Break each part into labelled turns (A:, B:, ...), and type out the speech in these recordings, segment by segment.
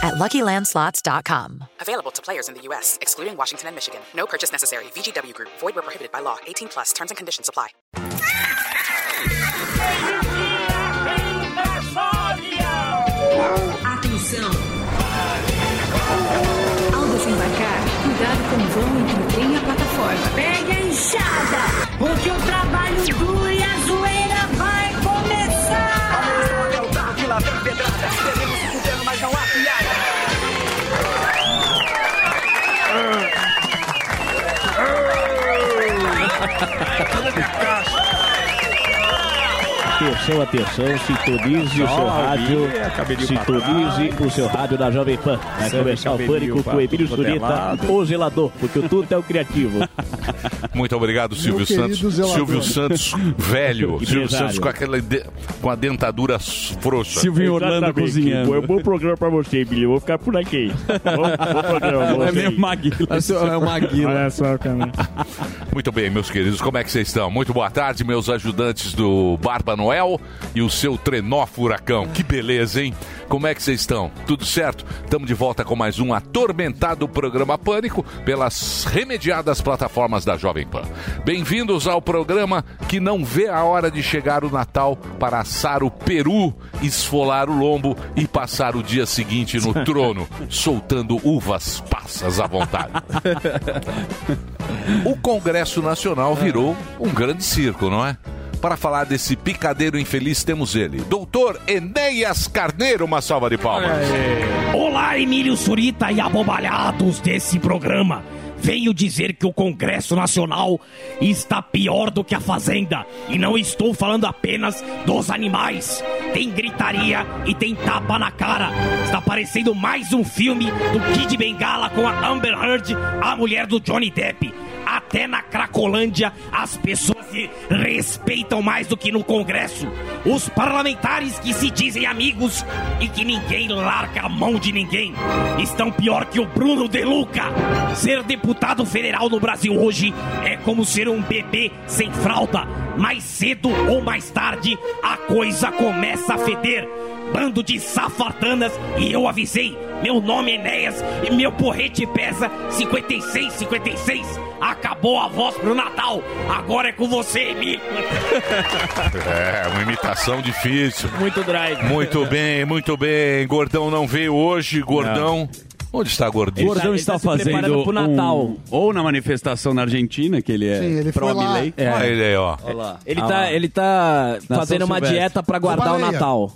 A: at luckylandslots.com.
B: Available to players in the U.S., excluding Washington and Michigan. No purchase necessary. VGW Group, void where prohibited by law. 18 plus terms and conditions apply.
C: Atenção! Ao desembarcar, cuidado com o vão entre o trem e a plataforma. Pegue a enxada, porque o trabalho duro e a zoeira vai começar!
D: Atenção, atenção, sintonize o seu rádio.
E: é,
D: Sintonize o seu rádio da Jovem Pan. Vai começar o pânico com o Emílio Surita, o zelador, porque o tudo é o criativo.
F: Muito obrigado, Silvio Santos.
D: querido zelador.
F: Silvio Santos, velho. Silvio
D: Empresário.
F: Santos com aquela de- com a dentadura s- frouxa.
D: Exatamente, Foi um bom programa pra você, Emílio. Vou ficar por aqui. Bom, bom programa. pra
E: É
D: você.
G: É Olha só, cara.
F: Muito bem, meus queridos, como é que vocês estão? Muito boa tarde, meus ajudantes do Barba Noel e o seu trenó furacão. Que beleza, hein? Como é que vocês estão? Tudo certo? Estamos de volta com mais um atormentado programa Pânico pelas remediadas plataformas da Jovem Pan. Bem-vindos ao programa que não vê a hora de chegar o Natal para assar o peru, esfolar o lombo e passar o dia seguinte no trono, soltando uvas passas à vontade. O Congresso Nacional virou um grande circo, não é? Para falar desse picadeiro infeliz, temos ele, doutor Enéas Carneiro, uma salva de palmas.
H: Olá, Emílio Surita e abobalhados desse programa. Venho dizer que o Congresso Nacional está pior do que a Fazenda. E não estou falando apenas dos animais. Tem gritaria e tem tapa na cara. Está parecendo mais um filme do Kid Bengala com a Amber Heard, a mulher do Johnny Depp. Até na Cracolândia as pessoas se respeitam mais do que no Congresso. Os parlamentares que se dizem amigos e que ninguém larga a mão de ninguém estão pior que o Bruno De Luca. Ser deputado federal no Brasil hoje é como ser um bebê sem fralda. Mais cedo ou mais tarde a coisa começa a feder. Bando de safatanas e eu avisei. Meu nome é Enéas e meu porrete pesa 56, 56. Acabou a voz pro Natal. Agora é com você, Emílio.
F: É, uma imitação difícil.
D: Muito drive.
F: Muito bem, muito bem. Gordão não veio hoje, Gordão. Onde está Gordinho?
I: O Gordão está, fazendo
D: pro Natal.
I: um- ou na manifestação na Argentina, que ele é
G: Sim, ele foi
I: pro
G: lá.
I: Milei.
D: É.
F: Olha ele aí, ó.
E: Ele
I: Ah
E: tá,
I: lá.
E: ele tá fazendo uma
I: Silvestre.
E: dieta pra guardar o
G: Baleia.
E: Natal.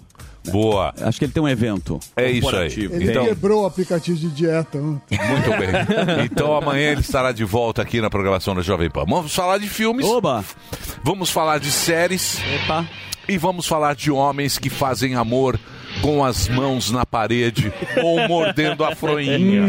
F: Boa.
I: Acho que ele tem um evento.
F: É isso aí.
I: corporativo.
G: Ele
F: Então,
G: quebrou o aplicativo de dieta ontem.
F: muito bem. Então amanhã ele estará de volta aqui na programação da Jovem Pan. Vamos falar de filmes,
I: Oba!
F: vamos falar de séries.
I: Epa!
F: E vamos falar de homens que fazem amor com as mãos na parede ou mordendo a
I: Hum.
F: froinha.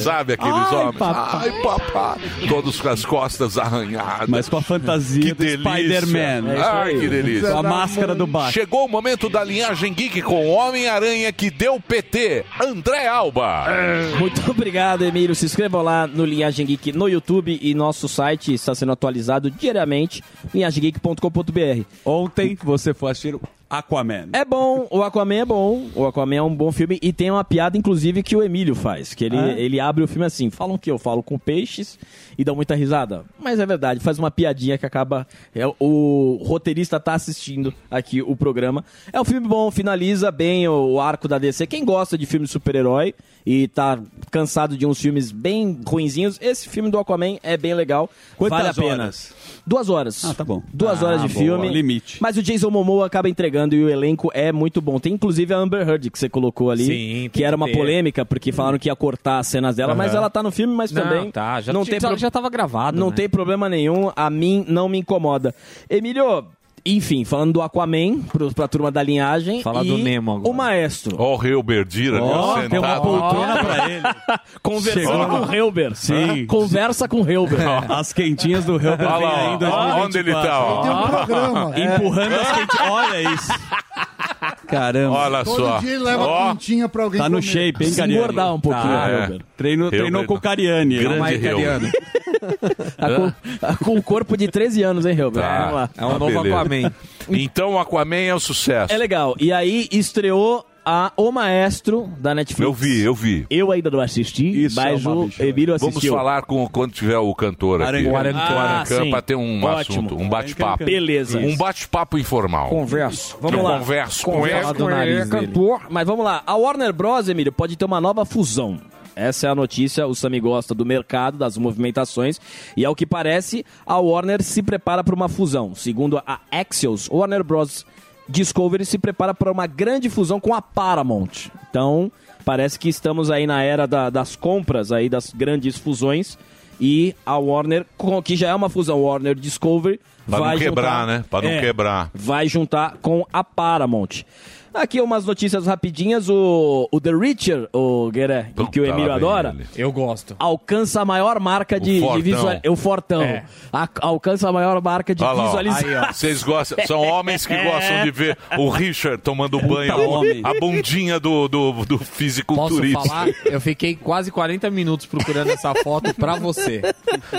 F: Sabe aqueles homens? Ai, papai. Todos com as costas arranhadas.
I: Mas com a
F: que
I: fantasia do
F: delícia.
I: Spider-Man.
F: Ai, que
I: Com
F: delícia.
I: a máscara do Batman.
F: Chegou o momento da linhagem geek com o Homem-Aranha que deu PT, André Alba.
E: Muito obrigado, Emílio. Se inscrevam lá no Linhagem Geek no YouTube e nosso site está sendo atualizado diariamente, linhagemgeek.com.br.
I: Ontem você foi assistir Aquaman.
E: É bom, o Aquaman é bom, o Aquaman é um bom filme e tem uma piada, inclusive, que o Emílio faz, que ele,
I: Ah, é?
E: ele abre o filme assim, falam que eu falo com peixes e dão muita risada, mas é verdade, faz uma piadinha que acaba, é, o roteirista tá assistindo aqui o programa, é um filme bom, finaliza bem o, o arco da DC, quem gosta de filme de super-herói e tá cansado de uns filmes bem ruinzinhos, esse filme do Aquaman é bem legal,
I: Quantas
E: vale a pena.
I: horas?
E: Duas horas.
I: Ah, tá bom.
E: Duas
I: Ah,
E: horas de
I: boa.
E: filme.
I: Limite.
E: Mas o Jason Momoa acaba entregando e o elenco é muito bom. Tem inclusive a Amber Heard que você colocou ali,
J: Sim,
E: que
J: tem
E: era
J: que
E: uma
J: ter.
E: polêmica porque
F: Uhum.
E: falaram que ia cortar as cenas dela, mas
J: Aham.
E: ela tá no filme, mas
J: Não,
E: também
J: tá, já
E: não
J: tinha-
E: tem
J: já- já tava gravado,
E: Não
J: né?
E: tem problema nenhum, a mim não me incomoda. Emílio, enfim, falando do Aquaman pro, pra turma da linhagem
J: Falar
E: e
J: do Nemo
E: agora. O maestro.
F: Ó, o Helber Dira ali, ó, sentado.
E: pra ele. Conversando
F: Chegou.
E: com o Helber.
I: Sim.
E: Conversa com o Helber.
I: As quentinhas do Helber
F: Olha lá,
I: vem aí em
F: ó,
I: 2024.
F: onde ele tá, ó. Ele tem um programa, é.
I: Empurrando as quentinhas. Olha isso. Caramba.
F: Olha
G: Todo dia ele leva quentinha pra alguém
I: Tá no
G: comer.
I: shape, hein,
E: Se
I: Cariani?
E: engordar um pouquinho,
I: Tá,
E: né,
I: é.
E: Helber?
I: Treinou,
E: Helber.
I: treinou com o Cariani.
F: Ah,
I: né?
F: Grande
I: Calma aí,
F: Helber.
I: Cariani.
E: Tá com, tá com o corpo de 13 anos, hein, Helber?
F: Tá.
E: Vamos lá.
J: Ah,
F: Tá, beleza. Então o Aquaman é um sucesso.
E: É legal. E aí estreou a O Maestro da Netflix.
F: Eu vi, eu vi.
E: Eu ainda não assisti,
F: Isso
E: é mas
F: é uma
E: o Emílio assistiu.
F: Vamos falar com quando tiver o cantor aqui.
E: Arancan.
F: O Arancan,
E: Ah,
F: Arancan
E: sim.
F: para ter um
E: Ótimo.
F: assunto, um bate-papo.
E: Beleza.
F: Um bate-papo informal.
E: Converso. Vamos
F: Eu
E: lá.
F: converso com ele. é
E: com ele, cantor. Mas vamos lá. A Warner Bros, Emílio, pode ter uma nova fusão. Essa é a notícia, o Sami gosta do mercado, das movimentações, e ao que parece, a Warner se prepara para uma fusão. Segundo a Axios, Warner Bros. Discovery se prepara para uma grande fusão com a Paramount. Então, parece que estamos aí na era da- das compras, aí das grandes fusões, e a Warner, com- que já é uma fusão Warner Discovery,
F: Pra não
E: vai
F: quebrar,
E: juntar-
F: né? Pra não
E: É,
F: quebrar.
E: vai juntar com a Paramount. Aqui umas notícias rapidinhas. O, o The Reacher, o Gueré, que o
J: lá
E: Emílio
J: vem
E: adora,
J: ele. Eu gosto.
E: alcança a maior marca de,
F: Fortão.
E: de visual... O Fortão.
F: É.
E: A- alcança a maior marca de
F: Olha lá, ó.
E: visualização.
F: Vocês gostam, são homens que gostam de ver o Richard tomando banho,
J: homem.
F: a bundinha do, do, do
J: Posso
F: fisiculturista.
J: falar? Eu fiquei quase 40 minutos procurando essa foto pra você.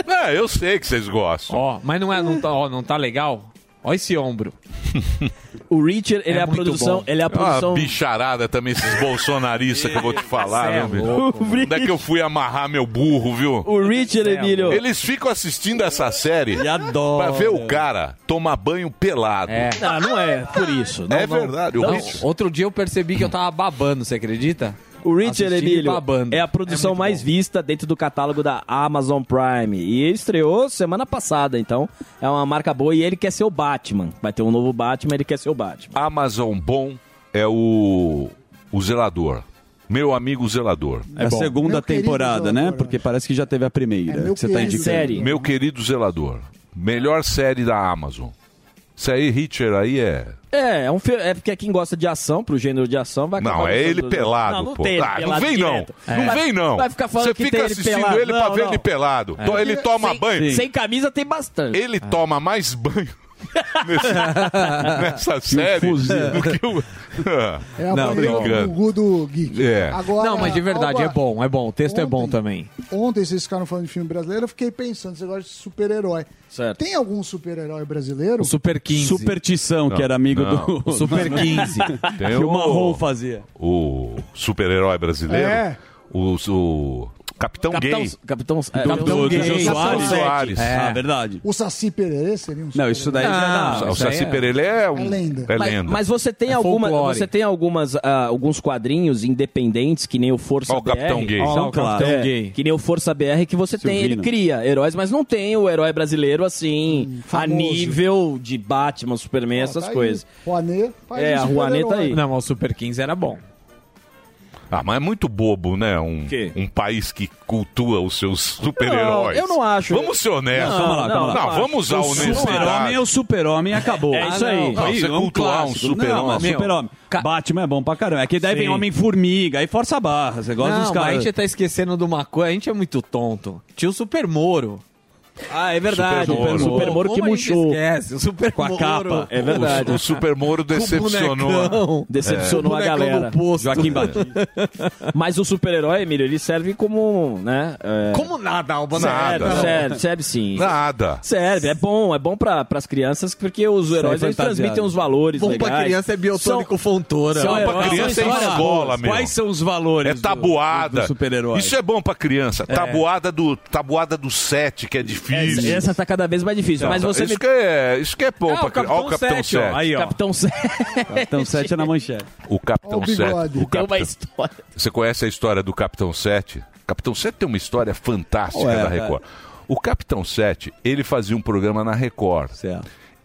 F: É, eu sei que vocês gostam.
J: Ó, mas não é, não tá, ó, não tá legal? Ó esse ombro.
E: O Richard, ele é, a
J: muito
E: produção.
J: bom.
E: Ele
F: Ah,
E: é a produção.
F: Uma bicharada também, esses bolsonaristas que eu vou te falar,
J: Cê é
F: né, bicho?
J: louco,
F: Onde é que eu fui amarrar meu burro, viu?
E: O Richard,
J: é
E: Emílio.
F: Eles ficam assistindo essa série e
I: adoram.
F: pra ver o cara tomar banho pelado.
J: É.
E: Não, não é por isso. Não,
F: é
E: não.
F: verdade. o
J: Não,
F: Richard-
J: outro dia eu percebi que eu tava babando, você acredita?
E: O Richard
J: Assistindo e
E: Emílio
J: babando.
E: é a produção
J: muito
E: mais vista dentro do catálogo da Amazon Prime. E ele estreou semana passada, então é uma marca boa. E ele quer ser o Batman. Vai ter um novo Batman, ele quer ser o Batman.
F: Amazon bom é o, o zelador. Meu amigo zelador.
I: É a segunda temporada, né? Porque parece que já teve a
F: É
I: primeira. que você tá indicando.
F: Meu querido zelador. Melhor série da Amazon. Isso aí, Richard, aí é...
E: É, é, um, fi- é porque quem gosta de ação, pro gênero de ação, vai acabar
F: Não, é
E: gostando
F: ele
E: do-
F: pelado,
E: Não, não
F: pô.
E: tem ele
F: Ah, não
E: pelado
F: vem não.
E: direto.
F: Não
E: Vai-
F: vem não.
E: Vai ficar falando
F: Você
E: que
F: fica
E: tem
F: assistindo
E: ele pelado.
F: ele pra
E: Não,
F: ver
E: não.
F: ele pelado. Então ele toma
E: sem,
F: banho.
E: Sem camisa tem bastante.
F: Ele toma mais banho nesse- nessa série do que o.
G: É
J: Não,
G: a não, do
F: brincando.
G: Gugu do Geek.
F: É.
G: Agora,
J: não, mas de verdade,
G: Alba,
J: é bom, é bom. O texto é bom também.
G: Tá. Ontem vocês ficaram falando de filme brasileiro, eu fiquei pensando, você gosta de super-herói.
E: Certo.
G: Tem algum super-herói brasileiro?
J: O Super 15.
I: Superstição, que
F: Não,
I: era amigo
F: não.
I: do.
J: O Super 15.
I: que o Marrom fazia.
F: O super-herói brasileiro.
G: É.
F: O, o Capitão,
E: Capitão,
F: Gay.
E: Capitão, é,
I: Do,
E: Capitão
I: do, do
E: Gay.
I: Jô
G: Capitão
I: Soares.
F: Soares.
I: É.
F: É.
I: Ah, verdade.
G: O Saci Pererê seria um
I: Não, isso daí já
F: O
J: isso aí
F: Saci
J: é-
F: Pererê é um.
G: É lenda.
F: É
E: Mas-
F: lenda.
E: Mas, você tem,
J: É
E: alguma,
J: folclore.
E: você tem algumas, ah, alguns quadrinhos independentes, que nem o Força
F: Ó, o
E: BR.
F: Capitão Gay.
J: Ó,
I: São
J: o Capitão
E: É,
J: Gay.
E: Que nem o Força BR que você tem, ele
I: Silvino.
E: cria heróis, mas não tem o herói brasileiro assim, a
G: Hum, famoso.
E: nível de Batman, Superman, essas coisas.
G: Ruanê, Tá faz
E: É,
G: um
E: a Rouanet tá
G: super-herói.
E: aí.
J: Não, mas o Super 15 era bom.
F: Ah, mas é muito bobo, né? Um,
E: Quê?
F: um país que cultua os seus super-heróis.
E: Não, eu não acho.
F: Vamos ser honestos.
E: Não,
I: calma lá, calma
E: não,
I: lá.
E: não
F: Não, vamos usar
I: o super-homem
F: honestidade.
I: é o super-homem e acabou.
E: É isso aí.
F: Não, você cultuar um super-homem.
I: Não, mas
J: Meu,
I: super-homem.
J: ca-
I: Batman é bom pra caramba. É que daí vem
J: Sim.
I: Homem-Formiga, aí força a barra. Você gosta
J: não,
I: dos
J: mas a
I: caras.
J: gente tá esquecendo de uma coisa, a gente é muito tonto. Tinha o Super Moro.
E: Ah, é verdade.
F: Super Moro.
E: O Super Moro que
F: Como a gente
E: murchou.
J: Esquece, o Super
E: Com a capa. É verdade.
F: O, o Super Moro decepcionou. a-
E: Decepcionou
F: É.
E: a galera. Joaquim Batista. Mas o super-herói, Emílio, ele serve como, né? é,
J: Como nada, Alba,
E: Serve,
J: nada.
E: serve, serve sim.
F: Nada.
E: Serve, é bom, é bom pra, pras crianças, porque os
J: Sai
E: heróis eles
J: fantasiado.
E: transmitem os valores
J: Bom
E: legais.
J: pra criança é biotônico fontora.
E: são
F: Bom pra
E: heróis,
F: criança é
E: são histórias
F: escola,
E: boas.
F: meu.
E: Quais
J: são os valores?
F: É tabuada.
J: do super-herói?
F: Isso é bom pra criança. Tabuada do tabuada do 7, que é difícil.
E: Essa, essa tá cada vez mais difícil.
F: Não,
E: mas você
F: isso,
E: me...
F: que é, isso que é bom
E: Ah,
F: pra
E: o
F: criança. Olha o Capitão 7.
E: ó. Aí, ó. Capitão 7.
I: Capitão 7 é na manchete.
F: O
E: Ó
F: Capitão
E: o
F: 7.
E: bigode.
F: O
E: Tem uma
F: Capitão-
E: história.
F: Você conhece a história do Capitão 7? Capitão 7 tem uma história fantástica
I: Ué,
F: da Record.
I: é.
F: O Capitão 7, ele fazia um programa na Record.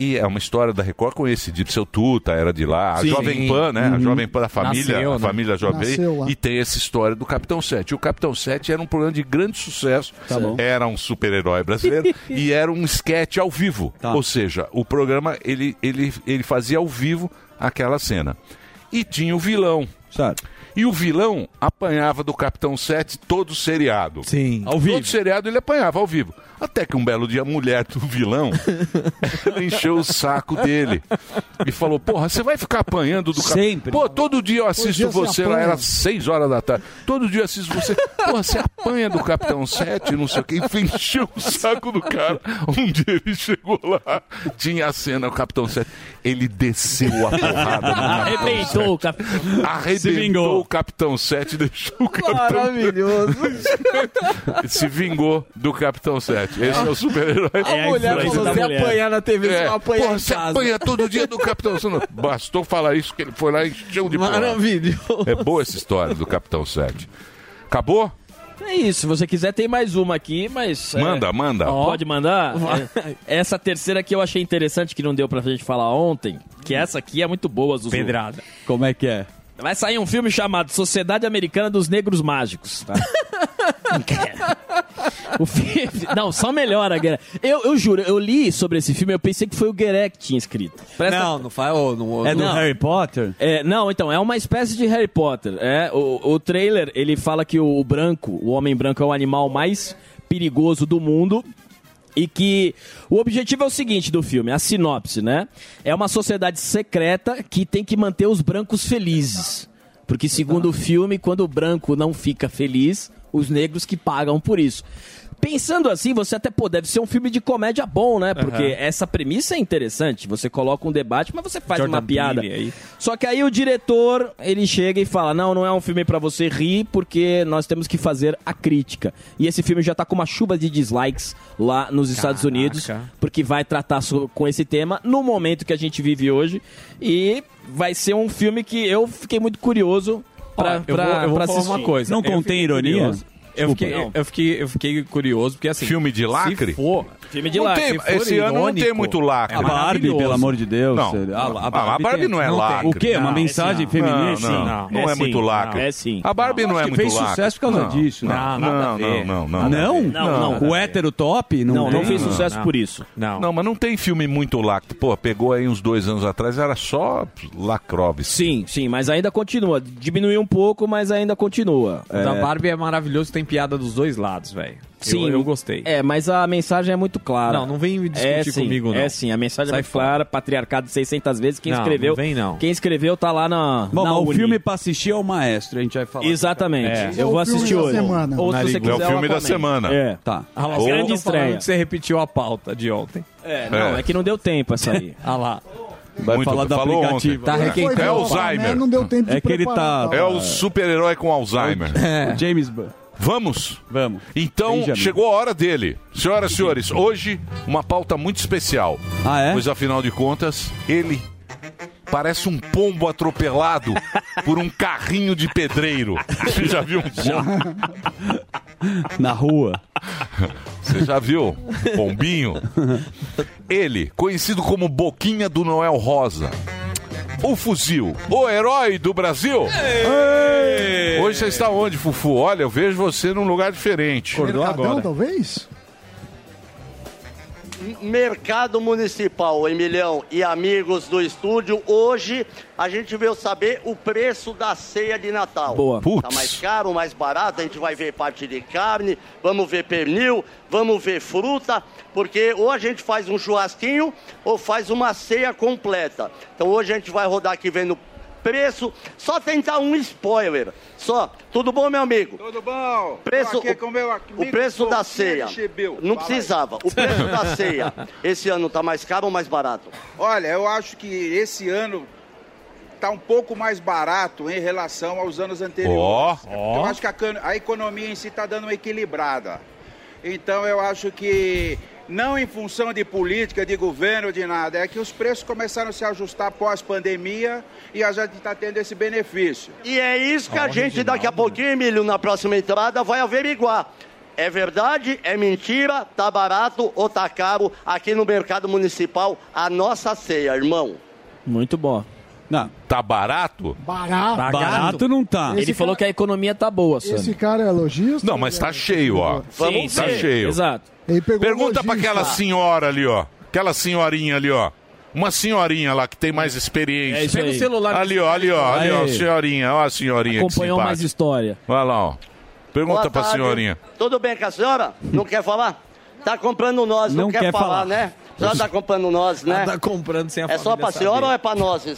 F: E é uma história da Record com esse de seu Tuta, era de lá, a
J: Sim.
F: Jovem Pan, né? A
J: Uhum.
F: Jovem Pan da família,
J: Nasceu,
F: a
J: né?
F: família Jovem.
J: Nasceu lá.
F: E tem essa história do Capitão 7. E o Capitão 7 era um programa de grande sucesso.
J: Tá bom.
F: Era um super-herói brasileiro e era um sketch ao vivo. Ou seja, o programa ele, ele, ele fazia ao vivo aquela cena. E tinha o vilão. E o vilão apanhava do Capitão 7 todo seriado. Sim. Ao vivo. Todo seriado ele apanhava ao vivo. Até que um belo dia a mulher do vilão ela encheu o saco dele. E falou: Porra, você vai ficar apanhando do Capitão.
I: Sempre.
F: Pô, todo dia eu
I: Todo dia
F: assisto
I: você
F: você lá,
I: apanha.
F: era 6 horas da tarde. Todo dia eu assisto você. Porra, você apanha do Capitão 7, não sei o quê. Enfim, encheu o saco do cara. Um dia ele chegou lá, tinha a cena, o Capitão 7. Ele desceu a porrada. no Capitão
E: Arrebentou o Capitão.
F: Arrebentou o Capitão 7 e deixou o Capitão.
J: Maravilhoso.
F: Se vingou do Capitão 7. Esse é o super-herói.
J: a mulher falou, você apanhar na TV, você
F: É.
J: vai apanhar
F: Porra,
J: em
F: você
J: casa.
F: apanha todo dia do Capitão Sano. Bastou falar isso que ele foi lá e encheu de porrada.
J: Maravilhoso.
F: É boa essa história do Capitão 7. Acabou?
E: É isso, se você quiser tem mais uma aqui, mas... é,
F: Manda, manda.
E: Ó. Pode mandar? É, Essa terceira aqui eu achei interessante, que não deu pra gente falar ontem, que essa aqui é muito boa, Zuzu.
J: Pedrada.
I: Como é que é?
E: Vai sair um filme chamado Sociedade Americana dos Negros Mágicos. tá? o filme... Não, só melhora, Guerra. Eu, eu juro, eu li sobre esse filme, eu pensei que foi o Guerec que tinha escrito.
J: Não, não faz. ô, não-
I: É do
J: não.
I: Harry Potter?
E: É, não, então, é uma espécie de Harry Potter. É, o, o trailer, ele fala que o, branco, o homem branco, é o animal mais perigoso do mundo. E que o objetivo é o seguinte do filme, a sinopse, né? É uma sociedade secreta que tem que manter os brancos felizes. Porque, segundo o filme, quando o branco não fica feliz, os negros que pagam por isso. Pensando assim, você até, pô, deve ser um filme de comédia bom, né? Porque
J: Aham.
E: essa premissa é interessante. Você coloca um debate, mas você faz
J: Jordan
E: uma piada.
J: Peele aí.
E: Só que aí o diretor, ele chega e fala: "Não, não é um filme pra você rir, porque nós temos que fazer a crítica". E esse filme já tá com uma chuva de dislikes lá nos Estados Unidos, porque vai tratar so- com esse tema no momento que a gente vive hoje e vai ser um filme que eu fiquei muito curioso pra,
J: eu
E: pra-
J: vou- eu vou
E: pra
J: falar
E: assistir.
J: uma coisa. Não Eu contém fiquei ironia? curioso. Eu
E: Desculpa.
J: fiquei,
E: Não.
J: eu, fiquei, eu fiquei curioso, porque assim.
F: Filme de lacre?
J: Se for,
E: Filme de
F: Não
E: lacre.
F: tem-
J: se for
F: esse ano não
J: irônico, É
F: tem muito lacre.
I: A Barbie, pelo amor de Deus.
F: Não.
I: sério.
F: A, a Barbie, não é
I: tem.
F: lacre.
I: O quê? Uma
J: Não,
I: mensagem
J: esse
I: feminista?
F: Não, não, não é muito lacre.
E: É sim.
F: A Barbie não,
I: Acho
F: é
I: que
F: muito
I: fez
F: lacre.
I: sucesso por causa
F: Não.
I: disso. né?
F: Não,
J: Não, nada
F: não,
J: a ver.
F: não, não, não.
I: Não?
E: Não, não.
I: O hétero top? Não,
E: Não, não
I: tem?
E: fez sucesso por isso.
J: Não.
F: Não, mas não tem filme muito lacre. Pô, pegou aí uns dois anos atrás, era só lacrobes.
E: Sim, sim, mas ainda continua. Diminuiu um pouco, mas ainda continua.
J: O Da
E: É,
J: Barbie é maravilhoso, tem piada dos dois lados, velho.
E: Sim.
J: Eu, eu gostei.
E: É, mas a mensagem é muito clara.
J: Não, não vem me
E: é,
J: discutir
E: sim,
J: comigo, não.
E: É sim, a mensagem
J: Sai
E: é muito
J: fora.
E: clara, patriarcado 600 vezes. Quem
J: Não,
E: escreveu.
J: não vem, não.
E: Quem escreveu tá lá na.
I: Bom,
E: na
I: mas o
E: Uni.
I: filme pra assistir é o maestro, a gente vai falar.
E: Exatamente.
J: É,
E: Eu vou
G: É o filme
E: assistir
G: da
E: hoje.
G: semana.
E: Ou se
J: Narigo.
E: você
J: É o
E: quiser,
F: é o filme da
E: Aquaman.
F: semana.
E: É.
I: Tá.
J: Ah lá,
E: Ou-
J: vocês
E: grande
J: tão falando
E: estreia.
J: que você repetiu a pauta de ontem.
E: É, não,
F: É.
E: é que não deu tempo essa aí.
J: Ah lá.
I: Vai
F: Muito-
I: falar do
F: falou
I: aplicativo.
F: ontem.
J: Tá
G: Ele
J: requentado.
G: foi ver
F: É
G: o
F: Alzheimer.
G: Aquaman, Não deu tempo de
I: É que ele
G: preparar, É.
I: tá-
G: tá?
F: É o super-herói com Alzheimer.
I: O James Bond.
F: Vamos?
I: Vamos.
F: Então,
I: Benjamin.
F: chegou a hora dele. Senhoras e senhores, hoje uma pauta muito especial.
I: Ah, é?
F: Pois afinal de contas, ele parece um pombo atropelado por um carrinho de pedreiro. Você já viu um pombo?
I: Na rua.
F: Você já viu? Pombinho. Ele, conhecido como Boquinha do Noel Rosa. O fuzil, o herói do Brasil. Hoje você está onde, Fufu? Olha, eu vejo você num lugar diferente.
G: Mercadão, talvez?
K: Mercado Municipal, Emilhão e amigos do estúdio, hoje a gente veio saber o preço da ceia de Natal.
E: Boa.
K: Tá
E: Putz.
K: mais caro, mais barato, a gente vai ver parte de carne, vamos ver pernil, vamos ver fruta, porque ou a gente faz um churrasquinho ou faz uma ceia completa. Então hoje a gente vai rodar aqui vendo preço, só tentar um spoiler. Só, tudo bom, meu amigo?
L: Tudo bom?
K: Preço-
L: Tô aqui é com meu amigo
K: O preço
L: Fofinho
K: da ceia.
L: de Chebeu.
K: Não
L: Fala aí.
K: precisava. O preço da ceia. Esse ano tá mais caro ou mais barato?
L: Olha, eu acho que esse ano tá um pouco mais barato em relação aos anos anteriores.
F: Ó, ó.
L: Eu acho que a, cano- a economia em si tá dando uma equilibrada. Então eu acho que não em função de política, de governo, de nada, é que os preços começaram a se ajustar pós-pandemia e a gente está tendo esse benefício.
K: E é isso que a gente daqui a pouquinho, Emílio, na próxima entrada, vai averiguar. É verdade? É mentira? Tá barato ou tá caro? Aqui no mercado municipal, a nossa ceia, irmão.
E: Muito bom.
F: Tá barato? tá
G: Barato.
E: não tá. Ele
G: Esse
E: falou que a economia tá boa, Sônia.
G: Esse cara é lojista?
F: Não, mas tá cheio, ó.
G: Vamos
F: tá
G: ver.
F: cheio.
E: Exato.
G: Ele pegou
F: Pergunta
G: um
F: pra aquela
G: lojista.
F: senhora ali, ó. Aquela senhorinha ali, ó. Uma senhorinha lá que tem mais experiência.
E: É isso Pega o aí. celular
F: Ali, ó, ali, ó, ali, ó.
E: Aí.
F: Senhorinha, ó a senhorinha.
E: Acompanhou
F: que
E: mais história.
F: Vai lá, ó. Pergunta
K: Boa
F: pra
K: tarde.
F: senhorinha.
K: Tudo bem com a senhora? Não quer falar? Tá comprando nós, não,
F: Não
K: quer,
F: quer
K: falar,
F: falar.
K: né? Já tá comprando nós, né?
F: Ela tá
J: comprando sem a
K: É só
J: família
K: pra senhora
J: saber.
K: ou é pra nós? Né?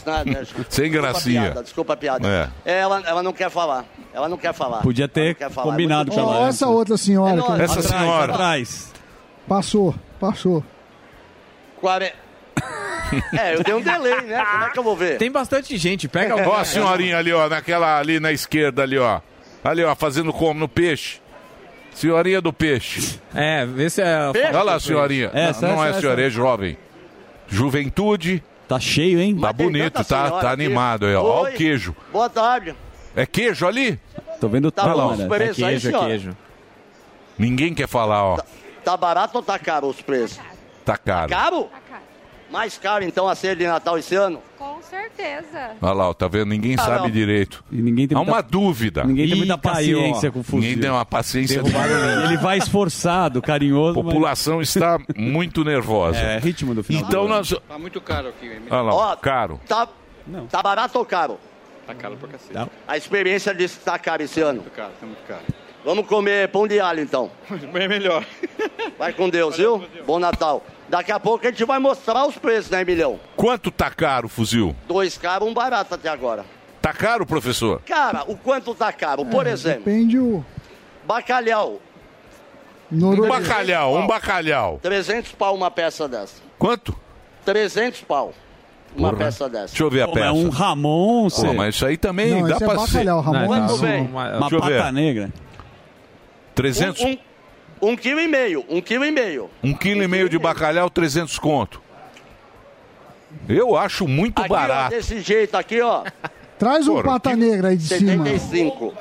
F: Sem
K: Desculpa a
F: gracinha.
K: piada, Desculpa a piada. É, ela, ela não quer falar. Ela não quer falar.
I: Podia ter
K: Ela não quer falar.
I: combinado
K: É
I: com
K: muito
I: ela
K: bom.
G: Ó, essa outra senhora.
K: É
G: que-
K: nóis. Essa Atrás, senhora.
I: atrás.
G: Passou, passou.
K: Quare- É, eu dei um delay, né? Como é que eu vou ver?
J: Tem bastante gente, pega
F: Ó a
J: alguma.
F: senhorinha ali, ó, naquela ali na esquerda ali, ó. Ali, ó, fazendo como? No peixe. Senhorinha do peixe.
J: É, vê se é.
F: Olha lá, senhorinha.
J: Essa,
F: não não
J: essa,
F: é
J: essa.
F: senhora, é jovem. Juventude.
I: Tá cheio, hein?
F: Tá bonito,
K: tanta
F: tá,
K: senhora
F: tá
K: aqui.
F: animado aí, ó. Ó
K: Oi.
F: o queijo.
K: Boa tarde.
F: É queijo ali?
I: Tô vendo né? É
K: Tá tudo, bom, olha. os preços aí, senhora?
F: Ninguém quer falar, ó.
K: Tá barato ou tá caro os preços?
F: Tá caro.
K: Caro? Mais caro, então, a ceia de Natal esse ano?
M: Com certeza.
F: Olha lá, ó, tá vendo? Ninguém
K: Ah,
F: sabe
K: não.
F: direito.
I: E ninguém
F: Há uma dúvida.
I: Ninguém tem muita paciência com o fuzil.
F: Ninguém tem uma paciência.
I: Derrubaram ele. Ele vai esforçado, carinhoso.
F: A população está muito nervosa.
I: É, ritmo do final.
F: Então nós...
L: Tá muito caro aqui, Emílio.
F: Olha lá, ó,
K: Ó,
F: caro.
K: Tá, tá barato ou caro?
L: Tá caro pra cacete.
K: A experiência disse que tá caro esse ano.
L: Muito caro, tá muito caro.
K: Vamos comer pão de alho, então.
L: Bem melhor.
K: Vai com Deus, viu? Bom Natal. Daqui a pouco a gente vai mostrar os preços, né, Emilhão?
F: Quanto tá caro o fuzil?
K: Dois caros, um barato até agora.
F: Tá caro, professor?
K: Cara, o quanto tá caro? Por exemplo,
G: Depende o
K: bacalhau.
F: Um
G: norueguês.
F: bacalhau, um bacalhau.
K: 300 pau uma peça dessa.
F: Quanto?
K: 300 pau uma
F: Porra.
K: peça dessa.
F: Deixa eu ver a
I: Pô,
F: peça.
I: mas um Ramon, cê-
F: Pô, mas isso aí também
G: Não,
F: dá
G: esse é
F: pra
G: bacalhau,
F: ser.
G: Ramon Não, é
I: Mas
G: Vamos
I: um-
G: ver.
I: uma,
F: Deixa eu
I: pata
F: ver.
I: negra.
F: 300?
K: Um, um, um quilo e meio, um quilo e meio.
F: Um quilo e meio de bacalhau, 300 conto. Eu acho muito
K: Aqui, ó,
F: barato.
K: desse jeito aqui, ó,
G: Traz um
F: Porra,
G: pata negra aí de cima.
K: 75.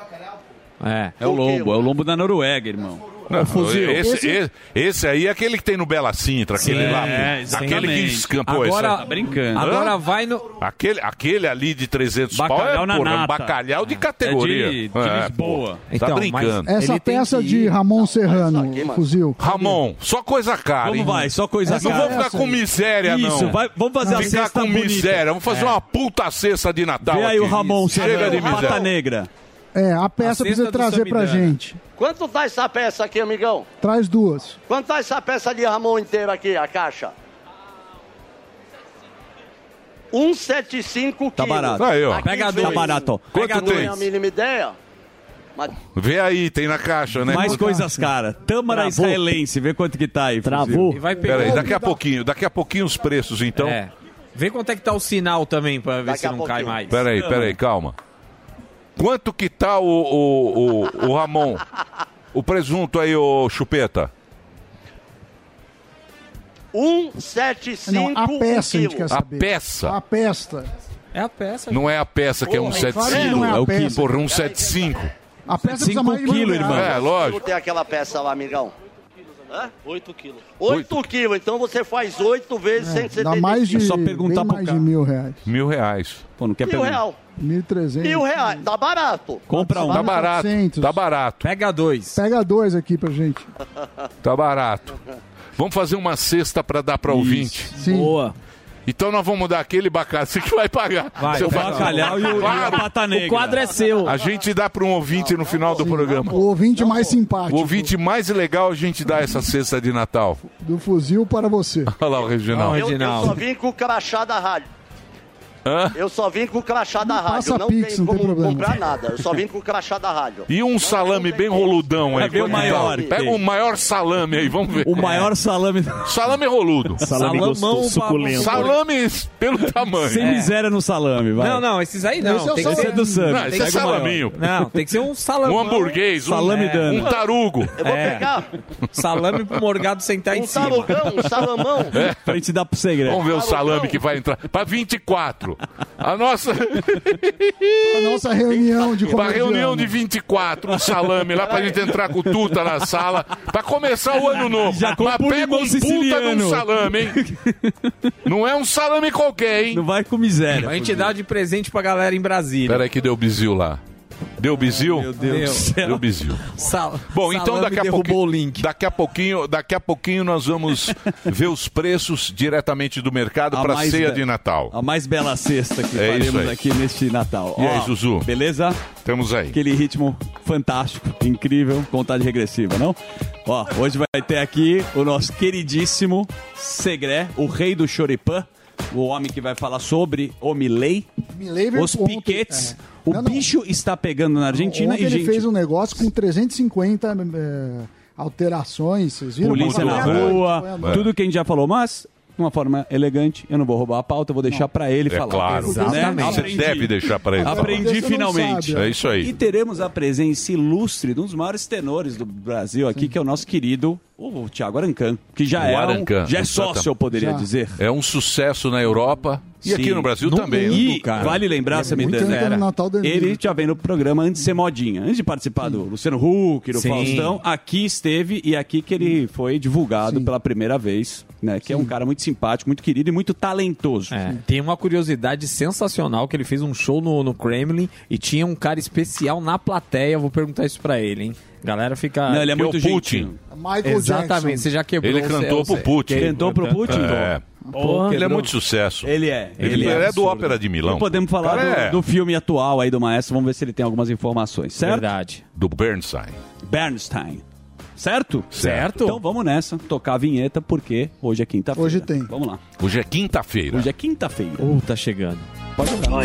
I: É, é o lombo. É o lombo da Noruega, irmão.
F: Não,
J: fuzil.
F: Esse,
J: Esse-
F: esse- esse aí é aquele que tem no Bela Sintra, aquele
I: Sim,
F: lá.
I: é,
F: aquele que
I: exatamente.
F: escampou
J: Agora-
F: esse aí.
J: Tá brincando. agora vai no-
F: Aquele, aquele ali de 300 pau
J: Bacalhau
F: é
J: na
F: porra, um
J: nata.
F: bacalhau de categoria.
J: É de- de Lisboa.
F: pô, tá
J: Então, mas-
F: brincando.
G: Essa
J: Ele tem
G: peça
J: que
G: de
J: ir.
G: Ramon Serrano, fuzil.
F: Ramon, só coisa cara.
I: Como
F: hein?
I: vai? Só coisa
F: Não
I: cara.
F: vou ficar com miséria, não.
I: Isso, vai- vamos fazer a
F: Ficar
I: cesta
F: com
I: bonita.
F: miséria. Vamos fazer
I: É.
F: uma puta cesta de Natal.
I: Vê aí
F: aqui.
I: o Ramon
F: Chega de
I: Serrano, pata
F: miséria.
I: negra.
G: É, a peça
I: A
G: precisa
I: cesta do
G: trazer pra
I: Samidana.
G: gente.
K: Quanto tá essa peça aqui, amigão?
G: Traz duas.
K: Quanto tá essa peça de Ramon inteira aqui, a caixa? 175
I: Tá
K: quilos.
I: barato.
F: Aí, ó.
I: Pega
K: vem-
I: dois. Tá barato, ó.
F: Quanto
K: Não
F: tem?
K: é a mínima ideia. Mas
F: Vê aí, tem na caixa, né?
I: Mais
F: Quanto-
I: coisas cara. Tâmara
E: Travou.
I: israelense, vê quanto que tá aí. fuzil.
E: Travou.
J: E vai pegar.
F: Peraí, daqui a pouquinho, daqui a pouquinho os preços, então.
J: É. Vê quanto é que tá o sinal também, pra ver
K: Daqui
J: se
K: a
J: não cai
K: pouquinho.
J: mais.
F: Peraí, peraí, calma. Quanto que tá o, o, o, o Ramon? O presunto aí, ô Chupeta?
K: 175
G: É, Não,
F: um
G: a peça a gente quer
K: quilos.
F: A
G: saber.
F: peça.
G: A peça.
J: É a peça.
F: Não é a peça que é
G: Porra, claro que
F: 175.
G: não é a
F: o que?
G: peça.
F: Porra, 175.
G: A peça precisa mais de mil
I: quilos,
G: reais.
I: irmão.
F: É, lógico.
K: Tem aquela peça lá, amigão. 8 quilos. 8 quilos, então você faz 8 vezes
G: Dá
K: 175
G: mais de,
I: É só perguntar
G: bem
I: pro
G: mais de
I: cara.
G: mil reais.
F: Mil reais.
I: Pô, não quer
K: mil
I: pegar.
K: real.
G: Mil trezentos.
K: Mil reais, tá barato.
I: Compra um.
F: Tá
G: Vale
F: barato.
G: 400.
F: Tá barato.
J: Pega dois.
G: Pega dois aqui pra gente.
F: Tá barato. Vamos fazer uma cesta para dar para ouvinte.
E: Boa.
F: Então nós vamos dar aquele bacalhau. Você que vai pagar.
E: Vai,
F: Você
E: o
F: faz-
E: bacalhau e o- e a pata negra. O quadro é seu.
F: A gente dá para um ouvinte no final do programa.
G: O ouvinte mais
F: O
G: simpático
F: ouvinte mais legal é a gente dá essa cesta de Natal.
G: do fuzil para você.
F: Olha lá o Reginaldo.
G: Eu- eu
I: Ah.
K: Eu só vim com o crachá da rádio.
F: Hã?
K: Eu só vim com o crachá da
G: passa
K: rádio. Não
G: Pix,
K: tem
G: não tem
K: como
G: problema.
K: comprar nada. Eu só vim com o crachá da rádio.
F: E um salame bem roludão aí.
K: Vai ver o
F: quanto que
K: maior
F: tá?
K: que
F: Pega
K: tem.
F: o maior salame aí, vamos ver. O
I: maior salame.
F: Salame roludo.
I: Salame Salamão gostoso, pra- suculento.
F: Salames pelo tamanho.
I: Sem miséria no salame, vai.
J: Não, não, esses aí não.
I: Esse é o
J: tem que
I: salame.
J: ser do Sam.
F: Não, esse é salaminho.
J: Não, tem que ser um salamão.
F: Um hamburguês, um-
J: salame
F: é,
J: dano.
F: um tarugo.
J: Eu
F: vou
K: pegar.
J: Salame pro morgado sentar em
K: Um
J: cima.
K: tarugão, um salamão.
F: É.
I: Pra gente dar pro segredo.
F: Vamos ver o salame que vai entrar. Pra 24. A nossa.
G: A nossa reunião de
F: Pra
G: comediante.
F: reunião
I: é
F: de 24, um salame lá pra gente entrar com o Tuta na sala. Pra começar o ano novo.
I: Já compra
F: Mas
I: um
F: pega
I: limão
F: um puta de um
I: siciliano.
F: salame, hein? Não é um salame qualquer, hein?
I: Não vai com miséria.
J: A gente dá de presente pra galera em Brasília.
F: Peraí que deu bizil lá. Deu bizil? Meu
J: Deus do céu.
F: Deu bizil.
J: Sal-
F: Bom, então
J: salame
F: daqui a,
J: derrubou
F: pouquinho,
J: o link.
F: daqui a pouquinho, daqui a pouquinho nós vamos ver os preços diretamente do mercado
I: A
F: para
I: mais
F: ceia
I: be-
F: de Natal.
I: A mais bela cesta que
F: É isso
I: faremos
F: aí.
I: aqui neste Natal.
F: E
I: Ó,
F: aí, Zuzu?
I: Beleza?
F: Estamos aí.
I: Aquele ritmo fantástico, incrível, contagem regressiva, não? Ó, hoje vai ter aqui o nosso queridíssimo Segré, o rei do choripã, o homem que vai falar sobre o Milley,
G: Milley veio
I: os
G: ontem,
I: piquetes.
G: é.
I: O bicho está pegando na Argentina
G: Ontem
I: e,
G: ele
I: gente,
G: fez um negócio com 350 é, alterações, vocês viram?
I: polícia na
G: Foi à noite,
I: rua,
G: foi à noite.
I: tudo que a gente já falou, mas de uma forma elegante, eu não vou roubar a pauta, eu vou deixar pra ele
F: é
I: falar.
F: claro.
I: Né?
F: Você
I: Aprendi.
F: deve deixar para ele. falar.
I: Aprendi finalmente.
F: É isso aí.
I: E teremos a presença ilustre de um dos maiores tenores do Brasil aqui, que é o nosso querido o Thiago Arancan, que já
F: O
I: é, um-
F: Arancan,
I: já é
F: exatamente.
I: sócio, eu poderia
F: Já.
I: dizer.
F: É um sucesso na Europa e
I: Sim.
F: aqui no Brasil também. né?
I: E vale lembrar, se me
G: é muito antes do
I: der,
G: Natal do Hermínio.
I: ele já vem no programa antes de ser modinha. Antes de participar do Luciano Huck, do
J: Sim.
I: Faustão, aqui esteve e aqui que ele foi divulgado pela primeira vez, né? Que é um cara muito simpático, muito querido e muito talentoso.
J: É, tem uma curiosidade sensacional que ele fez um show no, no Kremlin e tinha um cara especial na plateia. Vou perguntar isso pra ele, hein? Galera fica.
I: Não, ele é
J: Que
I: muito
J: o Putin.
I: gentil.
G: Michael
J: Exatamente,
G: Jackson.
J: você já quebrou
F: Ele
J: o céu,
F: cantou pro
J: Zé.
F: Putin.
I: Cantou pro Putin?
F: É.
I: Porra.
F: Ele é
I: Quebrou.
F: muito sucesso.
I: Ele é.
F: Ele,
I: Ele é
F: é, do
I: absurdo.
F: Ópera de Milão.
I: Não podemos falar
F: Cara,
I: do,
F: é
I: do filme atual aí do maestro, vamos ver se ele tem algumas informações, certo?
J: Verdade.
F: do Bernstein.
I: Bernstein. Certo?
F: Certo.
I: Então vamos nessa, tocar a vinheta, porque hoje é quinta-feira.
G: Hoje tem.
I: Vamos lá.
F: Hoje é quinta-feira.
I: Hoje é quinta-feira.
J: Uh, tá chegando.
I: Pode jogar.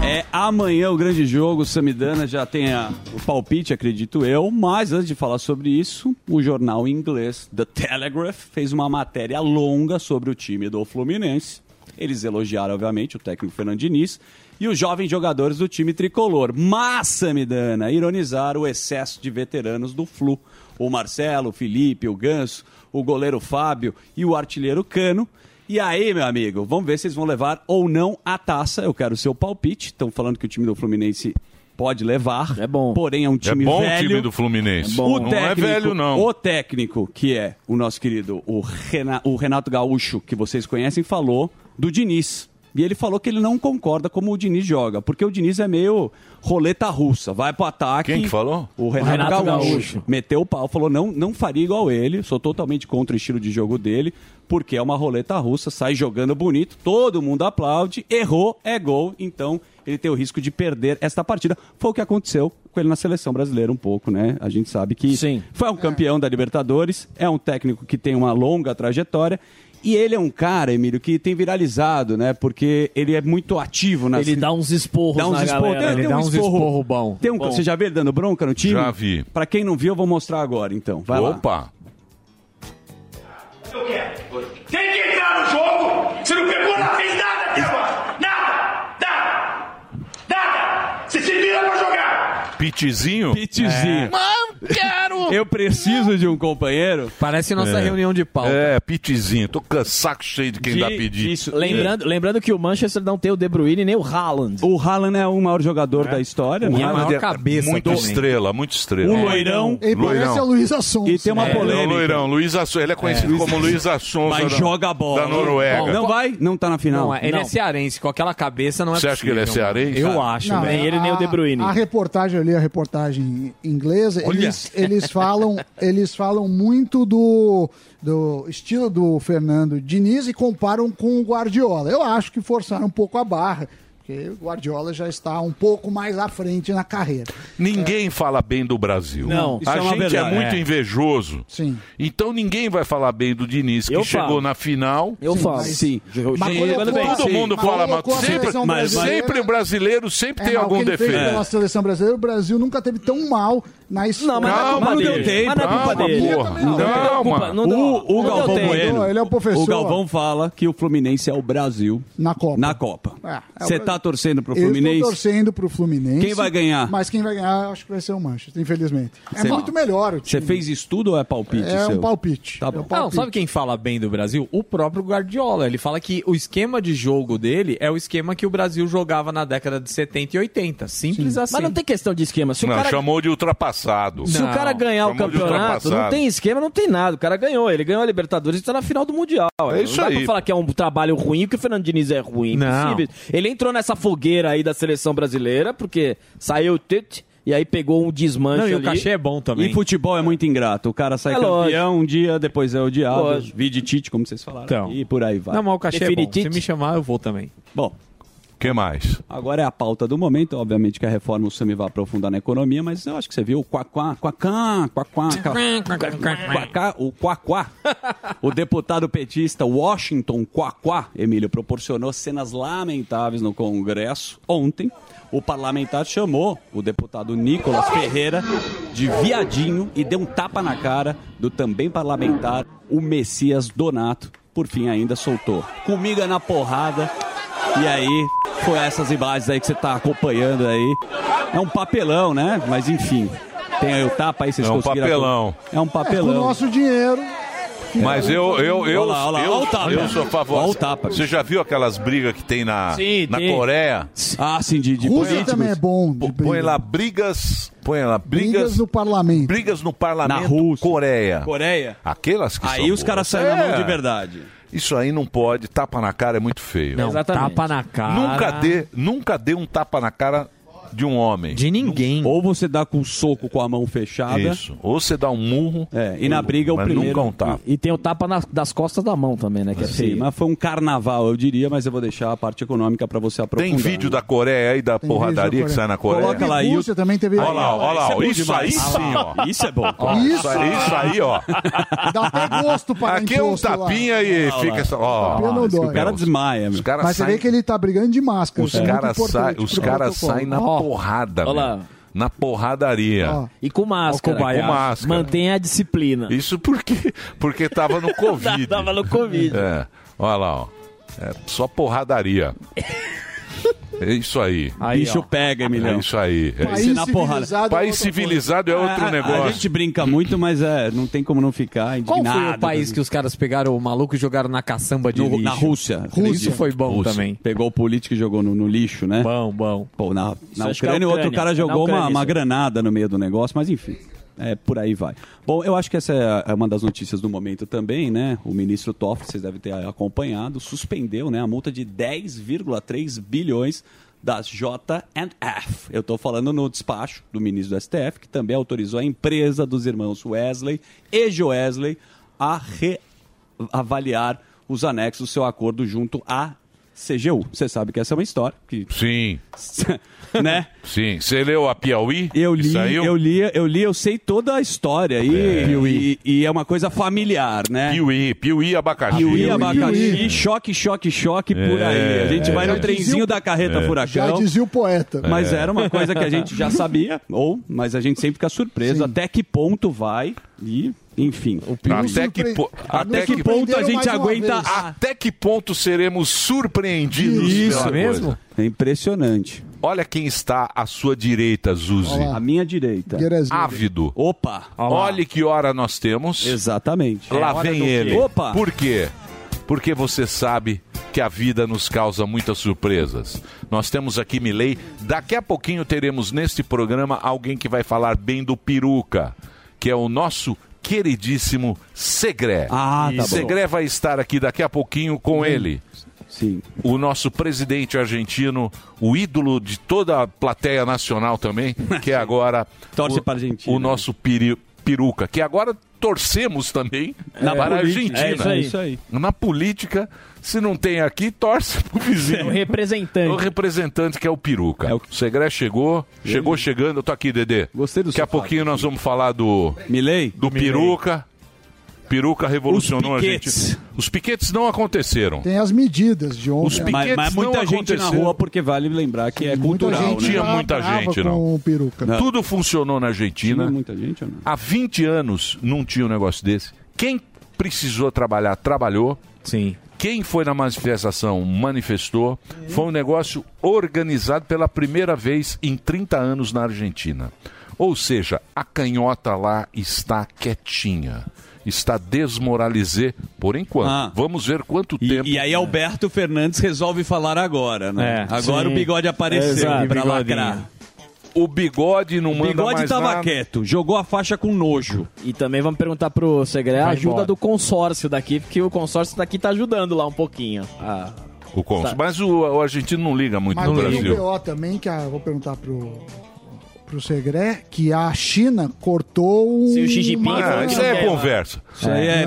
I: É amanhã o grande jogo, o Samidana já tem a- o palpite, acredito eu. Mas antes de falar sobre isso, o jornal inglês The Telegraph fez uma matéria longa sobre o time do Fluminense. Eles elogiaram, obviamente, o técnico Fernando Diniz e os jovens jogadores do time tricolor. Mas, Samidana, ironizaram o excesso de veteranos do Flu. O Marcelo, o Felipe, o Ganso, o goleiro Fábio e o artilheiro Cano. E aí, meu amigo, vamos ver se eles vão levar ou não a taça. Eu quero o seu palpite. Estão falando que o time do Fluminense pode levar. É bom. Porém, é um time
F: bom o
I: velho.
F: time do Fluminense. É bom.
I: O
F: Não é
I: técnico-
F: velho, não.
I: O técnico, que é o nosso querido o Rena- o Renato Gaúcho, que vocês conhecem, falou do Diniz. E ele falou que ele não concorda como o Diniz joga, porque o Diniz é meio roleta russa, vai pro ataque.
F: Quem que falou?
I: O Renato,
J: Renato
I: Gaúcho.
J: Gaúcho.
I: Meteu o pau, falou: não, não faria igual ele, sou totalmente contra o estilo de jogo dele, porque é uma roleta russa, sai jogando bonito, todo mundo aplaude, errou, é gol, então ele tem o risco de perder esta partida. Foi o que aconteceu com ele na seleção brasileira um pouco, né? A gente sabe que
J: Sim.
I: foi um campeão da Libertadores, é um técnico que tem uma longa trajetória. E ele é um cara, Emílio, que tem viralizado, né? Porque ele é muito ativo nas
E: Ele dá uns esporros
I: Dá uns
E: na
I: esporro.
E: galera.
I: Tem, tem um esporro.
E: bom.
I: Tem um, Você já viu ele dando bronca no time?
F: Já vi.
I: Pra quem não viu, eu vou mostrar agora, então. Vai lá.
F: Opa!
M: Eu quero. Tem que entrar no jogo. Você não pegou, não fez nada até agora. Nada, nada, nada. Você se vira pra jogar.
F: Pitizinho? É.
I: Pitizinho.
F: Mas quero
I: Eu preciso de um companheiro.
J: Parece nossa
F: É.
J: reunião de pauta.
F: É, pitizinho. Tô com saco cheio de quem dá pedir.
J: Lembrando-
F: É.
E: Lembrando que o Manchester não tem o De Bruyne nem o Haaland.
I: O Haaland é o maior jogador da história. né?
J: é
F: Muito estrela, muito estrela.
I: O loirão.
F: É. Loirão.
I: Luiz Assunção. E tem uma
F: É,
I: polêmica.
F: o Loirão, Luiz Assunção. Ele é conhecido como Luiz Assunção.
I: Mas
F: da-
I: joga bola.
F: Da Noruega.
I: Não vai? Não tá na final.
J: Não, ele é cearense, com aquela cabeça não é
F: Você acha que ele é
J: possível.
F: cearense?
J: Eu
F: Cara,
J: acho.
F: não,
J: nem ele nem o De Bruyne.
G: Ah, A reportagem ali, a reportagem inglesa,
J: Olha.
G: eles, eles falam, eles falam muito do, do estilo do Fernando Diniz e comparam com o Guardiola. Eu acho que forçaram um pouco a barra, porque o Guardiola já está um pouco mais à frente na carreira.
F: Ninguém fala bem do Brasil.
G: Não, isso
F: a
G: é uma
F: gente
G: verdade.
F: é muito
G: É.
F: invejoso.
G: Sim.
F: Então ninguém vai falar bem do Diniz, que
I: Eu
F: chegou
I: falo.
F: na final.
I: Eu Sim, falo. mas- Sim. Mas colocou a-
F: Todo
I: Sim.
F: mundo
I: Mas
F: fala mal.
I: colocou a
F: Sempre,
I: seleção
F: mas-
I: brasileira-
F: sempre o brasileiro sempre
G: É,
F: tem
G: mas o
F: algum
G: que ele fez
F: defeito.
G: pela seleção brasileira, o Brasil nunca teve tão mal na história.
F: mas não é Calma, culpa mas não dele. deu tempo, Mas não é culpa calma, dele. porra.
I: Não,
F: Não,
I: não,
F: calma.
I: não,
F: O-
I: o Galvão Bueno.
G: Ele é o professor.
I: O Galvão fala que o Fluminense é o Brasil.
G: Na Copa.
I: Na Copa.
G: É, é o
I: Você
G: Brasil.
I: tá torcendo pro
G: Eu
I: Fluminense?
G: estou torcendo pro Fluminense.
I: Quem vai ganhar?
G: Mas quem vai ganhar, acho que vai ser o Manchester, infelizmente. É
J: Sei lá.
G: muito melhor o
I: Você
G: time.
I: fez estudo ou é palpite
G: É um
J: seu?
G: palpite.
J: Tá bom.
G: É um palpite.
J: Não, sabe quem fala bem do Brasil? O próprio Guardiola. Ele fala que o esquema de jogo dele é o esquema que o Brasil jogava na década de 70 e 80. Simples assim.
E: Mas não tem questão de esquema. Se o
F: Não,
E: cara
F: chamou de ultrapassado.
E: Se o cara ganhar o
F: Chamou de
E: campeonato, não
F: ultrapassado.
E: tem esquema, não tem nada. O cara ganhou. Ele ganhou a Libertadores e tá na final do Mundial.
F: É isso
E: não dá
F: aí.
E: pra falar que é um trabalho ruim, que o Fernando Diniz é ruim.
J: Não.
E: Impossível. Ele entrou nessa fogueira aí da seleção brasileira, porque saiu o Tite e aí pegou um desmanche
J: Não, e o
E: ali.
J: cachê é bom também.
I: E futebol é muito ingrato. O cara sai
E: É
I: campeão
E: lógico.
I: um dia, depois é odiado.
J: Lógico.
I: Vi de Tite, como vocês falaram.
J: Então.
I: E por aí vai.
J: Não, mas o cachê é bom.
I: Definitite.
J: Se me chamar, eu vou também.
I: Bom.
F: que mais?
I: Agora é a pauta do momento. Obviamente que a reforma o Sami vai aprofundar na economia, mas eu acho que você viu o quaquá, quaquá, quaquá, quaquá, o quaquá. O deputado petista Washington Quaquá, Emílio, proporcionou cenas lamentáveis no Congresso ontem. O parlamentar chamou o deputado Nicolas Ferreira de viadinho e deu um tapa na cara do também parlamentar, o Messias Donato. Por fim, ainda soltou. Comigo é na porrada. E aí, foi essas imagens aí que você tá acompanhando aí. É um papelão, né? Mas enfim. Tem aí o tapa aí, vocês
F: É um
I: conseguiram.
F: papelão.
I: É um
G: Com o
I: papelão.
G: nosso dinheiro.
F: Mas eu, eu, eu,
I: Olha lá, olha lá,
F: eu,
I: olha o tapa.
F: eu sou
I: Olha o
F: favorável.
I: tapa.
F: Você já viu aqulas brigas que tem na,
I: Sim,
F: na
I: tem.
F: Coreia?
I: Ah, sim, de, de
G: Rússia
I: políticos.
G: também é bom. de
F: Põe
G: briga.
F: lá brigas, põe lá brigas,
G: Brigas no parlamento.
F: brigas no parlamento
I: Na Rússia.
F: Coreia.
I: Coreia.
F: Aquelas que
I: Aí
F: são
I: os caras
F: boas.
I: saem na mão
F: É.
I: de verdade.
F: Isso aí não pode, tapa na cara é muito feio.
J: Não, Exatamente. tapa na cara-
F: Nunca dê, nunca dê um tapa na cara de um homem.
J: De ninguém.
I: Ou você dá com um soco com a mão fechada.
F: Isso. Ou você dá um murro.
I: É, e na briga o
F: mas
I: primeiro.
F: nunca um tapa.
E: E tem o tapa nas- das costas da mão também, né? Que é
I: Sim,
E: feio.
I: mas foi um carnaval, eu diria, mas eu vou deixar a parte econômica pra você aprofundar.
F: Tem vídeo da Coreia aí, da porradaria
I: da
F: que sai na Coreia?
I: Coloca lá aí.
G: Rússia também teve.
F: Olha lá, olha lá,
I: Isso é bom
F: isso, aí
I: demais.
F: sim, ó.
I: Isso é bom.
F: Ó, Isso aí, isso aí, ó.
G: Dá até gosto para
F: Aqui é um tapinha e fica essa. Ó,
G: Tapinha não
F: Os
G: dói. O cara
I: desmaia,
F: Os caras
G: Mas você
F: saem,
G: vê que ele tá brigando de máscara. é
F: os caras saem, os caras saem na porrada,
E: Ó lá.
F: meu. Na porradaria.
E: E com máscara.
F: Ó, com Kobayashi. Com máscara.
E: Mantenha a disciplina.
F: Isso porque, porque tava no Covid.
E: Tava no Covid.
F: É, olha lá, ó. É só porradaria. É isso aí.
I: Aí, Bicho ó. pega, Emilhão.
F: É isso aí. É
I: País
F: isso.
I: na porrada. civilizado
F: País civilizado é outro
I: A-
F: negócio.
I: A gente brinca muito, mas é, não tem como não ficar
J: Qual
I: indignado. né?
J: foi o país que os caras pegaram o maluco e jogaram na caçamba de
I: No-
J: lixo?
I: na Rússia.
J: Isso
I: Rússia.
J: foi bom
I: Rússia.
J: também.
I: Pegou o político e jogou no, no lixo, né?
J: Bom, bom.
I: Pô, na,
J: Isso
I: na
J: acho que é
I: Ucrânia,
J: a
I: outro
J: Ucrânia.
I: cara
J: É na
I: jogou
J: Ucrânia,
I: uma, uma
J: isso.
I: granada no meio do negócio, mas enfim. É, por aí vai. Bom, eu acho que essa é uma das notícias do momento também, né? O ministro Toffoli, vocês devem ter acompanhado, suspendeu né, a multa de 10,3 bilhões das J&F. Eu estou falando no despacho do ministro do STF, que também autorizou a empresa dos irmãos Wesley e Joesley a reavaliar os anexos do seu acordo junto à CGU. Você sabe que essa é uma história que
F: Sim.
I: né?
F: Sim. Você leu a Piauí? Eu
I: li, eu li, eu li, eu sei toda a história e, e, e é uma coisa familiar, né?
F: Piuí, Piuí abacaxi.
I: Piuí, abacaxi,
F: né?
I: choque, choque, choque
F: É,
I: por aí. A gente vai no trenzinho da carreta
G: Já
I: furacão.
G: dizia o poeta.
F: É.
I: Mas era uma coisa que a gente já sabia, ou, mas a gente sempre fica surpreso até que ponto vai e, enfim.
F: Até que, po- até que
I: ponto a gente aguenta a
F: Até que ponto seremos surpreendidos?
I: Isso
F: pela
I: mesmo?
F: coisa?
I: É impressionante.
F: Olha quem está à sua direita, Zuzi.
I: A minha direita.
F: Ávido.
I: Opa.
F: Olhe que hora nós temos.
I: Exatamente. É
F: Lá
I: Hora
F: vem
I: do quê?
F: ele.
I: Opa.
F: Por quê? Porque você sabe que a vida nos causa muitas surpresas. Nós temos aqui Milei. Daqui a pouquinho teremos neste programa alguém que vai falar bem do peruca, que é o nosso queridíssimo Segré.
I: Ah, tá bom.
F: Segré vai estar aqui daqui a pouquinho com ele.
I: Sim.
F: O nosso presidente argentino, o ídolo de toda a plateia nacional também, que é agora
I: Torce
F: o,
I: pra Argentina. né?
F: o nosso peri, peruca, que agora torcemos também
I: Na
F: para a
I: política.
F: Argentina.
I: É isso aí. É isso aí.
F: Na política, se não tem aqui, torce pro vizinho.
E: Um
N: O
I: É
N: representante.
F: O representante que é o peruca. O Segré chegou, chegou chegando. Eu tô aqui, Dedê. Gostei do Daqui a pouquinho nós vamos falar do.
I: Milei?
F: Do peruca. Peruca revolucionou
G: Os
F: a gente.
G: piquetes.
F: Os piquetes não aconteceram.
G: Tem as medidas de ontem.
F: Os
G: né?
F: piquetes
I: Mas, mas muita
F: não
I: gente na
F: aconteceu.
I: rua, porque vale lembrar que é cultural.
F: Não tinha
I: né?
F: muita gente, não.
G: com o peruca.
F: Tudo funcionou na Argentina.
I: Tinha muita gente né? ou não?
F: Há 20 anos não tinha um negócio desse. Quem precisou trabalhar, trabalhou.
J: Sim.
F: Quem foi na manifestação, manifestou. Foi um negócio organizado pela primeira vez em 30 anos na Argentina. Ou seja, a canhota lá está quietinha. Está desmoralizê por enquanto.
I: Ah.
F: Vamos ver quanto tempo.
I: E aí Alberto Fernandes resolve falar agora, né? É,
F: É,
I: agora
F: sim.
I: o bigode apareceu
F: Exato,
I: pra
F: bigodinho.
I: lacrar.
F: O bigode não
I: O
F: manda
I: bigode
F: mais
I: tava
F: nada.
I: quieto, jogou a faixa com nojo.
E: E também vamos perguntar pro Segre a
F: Vai
E: ajuda
F: embora.
E: do consórcio daqui, porque o consórcio daqui tá ajudando lá um pouquinho. Ah.
F: O Cons.
E: Tá.
F: Mas o, o argentino não liga muito
G: Mas
F: no
G: tem
F: Brasil.
G: o BO também, que a, vou perguntar pro, pro Segré, que a China cortou um...
F: Se o Xi Jinping for o que
G: isso
F: não quer, é conversa.
G: Isso aí é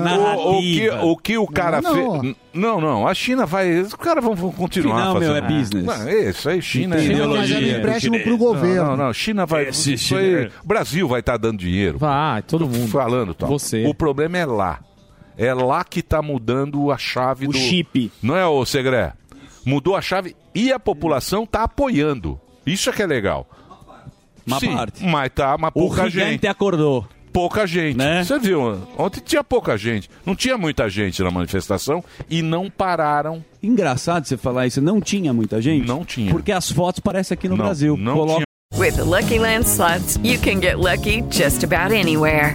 F: o, o, que,
G: narrativa.
F: o que o cara
G: Não,
F: fez.
G: não.
F: Não, não. A China vai. Os caras vão, vão continuar
I: Final, meu,
F: fazendo.
I: é business.
F: Não, é isso aí, China é
I: China tá fazendo
F: ideologia.
I: empréstimo
F: Chinês.
I: pro governo.
F: Não, não, não. China vai.
I: Esse
F: isso aí-
I: chinês.
F: Brasil vai estar dando dinheiro.
J: Vai, todo mundo.
F: Falando, tal.
J: Você.
F: O problema é lá. É lá que está mudando a chave do.
E: chip.
F: Não é, ô Segré? Mudou a chave e a população está apoiando. Isso é que é legal.
I: Uma
F: Sim,
I: parte.
F: Mas tá, mas
I: O
F: pouca
I: gigante
F: gente.
I: acordou.
F: Pouca gente. Você viu? Ontem tinha pouca gente. Não tinha muita gente na manifestação e não pararam.
I: Engraçado você falar isso, não tinha muita gente?
F: Não tinha.
I: Porque as fotos parecem aqui no
F: Não,
I: Brasil.
F: não tinha.
O: With the Lucky Land slots, you can get lucky just about anywhere.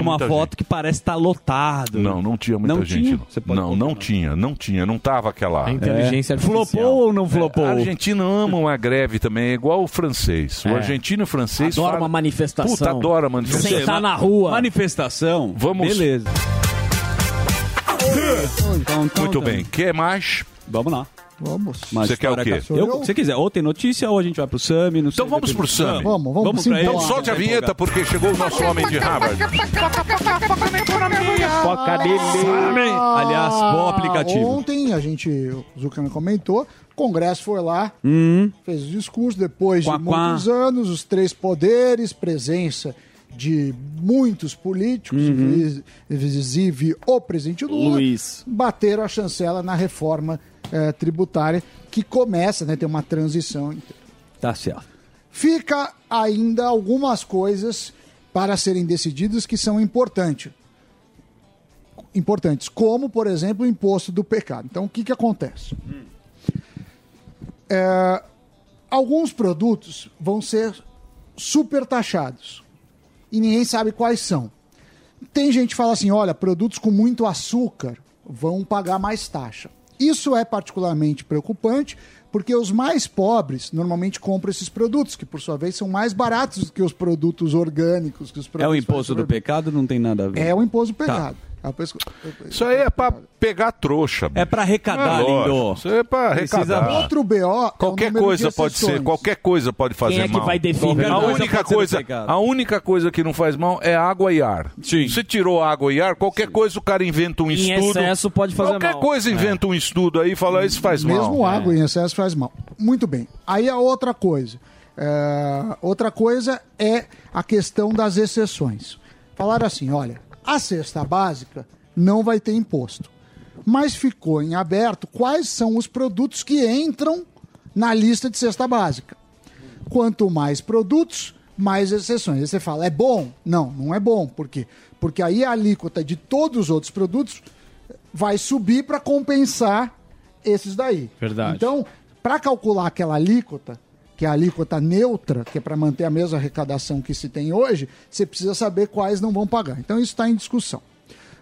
I: Uma foto que parece estar lotado.
F: Não, não tinha muita
I: Não tinha?
F: gente. Não, não, não tinha, não tinha. Não tava aquela. É.
I: A inteligência É. artificial. Flopou ou não flopou?
F: A Argentina ama uma greve também, é igual o francês. O
I: É.
F: argentino e o francês.
I: Adora
F: fala-
I: uma manifestação.
F: Puta, adora manifestação.
I: Sentar na
E: rua.
I: Manifestação.
F: Vamos.
I: Beleza.
F: Muito bem. Quer mais?
I: Vamos lá.
G: Vamos.
I: Mas
F: Você quer o quê?
I: Eu, se quiser, ou tem notícia ou a gente vai pro Sami. Então
F: Vamos pro Sami.
I: pra ele.
F: Então solte a vinheta porque chegou o nosso homem de Harvard.
G: Foca
I: nele. Aliás, bom aplicativo.
G: Ah, Ontem a gente, o Zucano comentou, o Congresso foi lá, fez o discurso, depois de
I: Hum. quá.
G: muitos anos, os três poderes, presença de muitos políticos,
I: Uhum.
G: inclusive inclusive o presidente Lula,
E: Luiz.
G: bateram a chancela na reforma eh, tributária que começa, né, tem uma transição entre
I: Tá certo.
G: fica ainda algumas coisas para serem decididas que são importantes. Importantes, como, por exemplo, o imposto do pecado. Então, o que, que acontece? É, alguns produtos vão ser supertaxados e ninguém sabe quais são. Tem gente que fala assim: olha, produtos com muito açúcar vão pagar mais taxa. Isso é particularmente preocupante, porque os mais pobres normalmente compram esses produtos, que por sua vez são mais baratos do que os produtos orgânicos. Que os
I: É o
G: produtos
I: imposto do pecado, não tem nada a ver.
G: É o imposto do
I: Tá.
G: pecado. É o pesco-
F: Isso aí é pra pegar trouxa. bicho.
I: É pra arrecadar,
F: É lógico,
I: lindo.
F: Isso aí é pra
I: Precisa-
F: arrecadar.
G: Outro BO. é o
F: Qualquer
G: número de
F: coisa pode ser,
G: exceções.
F: qualquer coisa pode fazer
G: Quem é que
F: mal.
G: vai definir?
F: A
G: Qualquer
F: única
G: coisa pode ser
F: coisa,
G: pecado.
F: a única coisa que não faz mal é água e ar. Sim. Se tirou água e ar, qualquer coisa o cara inventa um
E: Em
F: estudo.
E: excesso pode fazer
F: qualquer
E: mal.
F: coisa inventa um estudo aí e fala isso faz
G: Mesmo
F: mal.
G: água em excesso faz mal. Muito bem. Aí a outra coisa. Eh, outra coisa é a questão das exceções. Falaram assim: olha, a cesta básica não vai ter imposto. Mas ficou em aberto quais são os produtos que entram na lista de cesta básica. Quanto mais produtos, mais exceções. Aí você fala, é bom? Não, não é bom. Por quê? Porque aí a alíquota de todos os outros produtos vai subir para compensar esses daí.
D: Verdade.
G: Então, para calcular aquela alíquota, que é a alíquota neutra, que é para manter a mesma arrecadação que se tem hoje, você precisa saber quais não vão pagar. Então, isso está em discussão.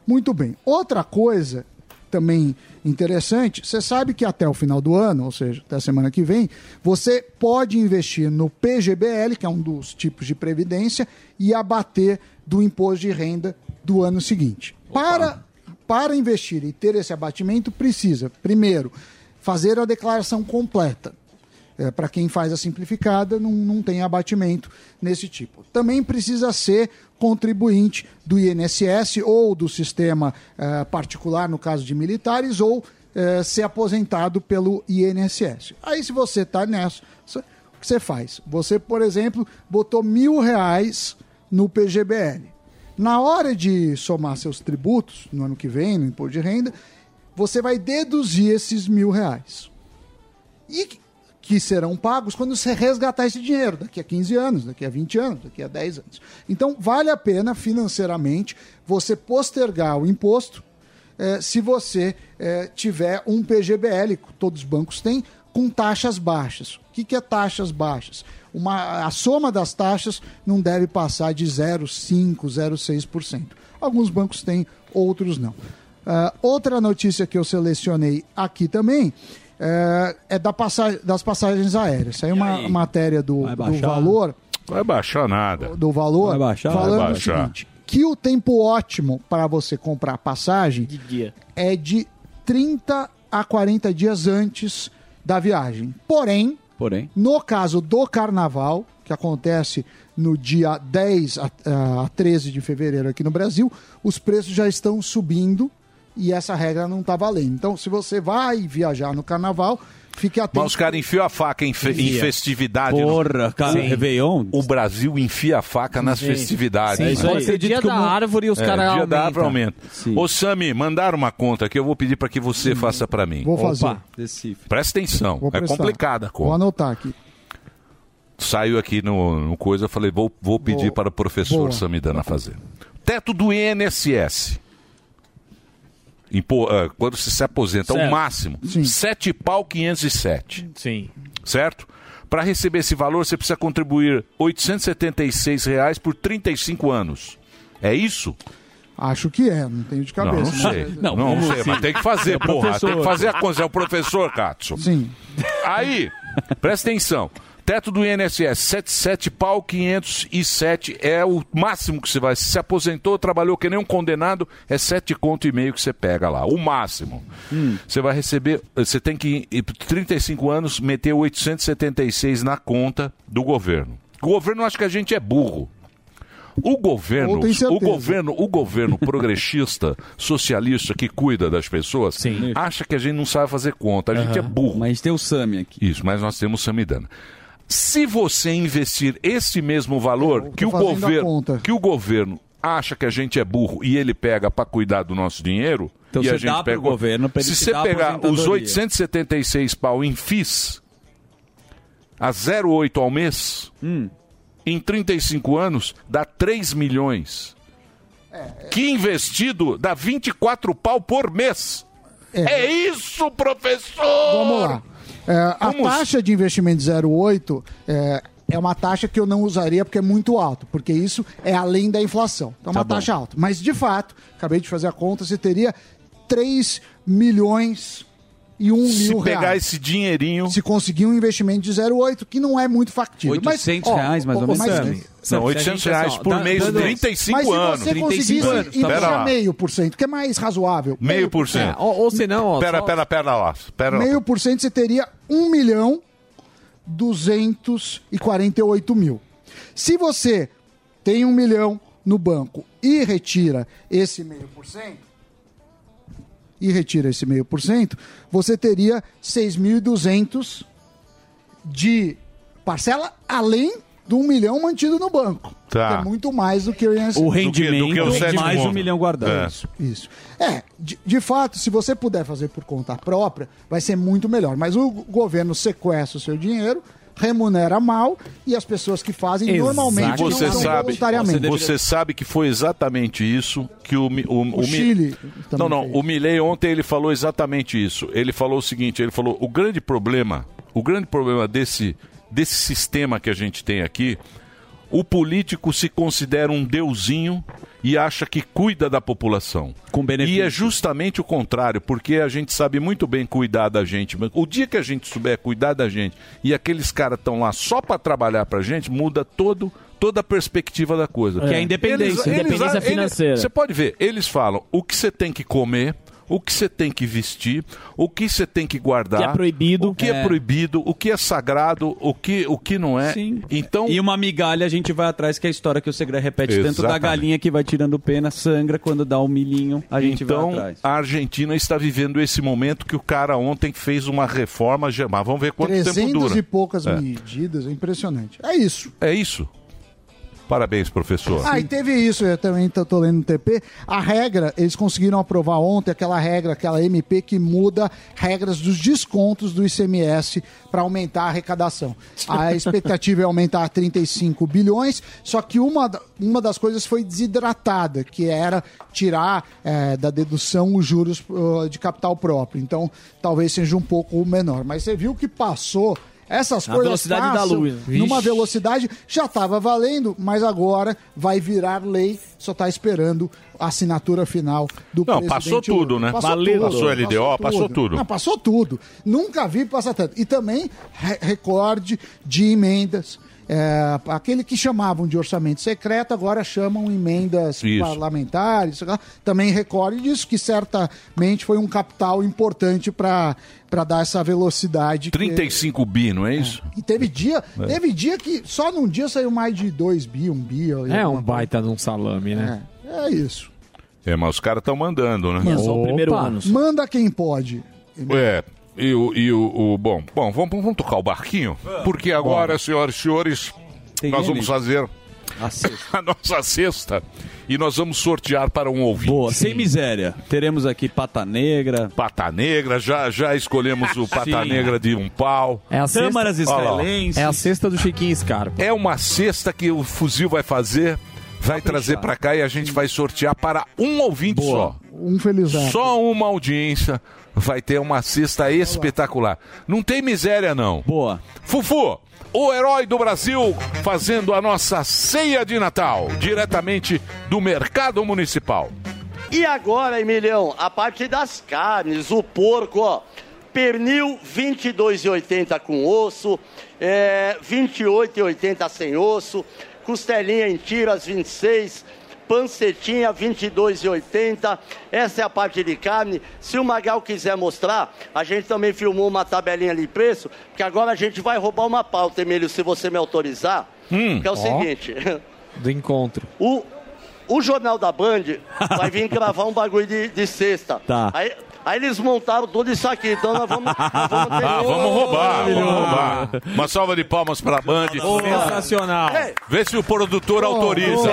G: Muito bem. Outra coisa também interessante, você sabe que até o final do ano, ou seja, até a semana que vem, você pode investir no PGBL, que é um dos tipos de previdência, e abater do imposto de renda do ano seguinte. Para, para investir e ter esse abatimento, precisa, primeiro, fazer a declaração completa. para É, quem faz a simplificada, não, não tem abatimento nesse tipo. Também precisa ser contribuinte do INSS ou do sistema eh, particular, no caso de militares, ou eh, ser aposentado pelo INSS. Aí, se você está nessa, você- o que você faz? Você, por exemplo, botou mil reais no PGBL. Na hora de somar seus tributos, no ano que vem, no imposto de renda, você vai deduzir esses mil reais. E que- que serão pagos quando você resgatar esse dinheiro, daqui a 15 anos, daqui a 20 anos, daqui a 10 anos. Então, vale a pena financeiramente você postergar o imposto eh, se você eh, tiver um PGBL, que todos os bancos têm, com taxas baixas. O que, que é taxas baixas? Uma, a soma das taxas não deve passar de 0,5%, 0,6%. Alguns bancos têm, outros não. Ah, outra notícia que eu selecionei aqui também eh, é da passa- das passagens aéreas. Saiu uma matéria do, do
F: baixar?
G: valor,
F: É. Vai baixar nada.
G: do valor
F: Vai baixar?
G: falando
F: Vai
G: o
F: baixar.
G: seguinte: que o tempo ótimo para você comprar passagem é de 30 a 40 dias antes da viagem. Porém,
I: Porém.
G: no caso do carnaval, que acontece no dia 10 a, eh, a 13 de fevereiro aqui no Brasil, os preços já estão subindo e essa regra não está valendo. Então, se você vai viajar no carnaval, fique atento.
F: Mas os caras enfiam a faca em, fe- em
G: Enfia.
F: festividade.
I: Porra, cara,
F: Sim.
I: Réveillon.
F: O Brasil enfia a faca nas
I: Sim.
F: festividades.
I: Sim,
J: É
F: né?
I: isso aí. Pode ser
F: Acredito
I: dia
F: que o
I: da
F: mundo-
I: árvore e os
F: É,
I: caras
F: Dia da
I: aumentam.
F: árvore aumenta. Ô, Sami, mandaram uma conta que eu vou pedir para que você faça para mim.
G: Vou fazer.
F: Presta atenção.
G: Vou
F: é
G: prestar.
F: complicada a
G: Vou
F: conta.
G: anotar aqui.
F: Saiu aqui no, no coisa, falei, vou, vou pedir
G: Boa.
F: para o professor
G: Boa.
F: Samidana fazer. Teto do INSS. Impo- ah, quando você se aposenta,
P: Certo.
F: o máximo. sete pau 507.
D: Sim.
F: Certo? Para receber esse valor, você precisa contribuir R$ 876 reais por 35 anos. É isso?
G: Acho que é, não tenho de
F: Não,
G: cabeça. né?
F: não sei. Não, não, sei, mas assim, tem que fazer,
G: É
F: porra. Tem
G: professor.
F: que fazer a coisa. É o professor, Katsu.
G: Sim.
F: Aí, presta atenção. Teto do INSS, 77 pau 507 é o máximo que você vai. Se você aposentou, trabalhou que nem um condenado, é 7 conto e meio que você pega lá. O máximo. Você vai receber, você tem que, ir por 35 anos, meter 876 na conta do governo. O governo acha que a gente é burro. O governo,
P: Ou tem certeza.
F: o governo, o governo progressista, socialista que cuida das pessoas, acha que a gente não sabe fazer conta, a gente é
I: Aham.
F: burro.
I: Mas tem o Sami aqui.
F: Isso, mas nós temos o Samidana. Se você investir esse mesmo valor que o
G: fazendo a
F: governo,
G: conta.
F: que o governo acha que a gente é burro e ele pega para cuidar do nosso dinheiro,
I: Então
F: e a
I: você
F: gente
I: dá pro
F: pega um-
I: governo pra ele
F: Se
I: te
F: você
I: dar a
F: pegar os
I: aposentadoria.
F: 876 pau em FIS a 0,8 ao mês,
I: Hum.
F: em 35 anos dá 3 milhões.
G: É,
F: Que investido dá 24 pau por mês. É, isso, professor!
G: Vamos lá. É, a taxa de investimento 0,8 é, é uma taxa que eu não usaria porque é muito alto, porque isso é além da inflação. Então é
F: Tá
G: uma taxa alta. Mas, de fato, acabei de fazer a conta, você teria 3 milhões e 1
F: Se
G: mil
F: pegar
G: reais.
F: esse dinheirinho.
G: Se conseguir um investimento de 0,8, que não é muito factível.
I: 800
G: mas, ó,
I: reais, mais ou
G: ó,
I: menos.
G: mas-
I: Sami,
F: Não, 800
I: assim,
F: reais por mês, 35
G: mas se
F: anos.
G: você conseguisse
F: Pera
G: investir
F: lá.
G: meio por cento, que é mais razoável.
F: Meio por
I: É,
F: cento. Pera, pera, pera lá. Pera lá.
G: meio por cento você teria 1 milhão 248 mil. Se você tem um milhão no banco e retira esse meio por cento, e retira esse meio por cento, você teria 6.200 de Parcela além do um milhão mantido no banco.
F: Tá.
G: Que é muito mais do que o INSS.
I: O rendimento
F: do que o sétimo
I: mais um
F: ano.
I: milhão guardado.
F: É.
G: Isso, isso. É, de, de fato, se você puder fazer por conta própria, vai ser muito melhor. Mas o governo sequestra o seu dinheiro, remunera mal e as pessoas que fazem normalmente
F: E
G: não
F: você
G: são
F: sabe,
G: voluntariamente.
F: você sabe que foi exatamente isso que o Mi- o, Mi-
G: Chile
F: Não, não, o Milei ontem ele falou exatamente isso. Ele falou o seguinte, ele falou: "O grande problema, o grande problema desse desse sistema que a gente tem aqui, o político se considera um deusinho e acha que cuida da população. E é justamente o contrário, porque a gente sabe muito bem cuidar da gente. mas O dia que a gente souber cuidar da gente e aqueles caras estão lá só para trabalhar para gente, muda todo, toda a perspectiva da coisa.
E: Que é a independência, independência financeira.
F: Você pode ver, eles falam o que você tem que comer. O que você tem que vestir, o que você tem que guardar,
E: O que é proibido.
F: o que é,
E: É.
F: proibido, o que é sagrado, o que, o que não é.
I: Sim.
F: Então
I: E uma migalha a gente vai atrás, que é a história que o Segre repete tanto da
F: Exatamente.
I: galinha que vai tirando pena, sangra, quando dá um milhinho, a gente vai
F: Então,
I: atrás.
F: a Argentina está vivendo esse momento que o cara ontem fez uma reforma, já- mas vamos ver quanto tempo
G: 300
F: dura.
G: e poucas
F: é.
G: medidas, é impressionante. É isso.
F: É isso. Parabéns, professor.
G: Ah, e teve isso, eu também tô, tô lendo no TP. A regra, eles conseguiram aprovar ontem aquela regra, aquela MP que muda regras dos descontos do ICMS para aumentar a arrecadação. A expectativa é aumentar a 35 bilhões, só que uma, da- uma das coisas foi desidratada, que era tirar eh, da dedução os juros eh, de capital próprio. Então, talvez seja um pouco menor. Mas você viu que passou. Essas
E: A
G: coisas
E: velocidade da
G: passam
E: luz, né?
G: numa
E: Vixe.
G: velocidade já estava valendo, mas agora vai virar lei, só está esperando a assinatura final do
F: Não,
G: presidente
F: passou tudo,
G: Lula.
F: né? Valeu. Passou LDO, passou tudo.
G: Não, passou tudo. Nunca vi passar tanto. E também re- recorde de emendas. É, aquele que chamavam de orçamento secreto, agora chamam emendas
F: Isso.
G: parlamentares. sei lá. Também recorde disso, que certamente foi um capital importante para dar essa velocidade. que-
F: 35 bi, não é isso?
G: e teve dia,
F: É.
G: teve dia que só num dia saiu mais de 2 bi, 1 bi.
F: É um
J: baita de um salame, né?
G: É isso.
F: É, mas os caras estão mandando, né?
G: Manda quem pode.
F: É. E o. E o, o- bom, bom vamos, vamos tocar o barquinho? Porque agora, senhoras e senhores, nós
I: ele?
F: vamos fazer
I: a,
F: nossa sexta e nós vamos sortear para um ouvinte.
I: Boa, sem miséria. Teremos aqui Pata Negra.
F: Pata Negra, já, já escolhemos o Pata
J: Sim.
F: Negra de um pau.
J: É a sexta-
F: Olha lá.
J: É a sexta do Chiquinho Scarpa.
F: É uma cesta que o fuzil vai fazer, vai
I: Tá
F: trazer pra cá e a gente vai sortear para um ouvinte
G: Um felizardo.
F: só. Só uma audiência vai ter uma cesta espetacular. Não tem miséria, não.
I: Boa.
F: Fufu, o herói do Brasil, fazendo a nossa ceia de Natal, diretamente do Mercado Municipal.
K: E agora, Emilhão, a parte das carnes, o porco, ó. Pernil 22,80 com osso, é, 28,80 sem osso, costelinha em tiras 26, pancetinha 22,80. Essa é a parte de carne. Se o Magal quiser mostrar, a gente também filmou uma tabelinha ali de preço, porque agora a gente vai roubar uma pauta, Emílio, se você me autorizar. que é o
J: Hum,
F: Hum.
J: ó.
K: seguinte.
J: Do encontro.
K: O, o Jornal da Band vai vir gravar um bagulho de, de sexta.
J: Tá.
K: Aí, aí eles montaram tudo isso aqui, então nós vamos. nós vamos ter- um-
F: Ah, vamos roubar, vamos roubar. Uma salva de palmas pra Band.
J: Sensacional.
F: Vê se o produtor autoriza.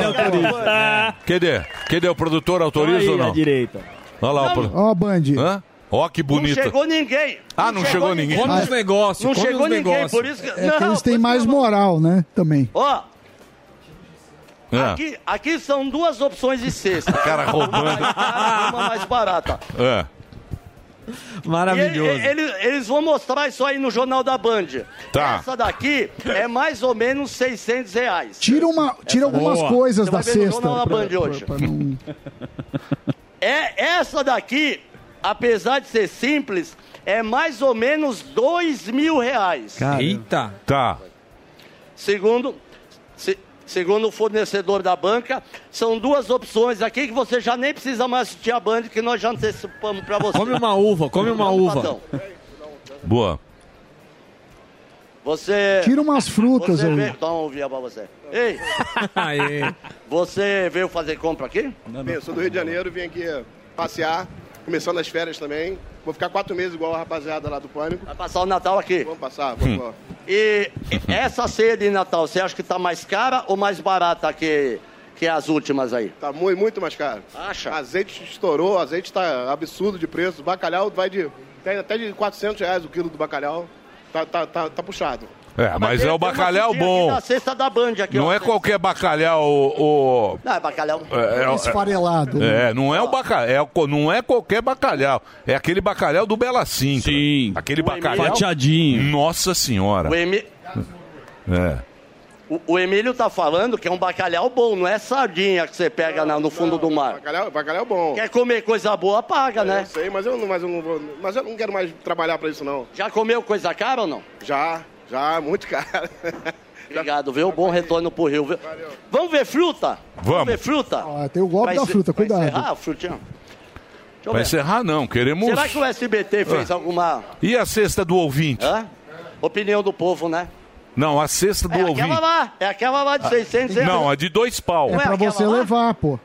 F: Cadê? Cadê o produtor? Autoriza
K: Aí,
F: ou não?
K: à
E: direita.
F: Olha lá, o pro-
G: Ó, Band.
F: Hã? Ó, que
K: Não
F: bonita.
K: chegou ninguém.
F: Ah, não chegou ninguém. Come os negócios,
K: Não
F: come
K: chegou
F: os
K: ninguém,
F: negócios.
K: por isso que.
G: É que
K: não,
G: eles têm mais moral, né? Também.
K: ó,
F: Ah,
K: aqui, aqui são duas opções de sexta.
F: Cara roubando.
K: Uma mais cara, uma mais barata.
F: ah.
K: E ele- ele- eles, vão mostrar isso aí no Jornal da Band.
F: Tá.
K: Essa daqui é mais ou menos 600 reais.
G: Tira, uma, tira algumas coisas
K: Você
G: da
K: vai ver no
G: cesta.
K: Jornal da
G: pra-
K: Band
G: pra-
K: hoje.
G: pra não-
K: É, essa daqui, apesar de ser simples, é mais ou menos dois mil reais.
J: Eita.
F: Tá.
K: Segundo, se- segundo o fornecedor da banca, são duas opções aqui que você já nem precisa mais assistir a Band, que nós já antecipamos pra você.
J: Come uma uva, come uma
K: Não,
J: uva.
K: Patão,
F: Boa.
K: Você...
G: Tira umas frutas
K: você
G: aí.
K: veio... Toma um via pra você. Ei!
J: Aê.
K: Você veio fazer compra aqui?
N: Bem, eu sou do Rio de Janeiro, vim aqui passear, começando as férias também. Vou ficar quatro meses igual a rapaziada lá do Pânico. Vai
K: passar o Natal aqui?
N: Vamos passar, vamos
F: Hum.
N: lá.
K: E essa ceia de Natal, você acha que tá mais cara ou mais barata que, que as últimas aí?
N: Tá muito, muito mais caro. Acha? Azeite estourou, azeite tá absurdo de preço. Bacalhau vai de. Tem até de 400 reais o quilo do bacalhau. Tá, tá, tá, tá puxado.
F: É, mas,
N: tem-
F: é o
N: tem uma
F: bacalhau
N: frutinha
F: bom.
K: Na cesta da Band aqui,
F: Não
K: ó.
F: é qualquer bacalhau, o.
K: Não, é bacalhau.
G: Esfarelado. né?
F: É, não é o bacalhau, não é qualquer bacalhau. É aquele bacalhau do Bela Cinta. Sim. Aquele bacalhau.
K: Fatiadinho.
F: Nossa senhora.
K: O, Emi-
F: É.
K: o- o Emílio tá falando que é um bacalhau bom, não é sardinha que você pega na- no fundo do mar.
N: Bacalhau, bacalhau bom.
K: Quer comer coisa boa, paga,
N: É, Eu
K: né?
N: sei, mas eu, não, mas, eu não vou, mas eu não quero mais trabalhar pra isso, não.
K: Já comeu coisa cara ou não?
N: Já, já, muito caro.
K: Obrigado, viu? Bom retorno pro Rio. Viu? Vamos ver fruta?
F: Vamos.
K: ver fruta?
G: Ah, tem o golpe
K: Vai
G: da
K: ser-
G: fruta, cuidado.
K: Ah, frutinha. Deixa eu
F: Vai
K: ver.
F: encerrar, não. Queremos.
K: Será que o SBT fez
F: Ah.
K: alguma
F: E a cesta do ouvinte?
K: Hã? opinião do povo, né?
F: Não, a cesta do
K: É
F: ouvinte.
K: aquela lá, é aquela lá de 600 euros.
F: Ah. Não, a de dois pau.
G: É pra você levar, pô.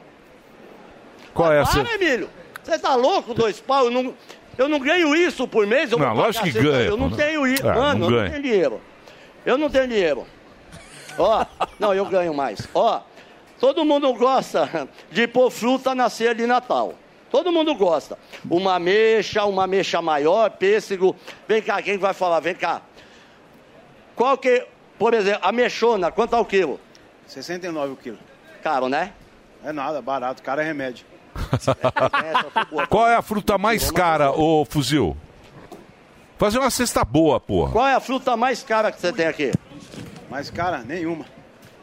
F: Qual é a
K: Para,
F: cesta?
K: Emílio. Você tá louco, dois pau? Eu não, eu não ganho isso por mês. Eu
F: Não,
K: vou pagar
F: lógico que
K: cesta.
F: ganha,
K: Eu não
F: pô.
K: tenho isso.
F: É,
K: Mano,
F: não
K: eu
F: ganha.
K: não tenho dinheiro. Eu não tenho dinheiro. Ó, não, eu ganho mais. Ó, todo mundo gosta de pôr fruta na ceia de Natal. Todo mundo gosta. Uma ameixa, uma ameixa maior, pêssego. Vem cá, quem vai falar? Vem cá. Qual que, por exemplo, ameixona, quanto ao quilo?
Q: 69 o quilo.
K: Caro, né?
Q: É nada, barato. Cara é remédio.
F: Qual é a fruta mais cara, ô fuzil? Fazer uma cesta boa, porra.
K: Qual é a fruta mais cara que você tem aqui?
Q: Mas, cara, nenhuma.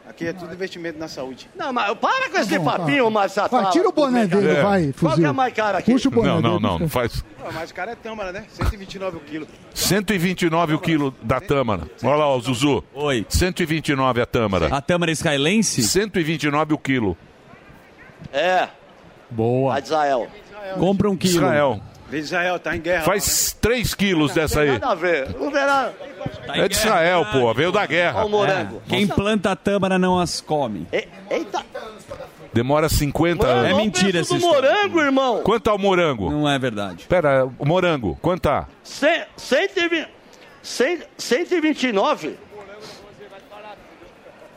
Q: Aqui é tudo investimento na saúde.
K: Não, mas para com esse
Q: Tá bom, tá.
K: papinho, Marcelo.
Q: Vai, tira o boné dele,
F: É. vai,
K: Qual que é
F: fuzil.
K: a mais cara aqui?
F: Puxa o boné Não, não, dele, não, não fica- faz-
Q: Não, mas o cara é tâmara, né? 129 o quilo.
F: 129 o quilo da Tâmara. Olha lá, ó, Zuzu. Oi. 129 a Tâmara. A Tâmara é Skylense? 129 o quilo.
K: É.
F: Boa.
K: A de Israel.
F: Compra um
K: quilo.
F: Israel.
Q: Israel tá em guerra.
F: Faz 3 quilos dessa aí.
K: Nada a ver. Não tem nada.
F: É de Israel, pô. Veio da guerra.
K: Olha o morango.
F: É.
I: Quem planta a tâmara não é as come.
K: Eita.
F: Demora 50
I: Mano,
F: anos.
I: olha o É mentira
K: preço do essa história. morango, irmão.
F: Quanto tá o morango? Não
I: é verdade.
F: Pera, o morango, quanto tá?
K: Cem- 120, cem- 129?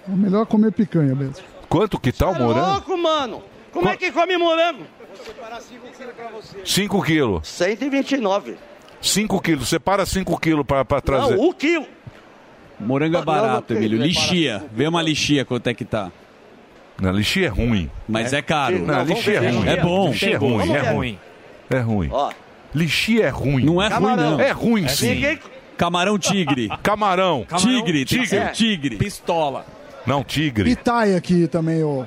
G: É melhor comer picanha mesmo.
F: Quanto que tá o morango?
K: Louco, mano. Como é que come morango? Vou separar 5 quilos pra você.
F: 5 quilos.
K: 129.
F: 5 quilos. Separa 5 quilos pra, pra trazer.
K: Não, o quilo.
I: Morango é barato, Emílio. Lixia. Vê uma lixia quanto é que tá.
F: Não, lixia é ruim.
I: Mas é caro.
F: Não, lixia é ruim.
I: É bom.
F: Lixia é ruim, é ruim. É ruim.
K: Ó.
F: Lixia é ruim.
I: Não é ruim, não.
F: É ruim, sim.
I: Camarão tigre.
F: Camarão.
I: Tigre. Tem que
F: Tigre.
I: ser tigre. Pistola.
F: Não, tigre.
G: E Thai aqui também, ô.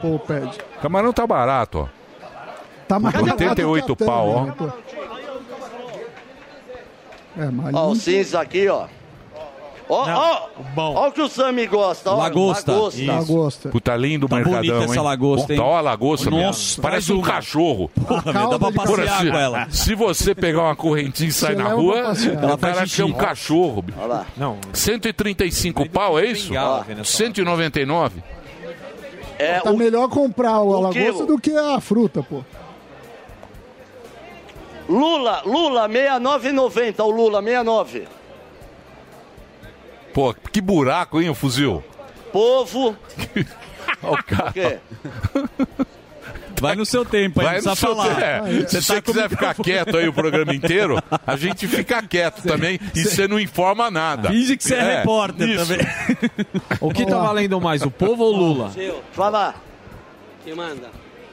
G: Pô, pede.
F: Camarão tá barato, ó.
G: Tá mais barato que a
F: 88
G: Tâmara,
F: pau, ó.
G: né, pô? É, mas
K: Ó, o cinza aqui, ó. Ó, ó. Ó o que o Sammy gosta. Ó,
F: Lagosta.
K: Lagosta.
F: Isso.
G: Lagosta.
F: Puta lindo o
I: Tá
F: mercadão,
I: bonita essa
F: hein?
I: lagosta,
F: Puta,
I: hein?
F: olha a lagosta,
I: Nossa,
F: Nossa, Parece
I: traz
F: um
I: uma.
F: cachorro.
I: Porra, meu, dá pra passear
F: se,
I: com ela.
F: Se você pegar uma correntinha e sair
I: Você
F: na
I: leva
F: rua,
I: pra passear.
F: o
I: Ela faz
F: cara acha que é um
I: xixi.
F: cachorro. bicho.
K: lá.
F: Não. 135 pau, é isso?
I: bengala,
F: Ó,
I: Venezuela.
F: 199.
K: É,
G: tá melhor comprar o, lagosta
K: quilo.
G: do que a fruta, pô.
K: Lula, Lula, 69,90. O Lula, 69.
F: Pô, que buraco, hein, o fuzil?
K: Povo.
F: Ó, o cara.
K: O quê?
I: Vai no seu tempo, aí
F: Vai
I: não
F: no
I: precisa
F: seu
I: falar. tá
F: te- é, Se você quiser ficar quieto aí o programa inteiro, a gente fica quieto também e você não informa nada.
I: Finge que você é repórter também.
J: O que tá valendo mais, o povo ou o Lula?
K: Fala.
R: Que manda?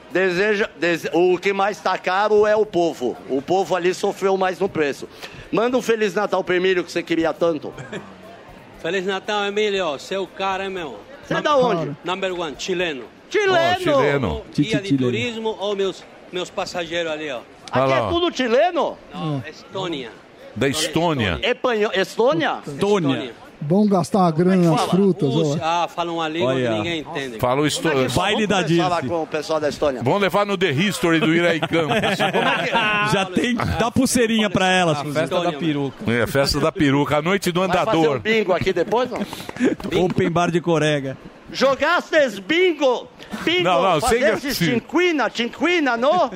K: Deseja, dese- o que mais tá caro é o povo. O povo ali sofreu mais no preço. Manda um Feliz Natal pro Emílio que você queria tanto.
R: Feliz Natal, Emílio. Seu cara, hein, meu?
K: Você é da onde?
R: Number one, chileno.
K: Chileno! Ó, chileno.
R: Guia
K: Titi
R: de
K: chileno.
R: turismo ou meus, meus passageiros ali, ó. é
F: Olha
K: Aqui
F: lá,
K: é
F: ó.
K: tudo chileno?
R: Estônia.
F: Da Estônia.
K: Espanhol, Estônia?
F: Estônia.
G: Bom gastar uma grana nas frutas, ó.
R: Ah, falam uma língua
F: né? Olha.
R: que ninguém entende.
F: Falou
R: Como é
F: Estônia.
R: que-
K: Fala com o pessoal da Estônia.
F: Vamos levar no The History do Iraí Campos.
K: é
I: Já tem. Dá pulseirinha pra ela.
F: festa
I: Fuzil.
F: da peruca. É, festa da peruca, a noite do
K: Vai fazer um
F: andador.
K: bingo aqui depois, não?
I: Open bar de corega.
K: Jogar esses bingo, bingo,
F: Não, não, sem assim.
K: fazer esses
F: gracinha.
K: cinquina, cinquina, não?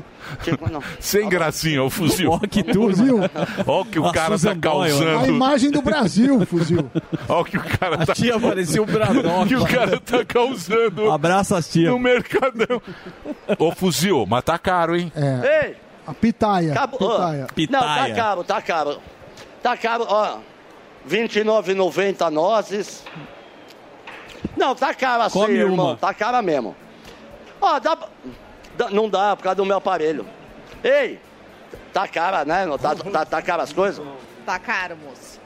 F: Sem gracinha, o fuzil. Olha que
G: fuzil.
F: Olha o que o
G: A
F: cara
G: Susan
F: tá
G: Boyle. né? A
F: causando.
G: imagem do Brasil, fuzil.
F: Olha o que o cara tá...
G: tia parecia um Bradock.
F: que o cara tá causando.
I: Abraça a tia.
F: No mercadão. Ô, fuzil, mas tá caro, hein?
G: É.
K: Ei,
G: A pitaia.
K: Acabou.
G: Pitaia.
K: Não, tá caro, tá caro. Tá caro, ó. 29,90 nozes. Não, tá caro assim,
C: Come
K: irmão.
C: uma.
K: Tá cara mesmo. Ó, dá, pra- dá- Não dá, por causa do meu aparelho. Ei, tá cara, né? Não Tá, tá, tá cara as coisas?
S: Tá caro, moço.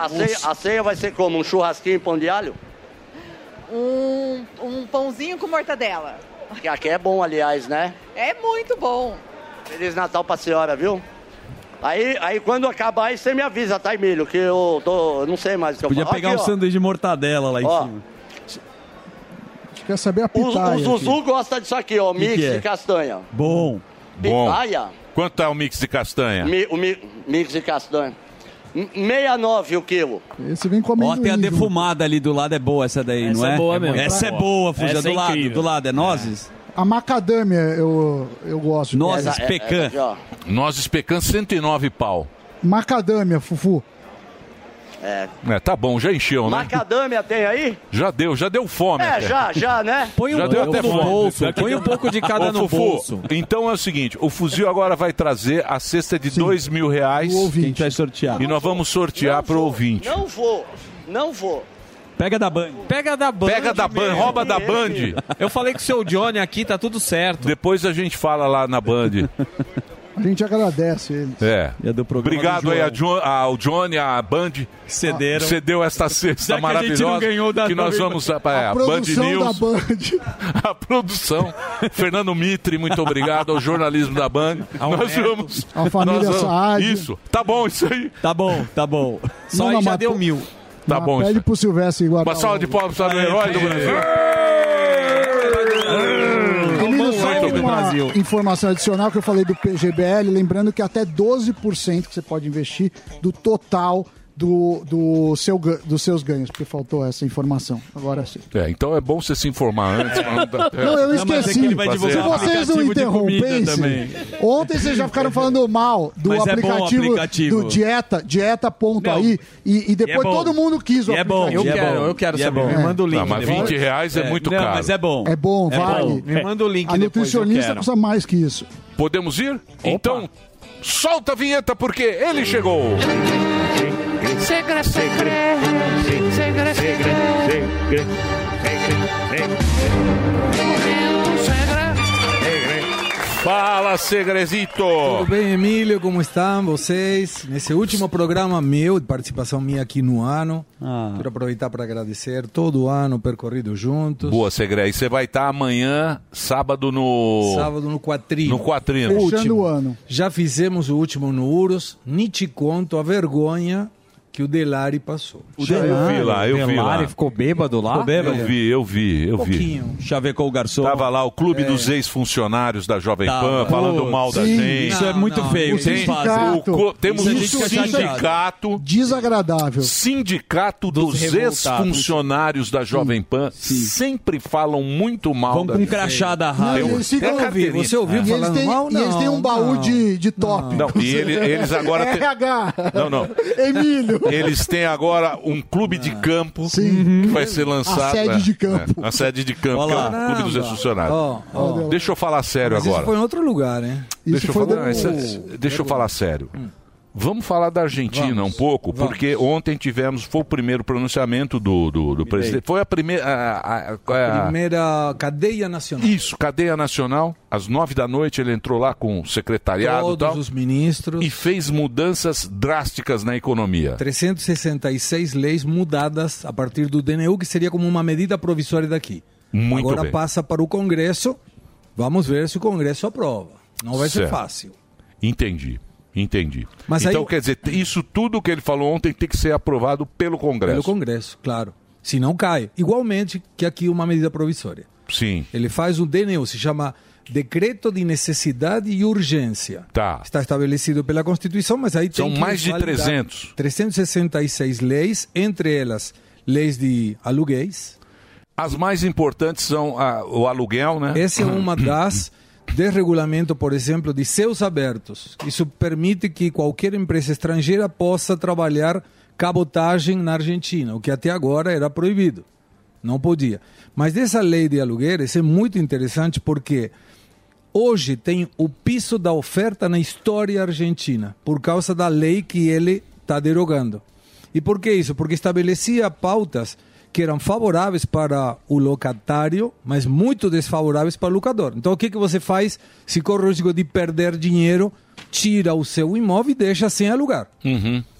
K: A ceia, a ceia vai ser como? Um churrasquinho e pão de alho?
S: Um, um pãozinho com mortadela.
K: Que aqui é bom, aliás, né?
S: É muito bom.
K: Feliz Natal pra senhora, viu? Aí, aí quando acabar isso, você me avisa, tá, Emílio? Que eu tô. eu não sei mais o que eu
I: Podia
K: falo.
I: pegar
K: Aqui,
I: um
K: ó.
I: sanduíche de mortadela lá em
K: Ó.
I: cima.
G: Quer saber a
K: O,
G: pitaia?
K: o Zuzu
G: aqui.
K: gosta disso aqui, ó.
F: Que
K: mix
F: que é?
K: de castanha.
I: Bom.
F: Bom.
K: Pitaia?
F: Quanto tá o mix de castanha?
K: Mi- o mi- mix de castanha. M- 69 o quilo.
G: Esse vem comendo.
I: Ó, tem a defumada ali do lado, é boa essa daí,
G: Essa
I: não é?
G: é boa mesmo.
I: Essa é boa, Fuja,
G: Essa é
I: do lado,
G: incrível.
I: do lado, é nozes?
G: A macadâmia eu, eu gosto.
F: Nozes pecan, 109 pau.
G: é- Macadâmia, Fufu.
K: É.
F: tá bom, já encheu, né?
K: Macadâmia tem aí?
F: Já deu, já deu fome.
K: É,
F: até.
K: já, já, né?
I: um
F: já deu até fome. Ô, Fufu, Então é o seguinte: o fuzil agora vai trazer a cesta de dois mil reais. O
I: ouvinte. A gente vai sortear.
F: E nós vamos sortear pro ouvinte.
K: Não vou, não vou.
I: Pega da Band.
J: Pega da Band.
F: Pega da Band, rouba da Band.
J: Eu falei com o seu Johnny aqui, tá tudo certo.
F: Depois a gente fala lá na Band.
G: A gente agradece ele.
F: É.
G: programa do
F: Obrigado aí
G: João.
F: a Jo- ao Johnny, à Band.
I: Cederam.
F: Cedeu esta cesta
I: Já que a gente
F: maravilhosa.
I: não ganhou da
F: que nós
I: Band.
F: vamos. A, é,
I: A
F: a Band
I: produção
F: News.
I: da
F: Band. a produção. Fernando Mitre, muito obrigado ao jornalismo da Band.
G: um
F: nós
I: Neto.
F: vamos.
I: Ao família
F: nós vamos-
G: Saad.
F: Isso. Tá bom, isso aí.
I: Tá bom, tá bom.
G: Não, não, mas pe-
F: Tá
G: mas
F: bom,
G: Pede
F: isso.
G: pro Silvestre igual.
F: Uma salva de palmas para o herói do Brasil.
G: Emílio, só
F: Muito bem.
G: uma informação adicional que eu falei do PGBL, lembrando que até 12% que você pode investir do total do, do seu, gan- dos seus ganhos, porque faltou essa informação. Agora sim.
F: É, então é bom você se informar antes. pra dar-
G: É. Não, eu
I: é
G: esqueci. Se vocês não interrompessem, ontem vocês já ficaram falando mal do
I: Mas é bom o
G: aplicativo,
I: aplicativo.
G: do dieta, dieta.ai, e, e depois
I: E é bom.
G: todo mundo quis o
I: E é bom,
G: aplicativo.
I: e é bom. E é bom.
F: Não, mas 20 reais é, muito
I: não,
F: caro.
I: mas é bom.
G: É bom,
F: É
G: vale.
F: bom. Me manda o link
G: A
F: depois, eu
G: nutricionista
F: quero.
G: precisa mais que isso.
F: Podemos ir? Então, solta a vinheta porque ele chegou.
C: Segre, segre, segre, segre.
F: Fala, Segresito!
T: Tudo bem, Emílio? Como estão vocês? Nesse último programa meu, de participação minha aqui no ano, quero aproveitar para agradecer todo o ano percorrido juntos.
F: Boa, Segre. E você vai estar amanhã, sábado, no.
T: Sábado no Quatrino.
F: No Quatrino.
T: Último.
F: Último.
G: ano.
T: Já fizemos o último no Uros, nem te conto a vergonha que o Delari passou.
F: O Já eu Delari, vi lá, eu vi Delari lá. ficou
T: bêbado lá?
F: Ficou bêbado? Eu vi, eu vi, eu vi.
T: Pouquinho.
I: Chaveco o garçom.
F: Tava lá o clube dos ex-funcionários da Jovem Pan
I: Tava.
F: falando
I: Putz,
F: mal da
I: sim.
F: gente.
I: Isso é muito Não, não. feio,
F: O
I: tem-
F: sindicato. o co- temos um
G: Isso, isso é
F: sindicato.
G: Desagradável.
F: Sindicato dos
G: revoltados.
F: ex-funcionários da Jovem Pan sempre falam muito mal
T: Hum, Vão
F: da
T: com um
F: gente.
T: crachá da rádio.
F: Tem um-
T: Eles ficam
F: tem a
T: ouvindo,
F: carteirinha.
T: você ouviu
F: É.
G: E eles, têm,
T: mal?
G: e eles têm um
T: Não,
G: baú
T: não.
G: de, de top.
F: Não, e ele- eles agora
T: É.
F: têm-
G: RH.
F: Não, não.
G: Emílio.
F: Eles têm agora um clube de campo que vai ser lançado.
T: Ah. A sede
F: é,
T: de
F: é, a sede de campo,
T: Olha
F: que é
T: lá.
F: o clube dos ex-funcionários.
T: Ó, ó.
F: Deixa eu falar sério
T: Mas Isso
F: agora.
T: foi em outro lugar, né?
F: Deixa eu, falar, não, isso- deixa
T: Hum.
F: eu falar sério. Vamos falar da Argentina um pouco, porque ontem tivemos, foi o primeiro pronunciamento do, do, do presidente. Foi a primeira. a- a- a-
T: Primeira cadeia nacional.
F: Isso, cadeia nacional. Às nove da noite ele entrou lá com o secretariado e
T: Todos
F: tal,
T: os ministros.
F: e fez mudanças drásticas na economia.
T: 366 leis mudadas a partir do DNU, que seria como uma medida provisória daqui.
F: Muito
T: Agora
F: bem.
T: passa para o Congresso. Vamos ver se o Congresso aprova. Não vai ser
F: Certo.
T: fácil.
F: Entendi, entendi.
T: Mas aí-
F: então, quer dizer, isso tudo que ele falou ontem tem que ser aprovado pelo
T: Pelo
F: Congresso.
T: Congresso, claro. Se não cai. Igualmente que aqui uma medida provisória.
F: Sim.
T: Ele faz um DNU, se chama Decreto de Necessidade e Urgência.
F: Tá.
T: Está estabelecido pela Constituição, mas aí
F: São
T: tem que
F: mais de
T: validar
F: 300.
T: 366 leis, entre elas leis de aluguéis,
F: As mais importantes são a- o aluguel, né?
T: Essa é uma das desregulamento, por exemplo, de céus abertos. Isso permite que qualquer empresa estrangeira possa trabalhar cabotagem na Argentina, o que até agora era proibido. Não podia. Mas essa lei de alugueres é muito interessante porque hoje tem o piso da oferta na história argentina, por causa da lei que ele está derogando. E por que isso? Porque estabelecia pautas que eram favoráveis para o locatário, mas muito desfavoráveis para o locador. Então, o que, que você faz se corre o risco de perder dinheiro? Tira o seu imóvel e deixa sem alugar.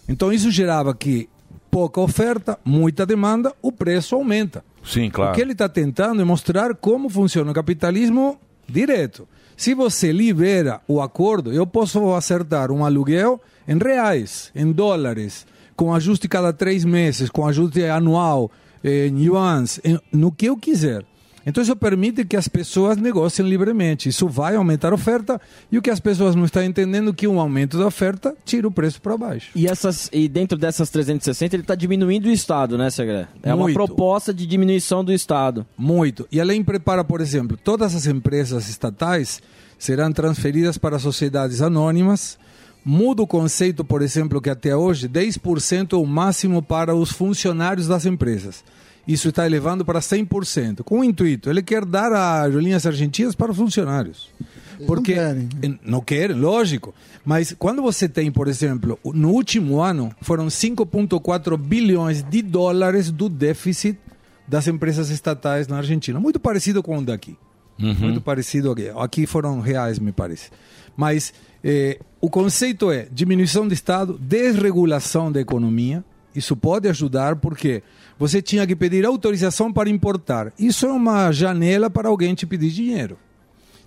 T: Então, isso gerava que pouca oferta, muita demanda, o preço aumenta.
F: Sim, claro.
T: O que ele está tentando é mostrar como funciona o capitalismo direto. Se você libera o acordo, eu posso acertar um aluguel em reais, em dólares, com ajuste cada três meses, com ajuste anual, eh, em yuans, em- no que eu quiser. Então isso permite que as pessoas negociem livremente. Isso vai aumentar a oferta e o que as pessoas não estão entendendo é que um aumento da oferta tira o preço para baixo.
E: E, essas, e dentro dessas 360, ele está diminuindo o Estado, né, Segre? É uma
T: Muito.
E: proposta de diminuição do Estado.
T: Muito. E a lei prepara, por exemplo, todas as empresas estatais serão transferidas para sociedades anônimas. Muda o conceito, por exemplo, que até hoje 10% é o máximo para os funcionários das empresas. Isso está elevando para 100%. Com o intuito, ele quer dar as linhas argentinas para os funcionários. Porque não querem. lógico. Mas quando você tem, por exemplo, no último ano, foram 5,4 bilhões de dólares do déficit das empresas estatais na Argentina. Muito parecido com o daqui.
U: Uhum.
T: Muito parecido aqui. Aqui foram reais, me parece. Mas eh, o conceito é diminuição do Estado, desregulação da economia. Isso pode ajudar porque você tinha que pedir autorização para importar. Isso é uma janela para alguém te pedir dinheiro.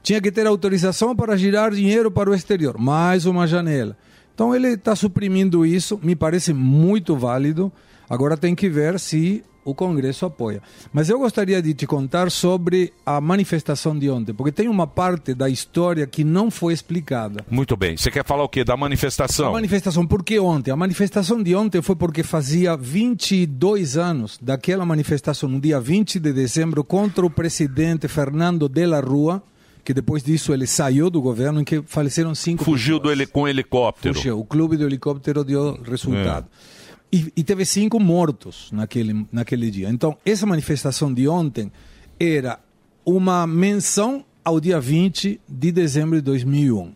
T: Tinha que ter autorização para girar dinheiro para o exterior. Mais uma janela. Então ele está suprimindo isso, me parece muito válido. Agora tem que ver se o Congresso apoia. Mas eu gostaria de te contar sobre a manifestação de ontem, porque tem uma parte da história que não foi explicada.
F: Muito bem. Você quer falar o quê? Da manifestação?
T: A manifestação, por que ontem? A manifestação de ontem foi porque fazia 22 anos daquela manifestação, no dia 20 de dezembro, contra o presidente Fernando de la Rua, que depois disso ele saiu do governo, em que faleceram cinco
F: Fugiu do heli- com o helicóptero.
T: Fugiu. O clube do helicóptero deu resultado. E, e teve cinco mortos naquele, naquele dia. Então, essa manifestação de ontem era uma menção ao dia 20 de dezembro de 2001.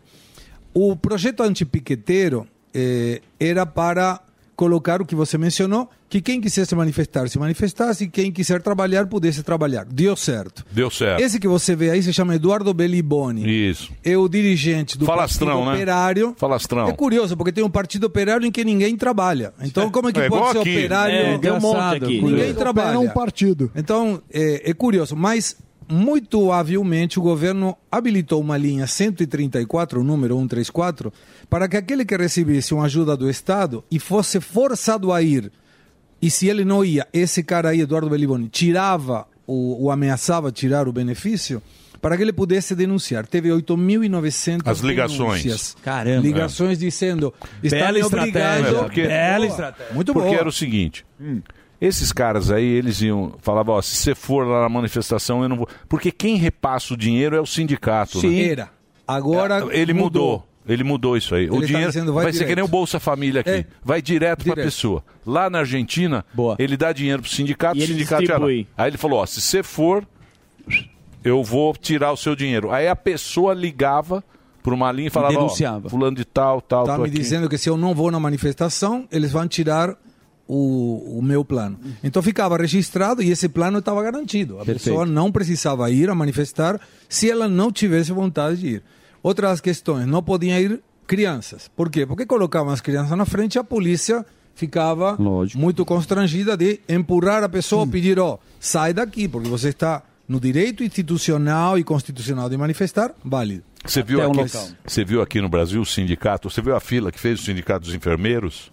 T: O projeto antipiqueteiro eh, era para colocar o que você mencionou, que quem quisesse manifestar se manifestasse e quem quiser trabalhar pudesse trabalhar. Deu certo.
F: Deu certo.
T: Esse que você vê aí se chama Eduardo Belliboni.
F: Isso.
T: É o dirigente do
F: Falastrão,
T: Partido
F: né?
T: Operário.
F: Falastrão.
T: É curioso, porque tem um partido operário em que ninguém trabalha. Então, como é que
F: É
T: pode
F: igual
T: ser
F: aqui.
T: operário?
F: É, tem um monte
T: Engraçado, Ninguém
F: aqui. Curioso.
T: trabalha.
F: Opera um
T: partido. Então, é, é curioso, mas muito habilmente o governo habilitou uma linha 134, o número 134, para que aquele que recebesse uma ajuda do Estado e fosse forçado a ir e se ele não ia, esse cara aí, Eduardo Belliboni, tirava o, o ameaçava tirar o benefício para que ele pudesse denunciar. Teve 8.900
F: As ligações.
T: denúncias.
F: Caramba.
T: Ligações dizendo, está
F: Bela
T: me
F: estratégia,
T: obrigado.
F: porque-
T: Boa.
F: Bela
T: estratégia. Muito
F: Porque
T: boa.
F: era o seguinte. Hum. Esses caras aí, eles iam, falavam, ó, se você for lá na manifestação, eu não vou. Porque quem repassa o dinheiro é o sindicato, né? É,
T: Era. Agora
F: Ele mudou. Ele mudou isso aí. o
T: Ele tá
F: dinheiro
T: dizendo,
F: vai,
T: vai
F: ser que
T: direto.
F: nem o Bolsa Família aqui.
T: É.
F: Vai direto para
T: Direto.
F: pessoa. Lá na Argentina, ele dá dinheiro pro sindicato,
T: E
F: o
T: ele
F: sindicato já dá.
T: distribui.
F: Aí ele falou, ó, se você for, eu vou tirar o seu dinheiro. Aí a pessoa ligava para uma linha e falava, ó,
T: denunciava.
F: fulano de tal, tal,
T: Tá
F: tô
T: me
F: aqui.
T: dizendo que se eu não vou na manifestação, eles vão tirar o, o meu plano. Então ficava registrado e esse plano estava garantido. A
A: Perfeito.
T: pessoa não precisava ir a manifestar se ela não tivesse vontade de ir. Outras questões, não podiam ir crianças. Por quê? Porque colocavam as crianças na frente e a polícia ficava muito constrangida de empurrar a pessoa, pedir, ó, sai daqui, porque você está no direito institucional e constitucional de manifestar, válido.
F: Você viu,
T: Até um
F: aqui,
T: local.
F: você viu aqui no Brasil o sindicato? Você viu a fila que fez o sindicato dos enfermeiros?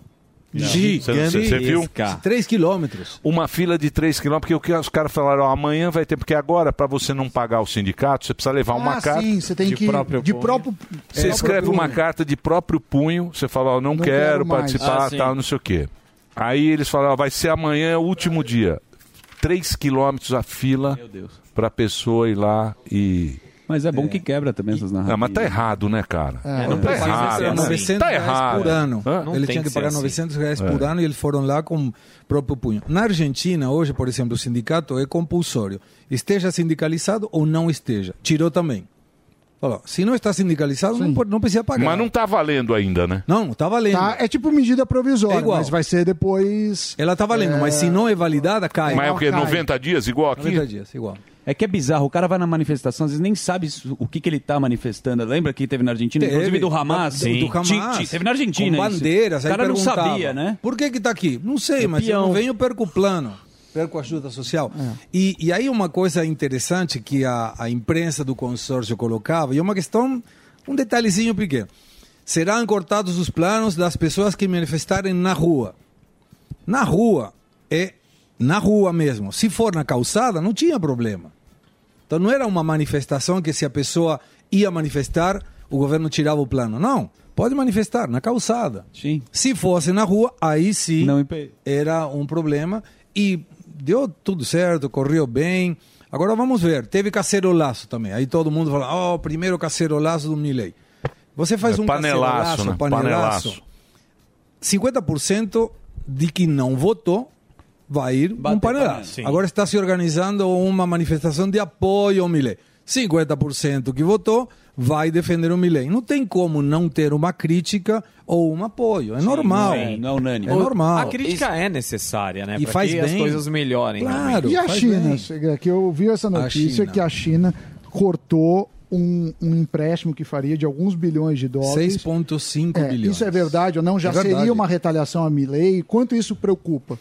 F: Você- Você você viu?
T: 3 quilômetros.
F: Uma fila de 3 quilômetros, porque o que os caras falaram, ó, amanhã vai ter, porque agora, para você não pagar o sindicato, você precisa levar uma
G: ah,
F: carta.
G: sim, você tem que... de próprio...
F: Você
G: é,
F: escreve
G: próprio-
F: uma carta de próprio punho, você fala, ó, não,
G: Não
F: quero,
G: quero mais.
F: participar,
G: Ah, sim.
F: tal, não sei o quê. Aí eles falam, ó, vai ser amanhã, é o último dia. 3 quilômetros a fila para pessoa ir lá e.
I: Mas é bom que quebra também essas narrativas.
F: Ah, mas tá errado, né, cara?
I: É,
F: não
I: não
F: tá
I: precisa ser
F: errado.
I: assim.
F: assim.
T: 900
F: Tá
T: reais
F: errado.
T: por ano.
F: Hã?
T: Ele tinha que, pagar 900 reais por
F: É.
T: ano e eles foram lá com o próprio punho. Na Argentina, hoje, por exemplo, o sindicato é compulsório. Esteja sindicalizado ou não esteja. Tirou também. Olha lá, se não está sindicalizado, não, pode- não precisa pagar.
F: Mas não tá valendo ainda, né?
T: Não, tá valendo.
G: Tá? É tipo medida provisória,
T: É igual.
G: mas vai ser depois.
T: Ela tá valendo, mas se não é validada, cai.
F: Mas é o quê?
T: Cai.
F: 90 dias igual aqui?
T: 90 dias, igual.
I: É que é bizarro, o cara vai na manifestação, às vezes nem sabe isso- o que, que ele tá manifestando. Lembra que teve na Argentina, inclusive do Hamas?
T: Sim. Do Hamas.
I: Ti- ti- Teve na Argentina.
T: Com
I: isso.
T: bandeiras.
I: O
T: aí
I: cara não
T: perguntava,
I: sabia, né?
T: Por que que tá aqui? Não sei,
I: É
T: mas eu
I: peão. É.
T: não venho, perco o plano. Perco a ajuda social. E, e aí uma coisa interessante que a, a imprensa do consórcio colocava, e é uma questão, um detalhezinho pequeno. Serão cortados os planos das pessoas que manifestarem na rua. Na rua, é na rua mesmo. Se for na calçada, não tinha problema. Então não era uma manifestação que se a pessoa ia manifestar, o governo tirava o plano. Não, pode manifestar na calçada.
I: Sim.
T: Se fosse na rua, aí sim
I: Não
T: era um problema. E deu tudo certo, correu bem. Agora vamos ver, teve cacerolaço também. Aí todo mundo fala, ó, primeiro cacerolaço do Milley. Você faz
F: É
T: um
F: panelaço,
T: cacerolaço,
F: né?
T: panelaço,
F: Panelaço.
T: 50% de que não votou vai ir um
I: panela,
T: panelaço.
I: sim.
T: Agora está se organizando uma manifestação de apoio ao Milei. 50% que votou vai defender o Milei. Não tem como não ter uma crítica ou um apoio. É normal.
J: sim.
I: Não é unânime.
T: É normal.
J: A crítica é necessária, né?
T: E
J: pra
T: faz
J: que as
T: bem.
J: coisas melhorem. né? realmente.
G: E a China, chega, que eu vi essa notícia
T: China.
G: que a China cortou um, um empréstimo que faria de alguns bilhões de dólares.
T: 6,5
G: É,
T: bilhões.
G: Isso é verdade ou não? Já
T: É verdade.
G: seria uma retaliação a Milley? Quanto isso preocupa?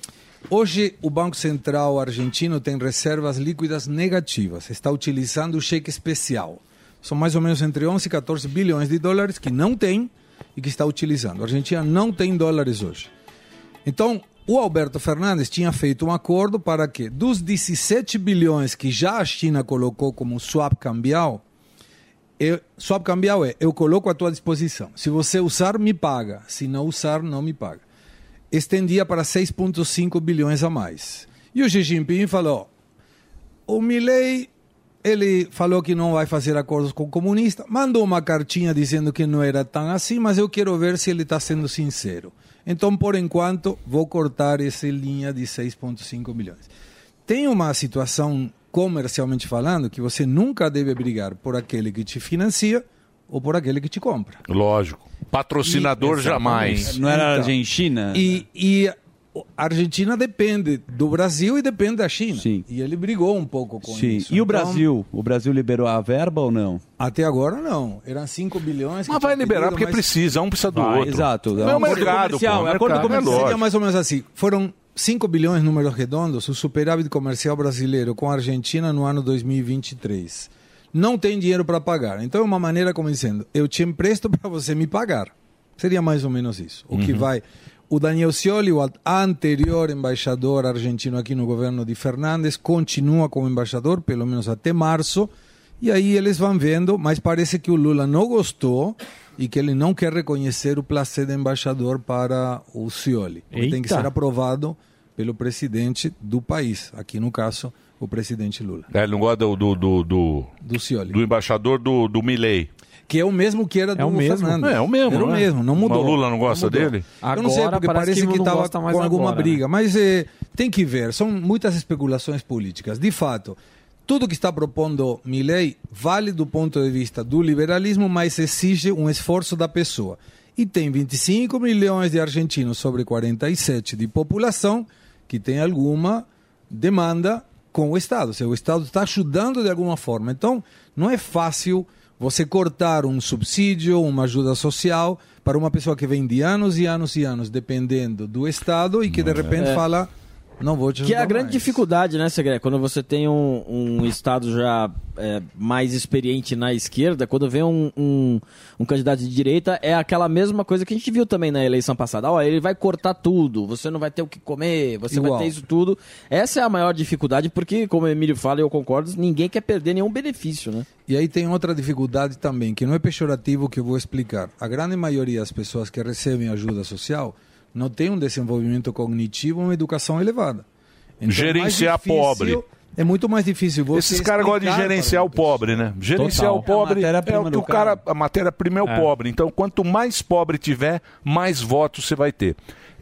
T: Hoje, o Banco Central argentino tem reservas líquidas negativas. Está utilizando o cheque especial. São mais ou menos entre 11 e 14 bilhões de dólares que não tem e que está utilizando. A Argentina não tem dólares hoje. Então, o Alberto Fernandes tinha feito um acordo para que, dos 17 bilhões que já a China colocou como swap cambial, eu, swap cambial é, eu coloco à tua disposição. Se você usar, me paga. Se não usar, não me paga. Estendia para 6,5 bilhões a mais. E o Xi Jinping falou, o Milley, ele falou que não vai fazer acordos com o comunista, mandou uma cartinha dizendo que não era tão assim, mas eu quero ver se ele está sendo sincero. Então, por enquanto, vou cortar essa linha de 6,5 milhões. Tem uma situação, comercialmente falando, que você nunca deve brigar por aquele que te financia ou por aquele que te compra.
F: Lógico. Patrocinador jamais.
T: Não era Então.
I: Argentina?
T: E, e a Argentina depende do Brasil e depende da China. E ele brigou um pouco com
I: Sim.
T: isso.
I: E o
T: Então,
I: Brasil? O Brasil liberou a verba ou não?
T: Até agora não. Eram 5 bilhões.
F: Mas vai liberar porque precisa, um precisa do
T: Vai,
F: outro.
T: exato.
F: Não é o
T: Acordo
F: mercado, pô.
T: comercial,
F: é acordo comercial.
T: Seria mais ou menos assim. Foram 5 bilhões, números redondos, o superávit comercial brasileiro com a Argentina no ano 2023. Não tem dinheiro para pagar. Então é uma maneira como dizendo, eu te empresto para você me pagar. Seria mais ou menos isso. O que
A: Uhum.
T: vai... O Daniel Scioli, o anterior embaixador argentino aqui no governo de Fernandes, continua como embaixador, pelo menos até março. E aí eles vão vendo, mas parece que o Lula não gostou e que ele não quer reconhecer o placer de embaixador para o Scioli. Porque tem que
F: Eita.
T: ser aprovado pelo presidente do país, aqui no caso, o presidente Lula.
F: É, ele não gosta do. Do, do, do,
T: do,
F: embaixador do, do Milley.
T: Que é o mesmo Ah, que era do
F: o mesmo?
T: Fernandes.
F: É, é o mesmo,
T: Era o
F: né?
T: mesmo, não mudou.
F: Mas o Lula não gosta
T: mudou.
F: dele?
T: Eu não sei,
F: Agora
T: porque
F: parece
T: parece
F: que
T: que
F: não
T: estava
F: gosta mais
T: com alguma
F: agora, né?
T: briga. Mas eh, tem que ver, são muitas especulações políticas. De fato, tudo que está propondo Milley vale do ponto de vista do liberalismo, mas exige um esforço da pessoa. E tem 25 milhões de argentinos sobre 47 de população que tem alguma demanda com o Estado. Se o Estado está ajudando de alguma forma. Então, não é fácil você cortar um subsídio, uma ajuda social para uma pessoa que vem de anos e anos e anos dependendo do Estado e que de repente
E: É.
T: fala, não vou te
E: Que é
T: ajudar
E: a grande
T: mais.
E: dificuldade, né, Segre? Quando você tem um, um Estado já é, mais experiente na esquerda, quando vem um, um- um candidato de direita, é aquela mesma coisa que a gente viu também na eleição passada. Ó, ele vai cortar tudo, você não vai ter o que comer, você
T: Igual.
E: vai ter isso tudo. Essa é a maior dificuldade, porque, como o Emílio fala e eu concordo, ninguém quer perder nenhum benefício, né?
T: E aí tem outra dificuldade também, que não é pejorativo que eu vou explicar. A grande maioria das pessoas que recebem ajuda social não tem um desenvolvimento cognitivo, uma educação elevada.
F: Então, Gerenciar
T: mais difícil-
F: pobre.
T: É muito mais difícil você.
F: Esses caras gostam de
T: explicar
F: gerenciar o pobre, né? Gerenciar
T: Total.
F: o pobre
T: É a
F: é,
T: matéria-prima
F: o que
T: do
F: o cara. A matéria-prima é o
T: É.
F: pobre. Então, quanto mais pobre tiver, mais votos você vai ter.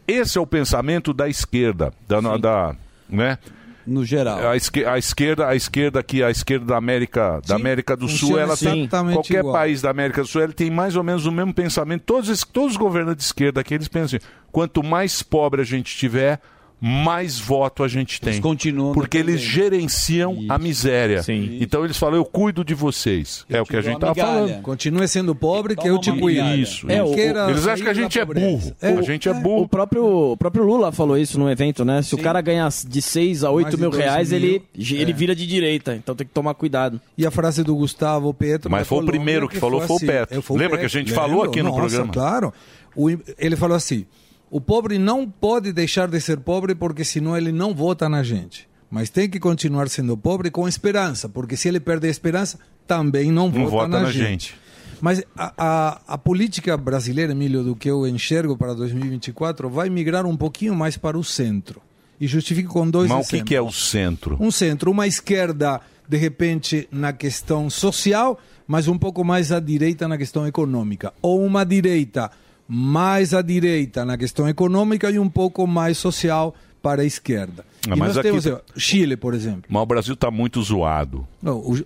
F: Esse é o pensamento da esquerda, da, na- da né?
I: No geral.
F: A, esque- a esquerda, a esquerda aqui, a esquerda da América, da América do Sul,
T: funciona assim.
F: ela tem
T: exatamente
F: qualquer
T: igual.
F: país da América do Sul, ele tem mais ou menos o mesmo pensamento. Todos, es- todos os governantes de esquerda aqui, eles pensam assim, quanto mais pobre a gente tiver, mais voto a gente tem.
I: continuam
F: porque eles gerenciam a miséria. Então eles falam, eu cuido de vocês. é o que a gente
T: dou a
F: estava
T: migalha.
F: falando.
T: Continue sendo pobre que eu te cuido.
F: Isso.
T: Não
F: isso.
T: queira
F: eles acham
T: sair
F: que a gente
T: da
F: é burro.
T: pobreza.
F: A gente é burro.
E: O próprio, o próprio Lula falou isso num evento, né? Se o cara ganhar de 6 a 8
T: Mais de
E: mil
T: dois
E: reais,
T: mil,
E: ele, ele
T: é.
E: vira de direita. Então tem que tomar cuidado.
T: E a frase do Gustavo Petro. né,
E: Mas
T: da
E: foi o
T: Colômbia,
E: primeiro que falou, foi o Petro.
T: é,
F: Lembra que a gente
T: Lembro,
F: falou aqui no
T: nossa,
F: programa?
T: Claro. O im- ele falou assim: o pobre não pode deixar de ser pobre porque senão ele não vota na gente. Mas tem que continuar sendo pobre com esperança, porque se ele perder a esperança, também não,
F: Não vota na gente.
T: Mas a, a, a política brasileira, Emílio, do que eu enxergo para 2024, vai migrar um pouquinho mais para o centro. E justifico com dois
F: Mas o que,
T: exemplos.
F: que é o centro?
T: Um centro, uma esquerda, de repente, na questão social, mas um pouco mais à direita na questão econômica. Ou uma direita mais à direita na questão econômica e um pouco mais social para a esquerda.
F: Ah,
T: e
F: mas
T: nós
F: aqui
T: temos
F: tá-
T: ó, Chile, por exemplo.
F: Mas o Brasil está muito zoado.
T: Não, o,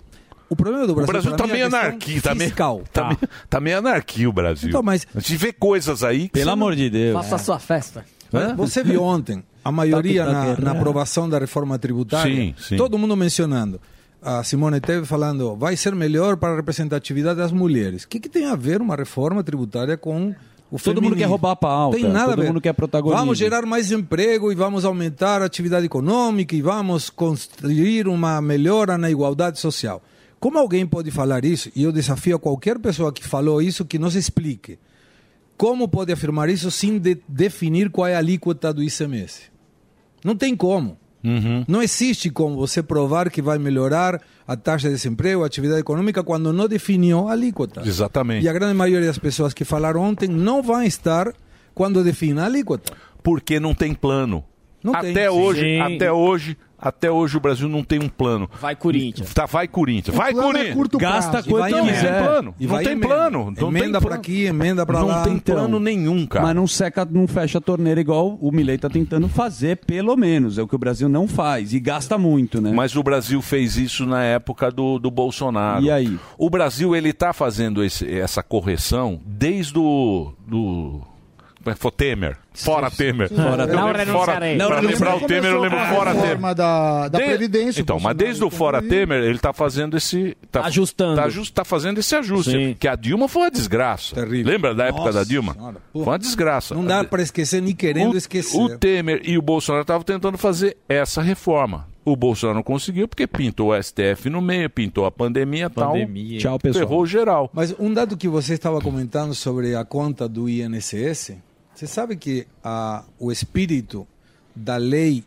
T: o problema do
F: O
T: Brasil,
F: Brasil
T: para
F: tá
T: mim, é
F: meio
T: a questão
F: anarquia, tá meio,
T: fiscal.
F: tá, meio, tá meio anarquia o Brasil.
T: Então, mas-
F: A gente vê coisas aí que você não-
E: Faça a sua festa.
T: Mas Você viu ontem a maioria
I: Tá,
F: Toque,
T: na,
F: toque,
T: na
F: né?
T: aprovação da reforma tributária?
F: Sim, sim.
T: Todo mundo mencionando. A Simone Teve falando, vai ser melhor para a representatividade das mulheres. O que, que tem a ver uma reforma tributária com o
I: Todo mundo quer
T: feminismo?
I: roubar a pauta,
T: Tem nada a
I: todo
T: ver.
I: mundo quer protagonismo.
T: Vamos gerar mais emprego e vamos aumentar a atividade econômica e vamos construir uma melhora na igualdade social. Como alguém pode falar isso? E eu desafio a qualquer pessoa que falou isso que nos explique. Como pode afirmar isso sem de- definir qual é a alíquota do ICMS? Não tem como.
I: Uhum.
T: Não existe como você provar que vai melhorar a taxa de desemprego, a atividade econômica, quando não definiu a alíquota.
F: É. Exatamente.
T: E a grande maioria das pessoas que falaram ontem não vão estar quando defina a alíquota.
F: Porque não tem plano. até hoje, até hoje, até hoje o Brasil não tem um plano.
E: Vai Corinthians.
F: Tá, vai Corinthians.
T: O
F: Vai
T: plano é
F: Corinthians.
T: curto
F: Gasta
T: prazo. E
F: quanto
T: vai
F: não tem
T: emenda.
F: plano.
T: E
F: não
T: vai
F: tem
T: emenda.
F: plano. Não
T: Emenda
F: tem
T: pra
F: plano.
T: aqui, emenda pra lá.
F: Não tem
T: Então,
F: plano nenhum, cara.
I: Mas não seca, não fecha a torneira igual o Milei tá tentando fazer, pelo menos. É o que o Brasil não faz. E gasta muito, né?
F: Mas o Brasil fez isso na época do, do Bolsonaro.
I: E aí?
F: O Brasil, ele tá fazendo esse- essa correção desde o... Do, como é que foi? Temer. Fora Temer.
G: Fora
F: Eu
G: Temer. Não
F: lembro
G: renunciarei.
F: Fora,
G: Não
F: pra lembrar o
G: renunciarei.
F: Temer, eu lembro
G: Começou
F: fora
G: a
F: Temer.
G: reforma da- da
F: De-
G: Previdência,
F: Então, mas desde o fora Temer, ele tá fazendo esse... Tá, Ajustando. Tá, ajus- tá fazendo esse ajuste. Que a Dilma foi uma desgraça. Lembra da época
T: Nossa
F: da Dilma? foi uma desgraça.
T: Não dá para esquecer nem querendo
F: o,
T: esquecer.
F: o Temer e o Bolsonaro estavam tentando fazer essa reforma. O Bolsonaro não conseguiu porque pintou o STF no meio, pintou a pandemia e tal.
T: Pandemia.
F: Tchau, pessoal. Ferrou geral.
T: Mas um dado que você estava comentando sobre a conta do INSS, você sabe que a, o espírito da lei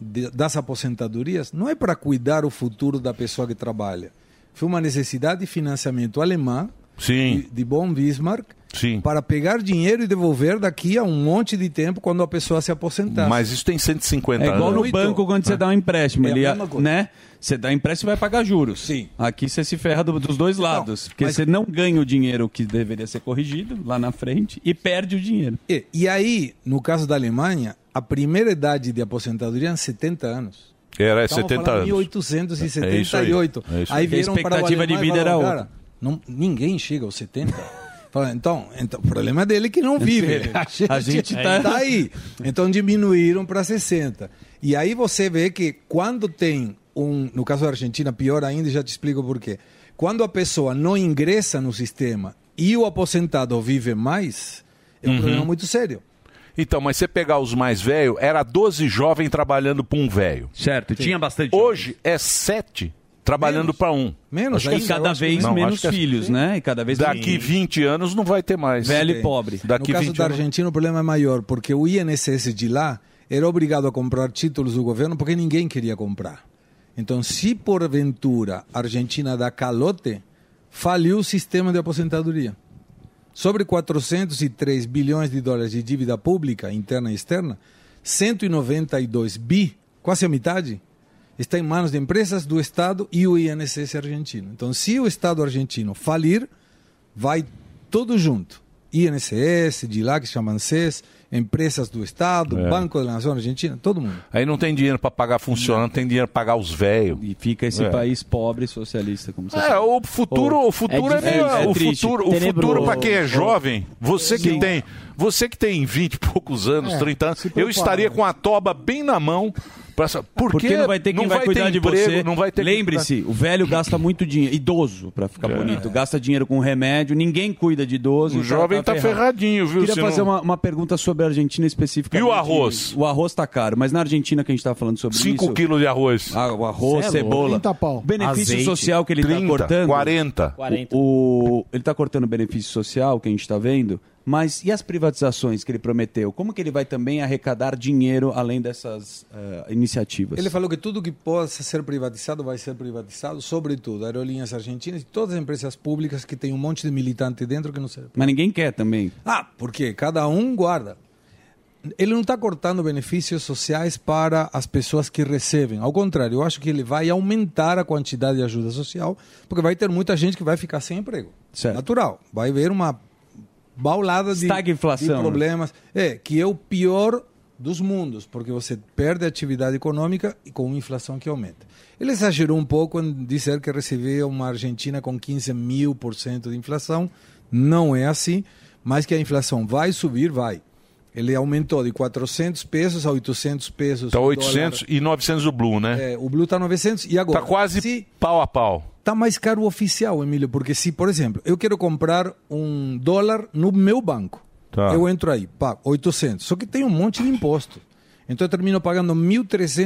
T: de- das aposentadorias não é para cuidar o futuro da pessoa que trabalha. Foi uma necessidade de financiamento alemã,
F: Sim.
T: de, de von Bismarck,
F: Sim.
T: para pegar dinheiro e devolver daqui a um monte de tempo quando a pessoa se aposentar.
F: Mas isso tem 150
I: É igual
F: anos.
I: no banco quando você dá um empréstimo.
T: Tá. É a
I: ele,
T: mesma coisa.
I: né? Você dá empréstimo e vai pagar juros. Sim. Aqui você se ferra do- dos dois lados. porque
T: mas-
I: você não ganha o dinheiro que deveria ser corrigido lá na frente e perde o dinheiro.
T: E, e aí, no caso da Alemanha, a primeira idade de aposentadoria é 70 anos.
F: Era é
T: Estamos
F: 70
T: falando
F: anos.
T: 1878.
F: É isso aí. É isso
T: aí
F: aí.
T: vieram
F: A expectativa
T: para o Alemão
F: de
T: e
F: vida era
T: falaram,
F: outra.
T: "Cara, não- ninguém chega aos 70. Falaram, então, então, o problema dele é que não vive.
I: A gente-
T: tá... aí. Então diminuíram para 60. E aí você vê que quando tem um, no caso da Argentina, pior ainda, e já te explico por quê. Quando a pessoa não ingressa no sistema e o aposentado vive mais, é um
F: Uhum.
T: problema muito sério.
F: Então, mas você pegar os mais velhos, era 12 jovens trabalhando para um velho.
I: Certo, tinha bastante.
F: Hoje é 7 trabalhando para um.
I: Menos,
F: Acho
I: aí
F: que-
I: cada
F: eu acho que-
I: vez
F: Não,
I: menos
F: acho que é-
I: filhos, né? E cada vez
F: Daqui
I: menos.
F: 20 anos não vai ter mais.
I: Velho e
T: Tem.
I: pobre.
T: no
F: Daqui
T: caso
F: 20
T: da
F: anos.
T: Argentina, o problema é maior, porque o INSS de lá era obrigado a comprar títulos do governo porque ninguém queria comprar. Então, se porventura a Argentina dá calote, faliu o sistema de aposentadoria. Sobre 403 bilhões de dólares de dívida pública, interna e externa, 192 bi quase a metade, está em manos de empresas do Estado e o INSS argentino. Então, se o Estado argentino falir, vai tudo junto. INSS, de lá que chama ANSES, empresas do Estado,
F: É.
T: Banco da Nação Argentina, todo mundo.
F: Aí não tem dinheiro para pagar funcionário, não tem dinheiro para pagar os velhos. E fica
I: Esse país pobre socialista, como você
F: É, o futuro, o futuro é, meio- o futuro, o futuro para quem é jovem, você que
I: Sim.
F: tem, você que tem 20 e poucos anos,
I: É,
F: 30 anos,
I: se prepara.
F: eu estaria com a toba bem na mão para
I: Porque, não vai ter quem vai cuidar de você.
F: não vai ter É.
I: Lembre-se, o velho gasta muito dinheiro, idoso, pra ficar bonito, gasta dinheiro com remédio, ninguém cuida de idoso.
F: O
I: então
F: jovem tá
I: ferrado.
F: ferradinho, viu,
I: Queria
F: se
I: fazer
F: não-
I: uma, uma pergunta sobre a Argentina específica.
F: E o arroz?
I: O arroz tá caro, mas na Argentina que a gente tá falando sobre isso...
F: 5 quilos de arroz.
I: o arroz,
T: é
I: cebola. O benefício social que ele está
F: 30,
I: cortando.
F: 40.
I: O, o- ele está cortando o benefício social que a gente está vendo. Mas e as privatizações que ele prometeu? Como que ele vai também arrecadar dinheiro além dessas eh, iniciativas?
T: Ele falou que tudo que possa ser privatizado vai ser privatizado, sobretudo aerolíneas argentinas e todas as empresas públicas que tem um monte de militante dentro que não serve.
I: Mas ninguém quer também.
T: Ah, porque cada um guarda. Ele não está cortando benefícios sociais para as pessoas que recebem. Ao contrário, eu acho que ele vai aumentar a quantidade de ajuda social, porque vai ter muita gente que vai ficar sem emprego. Natural. Vai haver uma baulada de,
I: Estagflação,
T: de problemas. É, que é o pior dos mundos, porque você perde a atividade econômica e com uma inflação que aumenta. Ele exagerou um pouco em dizer que recebeu uma Argentina com 15 mil por cento de inflação. Não é assim, mas que a inflação vai subir, vai. Ele aumentou de 400 pesos a 800 pesos.
F: Tá
T: o
F: 800
T: dólar.
F: e 900 o Blue, né?
T: É, o Blue tá 900 e agora?
F: Tá quase pau a pau.
T: Tá mais caro o oficial, Emílio, porque se, por exemplo, eu quero comprar um dólar no meu banco,
F: Tá.
T: eu entro aí, pago 800, só que tem um monte de imposto. Então eu termino pagando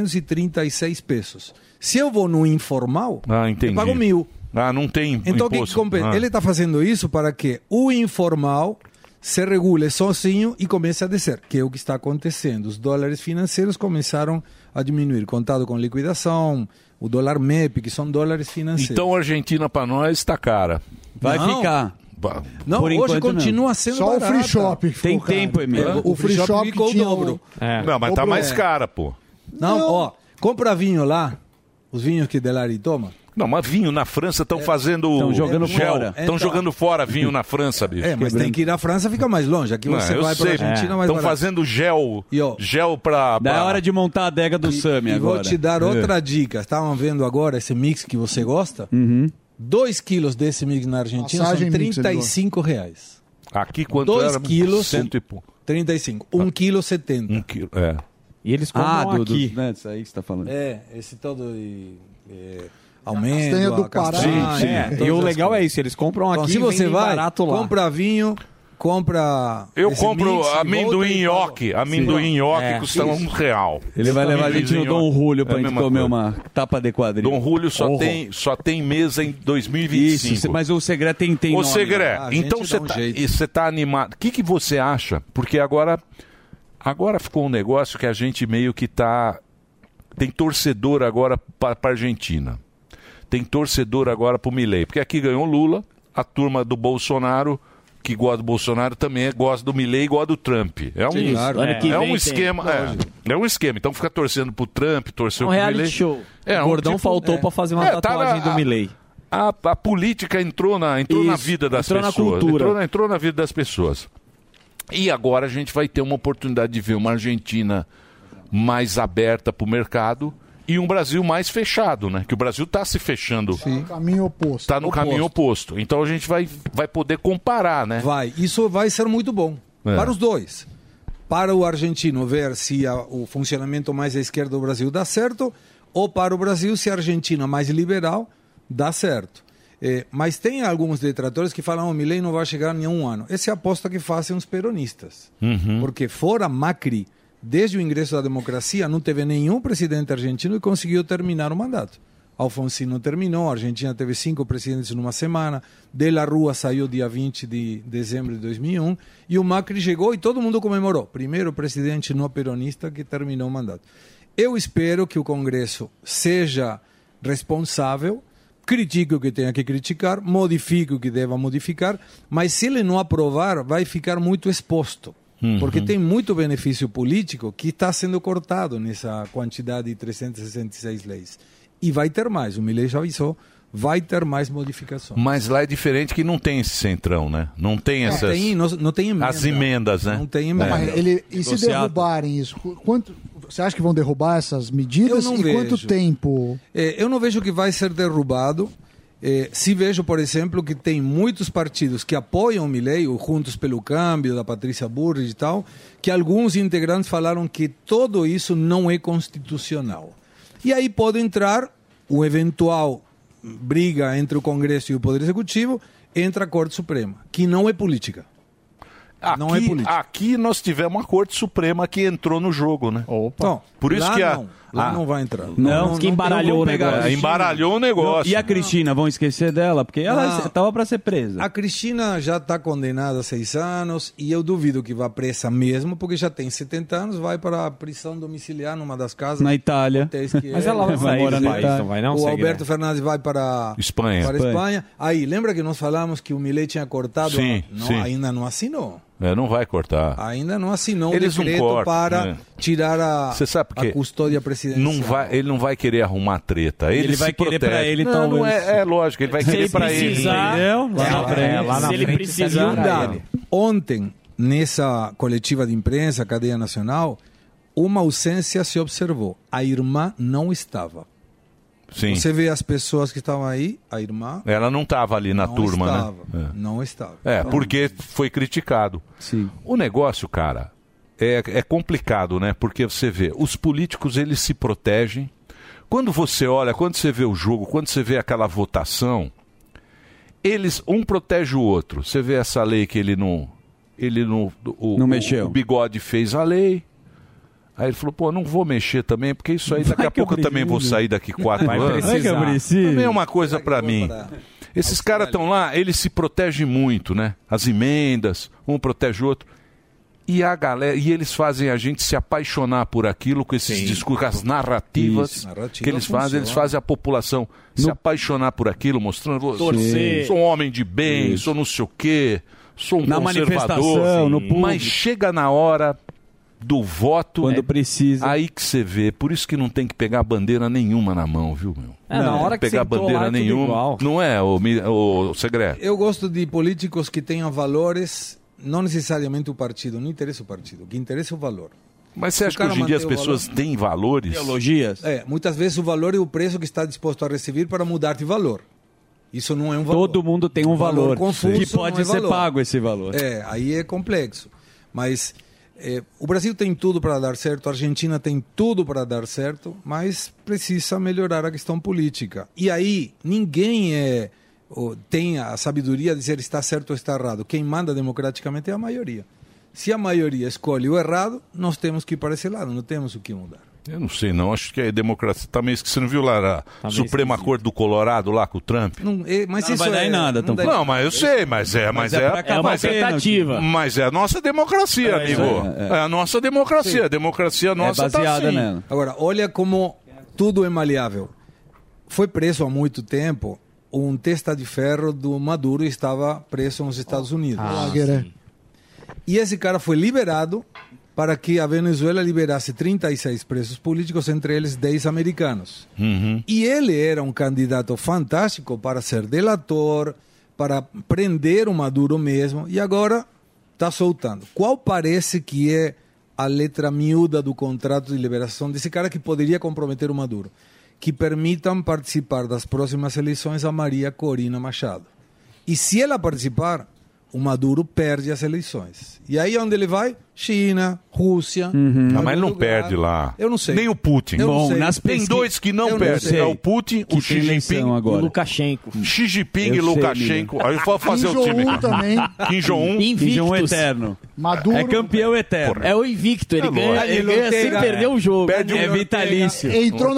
T: 1.336 pesos. Se eu vou no informal,
F: Ah, entendi.
T: eu pago mil.
F: Ah, não tem
T: Então o que, que
F: imposto.
T: compensa?
F: Ah.
T: Ele está fazendo isso para que o informal se regule sozinho e comece a descer, que é o que está acontecendo. Os dólares financeiros começaram a diminuir, contado com liquidação, o dólar MEP, que são dólares financeiros.
F: Então a Argentina para nós está cara.
T: Vai assim. Não. ficar.
F: Ba-
T: Não,
F: Por
T: hoje
F: enquanto,
T: continua
F: não.
T: sendo Só o barata. free shop ficou Tem caro. tempo, Emílio.
F: Hã?
T: O free shop ficou o
F: tinha
T: dobro. É.
F: Não, mas tá
T: Dobro,
F: mais
T: é.
F: cara, pô.
T: Não,
F: Não.
T: ó, compra vinho lá, os vinhos que Delari toma.
F: Não, mas vinho na França estão fazendo.
T: Tão jogando
F: gel.
T: fora.
F: Estão
T: Então.
F: jogando fora vinho na França, bicho.
T: É, mas tem que ir na França, fica mais longe. Aqui
F: Não,
T: você
F: eu
T: vai para
F: sei.
T: Argentina, mais barato.
F: Estão fazendo gel. Gel pra.
I: Da
F: pra-
I: hora de montar a adega do Sami
T: E
I: agora.
T: vou te dar outra
I: É.
T: dica. Estavam vendo agora esse mix que você gosta?
I: Uhum.
T: 2 quilos desse mix na Argentina
G: Passagem
T: são
G: mix,
T: 35 reais.
F: Aqui quanto
T: 2
F: era?
T: quilos,
F: Cento e pouco.
T: 35. 1 quilo 70.
F: 1 Ah. quilo, é.
T: E eles
I: Ah, do, do, né, disso aí que você tá falando.
T: É, esse todo de... É, Aumento,
I: castanha do
J: Ah,
I: Pará. Sim, sim. É, e o legal
T: é isso, eles compram
I: aqui
T: se
I: e
T: você
I: vendem
T: vai,
I: barato lá.
T: compra vinho, compra.
F: Eu
T: esse
F: compro
T: mix, volta
F: amendoim
T: e-
F: nhoque. Amendoim nhoque
T: É,
F: custa um
T: isso.
F: real.
I: Ele vai levar a gente no
F: Amendoim
I: Dom
F: nhoque.
I: Julio
F: É
I: pra
F: a
I: gente
F: mesma
I: comer
F: coisa.
I: uma tapa de quadrilha.
F: Dom Julio só,
I: Horror.
F: tem, só tem mesa em 2025.
I: Isso, mas o segredo tem, tem
F: Ô,
I: nome.
F: Segré,
I: Ah, a gente
F: então
I: dá
F: você
I: um
F: tá,
I: jeito.
F: e você tá animado. O que, que você acha? Porque agora, agora ficou um negócio que a gente meio que tá. Tem torcedor agora para Argentina. Tem torcedor agora para o Milei. Porque aqui ganhou Lula, a turma do Bolsonaro, que gosta do Bolsonaro também, é- gosta do Milei e gosta do Trump. É um,
J: Sim, claro.
F: é,
J: Ano que
F: é
J: vem
F: um
J: tem,
F: esquema.
I: tá
J: lógico.
F: É, é um esquema. Então fica torcendo pro Trump, torcer
J: É um
F: pro
J: reality
F: Milei.
J: show.
F: É,
J: O
F: um
J: Gordão faltou pra fazer uma
F: na-
J: tatuagem do
F: a-
J: Milei.
F: A, a política entrou na, entrou na
J: Isso,
F: vida das
J: entrou na
F: pessoas.
J: cultura.
F: Entrou, na, entrou na vida das pessoas. E agora a gente vai ter uma oportunidade de ver uma Argentina mais aberta para o mercado e um Brasil mais fechado, né? Que o Brasil está se fechando.
G: Caminho oposto.
F: Está no caminho oposto. Então a gente vai, vai poder comparar, né?
T: Vai. Isso vai
J: um-
T: ser muito bom.
F: É.
T: Para os dois. Para o argentino ver se a- o funcionamento mais à esquerda do Brasil dá certo, ou para o Brasil se a Argentina mais liberal dá certo. É, mas tem alguns detratores que falam: o Milei não vai chegar em um ano. Essa é a aposta que fazem os peronistas. Porque fora Macri, desde o ingresso da democracia, não teve nenhum presidente argentino que conseguiu terminar o mandato. Alfonsino terminou, a Argentina teve cinco presidentes numa semana, De La Rua saiu dia 20 de dezembro de 2001, e o Macri chegou e todo mundo comemorou. Primeiro presidente não peronista que terminou o mandato. Eu espero que o Congresso seja responsável, critique o que tenha que criticar, modifique o que deva modificar, mas se ele não aprovar, vai ficar muito exposto.
L: Uhum.
T: Porque tem muito benefício político que está sendo cortado nessa quantidade de 366 leis. E vai ter mais, o Milei já avisou, vai ter mais modificações.
F: Mas lá é diferente que não tem esse centrão, né? Não tem
J: É,
T: Não
F: essas.
T: tem, não, não tem emenda.
F: As emendas, né?
T: Não tem emenda.
F: É.
T: Mas
G: Ele, e se
F: Negociado.
G: derrubarem isso? Qu- Quanto, você acha que vão derrubar essas medidas?
T: Eu não
G: e quanto
T: vejo.
G: tempo?
T: É, eu não vejo que vai ser derrubado. É, se vejo, por exemplo, que tem muitos partidos que apoiam o Milei, o Juntos pelo Câmbio, da Patrícia Burri e tal, que alguns integrantes falaram que tudo isso não é constitucional. E aí pode entrar o eventual briga entre o Congresso e o Poder Executivo, entra a Corte Suprema, que não é política.
F: Aqui,
T: não é política.
F: aqui nós tivemos a Corte Suprema que entrou no jogo, né?
T: Então,
F: Por isso
T: lá
F: que a.
T: não, lá não vai entrar.
I: Não,
F: que embaralhou
I: vão
F: o
I: pegar a
F: negócio.
I: Cristina.
F: Embaralhou o negócio. Ah,
I: E a Cristina, vão esquecer dela, porque ela
T: Não.
I: estava para ser presa.
T: A Cristina já está condenada a seis anos e eu duvido que vá presa mesmo, porque já tem 70 anos, vai para a prisão domiciliar numa das casas.
I: Na Itália.
T: hotéis que
I: Mas
T: é,
I: ela
T: né?
I: vai morar no país, não vai não,
T: O
I: segue,
T: Alberto
I: né?
T: Fernandes vai para
F: Espanha.
T: Para
F: Espanha.
T: Espanha. Aí, lembra que nós falamos que o Milei tinha cortado?
F: Sim,
T: a- não,
F: sim.
T: Ainda não assinou.
F: É, não vai cortar.
T: Ainda não assinou
F: Eles
T: o
F: não
T: decreto
F: cortam,
T: para
F: né?
T: tirar a,
F: Você sabe por
T: a
F: quê?
T: custódia presidencial.
F: Não vai, ele não vai querer arrumar treta. Ele,
T: Ele
F: se
T: vai querer
F: protege.
T: pra ele,
F: não, Não
T: talvez.
F: é, é lógico, ele vai
T: Se
F: querer
T: ele
F: pra ele.
T: precisar,
F: entendeu?
T: É, lá na frente.
F: Se ele
T: E
F: precisar,
T: um dado. Ontem, nessa coletiva de imprensa, cadeia nacional, uma ausência se observou. A irmã não estava.
F: Sim.
T: Você vê as pessoas que estavam aí, a irmã
F: Ela não estava ali na
T: não
F: turma,
T: estava.
F: né? É.
T: Não estava.
F: É,
T: Então,
F: porque foi criticado. O negócio, cara, é, é complicado, né? Porque você vê, os políticos eles se protegem. Quando você olha, quando você vê o jogo, quando você vê aquela votação, eles um protege o outro. Você vê essa lei que ele não, ele não, o,
I: Não
F: o-
I: mexeu.
F: O bigode fez a lei. Aí ele falou, pô, não vou mexer também, porque isso aí daqui a pouco eu também vou sair daqui quatro
I: Vai
F: anos.
I: precisar. Vai que eu preciso.
F: Também é uma coisa pra mim. Esses caras estão lá, eles se protegem muito, né? As emendas, um protege o outro. E a galera, e eles fazem a gente se apaixonar por aquilo com esses discursos, com as narrativas
T: Isso. Narrativa
F: que eles fazem, eles
T: funciona.
F: fazem a população se apaixonar por aquilo, mostrando, "Ô,
T: Torcer.
F: sou um homem de bem,
T: Isso.
F: sou não sei o quê, sou um
I: Na manifestação,
F: conservador,
I: no público.
F: mas chega na hora do voto,
I: Quando precisa.
F: é Aí que você vê, por isso que não tem que pegar bandeira nenhuma na mão, viu, meu?
T: É, na
F: Não tem
T: hora que
F: pegar
T: sentou
F: bandeira
T: lá, é tudo
F: nenhuma,
T: igual.
F: não é o, o, segredo.
T: Eu gosto de políticos que tenham valores, não necessariamente o partido, não interessa o partido, o que interessa é o valor.
F: Mas você
T: Se
F: acha
T: o
F: que
T: cara
F: hoje em dia as
T: manter o
F: pessoas
T: valor-
F: têm valores?
T: É, muitas vezes o valor é o preço que está disposto a receber para mudar de valor. Isso não é um valor.
I: Todo mundo tem um valor,
T: confuso,
I: que
T: não
I: pode
T: é
I: ser
T: valor.
I: pago esse valor.
T: É, aí é complexo. Mas é, o Brasil tem tudo para dar certo, a Argentina tem tudo para dar certo, mas precisa melhorar a questão política. E aí ninguém é, ou tem a sabedoria de dizer está certo ou está errado. Quem manda democraticamente é a maioria. Se a maioria escolhe o errado, nós temos que ir para esse lado, não temos o que mudar.
F: Eu não sei, não. Acho que é democracia. Tá meio esquisito. Você não viu lá a
T: meio
F: Suprema Corte do Colorado lá com o Trump?
T: Não, é, mas
F: Não
T: isso
F: vai dar
T: é,
F: em nada,
T: não dá em
F: Não, mas eu sei, mas é,
T: Mas
F: mas,
T: é
F: é,
T: pra acabar
F: mas
T: o pênalti.
F: Mas é a nossa democracia,
T: É,
F: amigo.
T: é,
F: É, a nossa democracia. A democracia nossa tá assim.
T: Agora, olha como tudo é maleável. Foi preso há muito tempo um testa de ferro do Maduro e estava preso nos Estados Unidos.
G: Ah, sim.
T: E esse cara foi liberado para que a Venezuela liberasse 36 presos políticos, entre eles 10 americanos.
F: Uhum.
T: E ele era um candidato fantástico para ser delator, para prender o Maduro mesmo, e agora está soltando. Qual parece que é a letra miúda do contrato de liberação desse cara que poderia comprometer o Maduro? Que permitam participar das próximas eleições a Maria Corina Machado. E se ela participar, o Maduro perde as eleições. E aí onde ele vai? China, Rússia.
E: Hum.
F: Ah,
T: algum
F: mas não
T: lugar.
F: perde lá.
T: Eu não sei.
F: Nem o Putin.
T: Eu não Bom, sei. nas
F: Tem
T: pesqui-
F: dois que
T: Eu
F: não
T: não
F: perdem.
T: sei.
F: É o Putin,
T: Que
F: o Xi
T: tem
F: Jinping
T: eleição agora.
F: e
T: E
F: o
T: o
E: Lukashenko.
F: Xi Jinping e
I: Eu sei,
F: Lukashenko. Aí eu vou fazer
I: Kim
F: o time.
I: Jong-un também.
F: Ah, Kim Jong-un.
I: Kim Jong-un é eterno.
G: Maduro.
I: É campeão eterno.
E: É o invicto,
F: Tá
E: ele
I: É
E: ganha,
I: lógico.
E: ele ganha sem
I: Ortega,
E: perder o jogo.
F: Perde
E: é
F: um-
E: vitalício.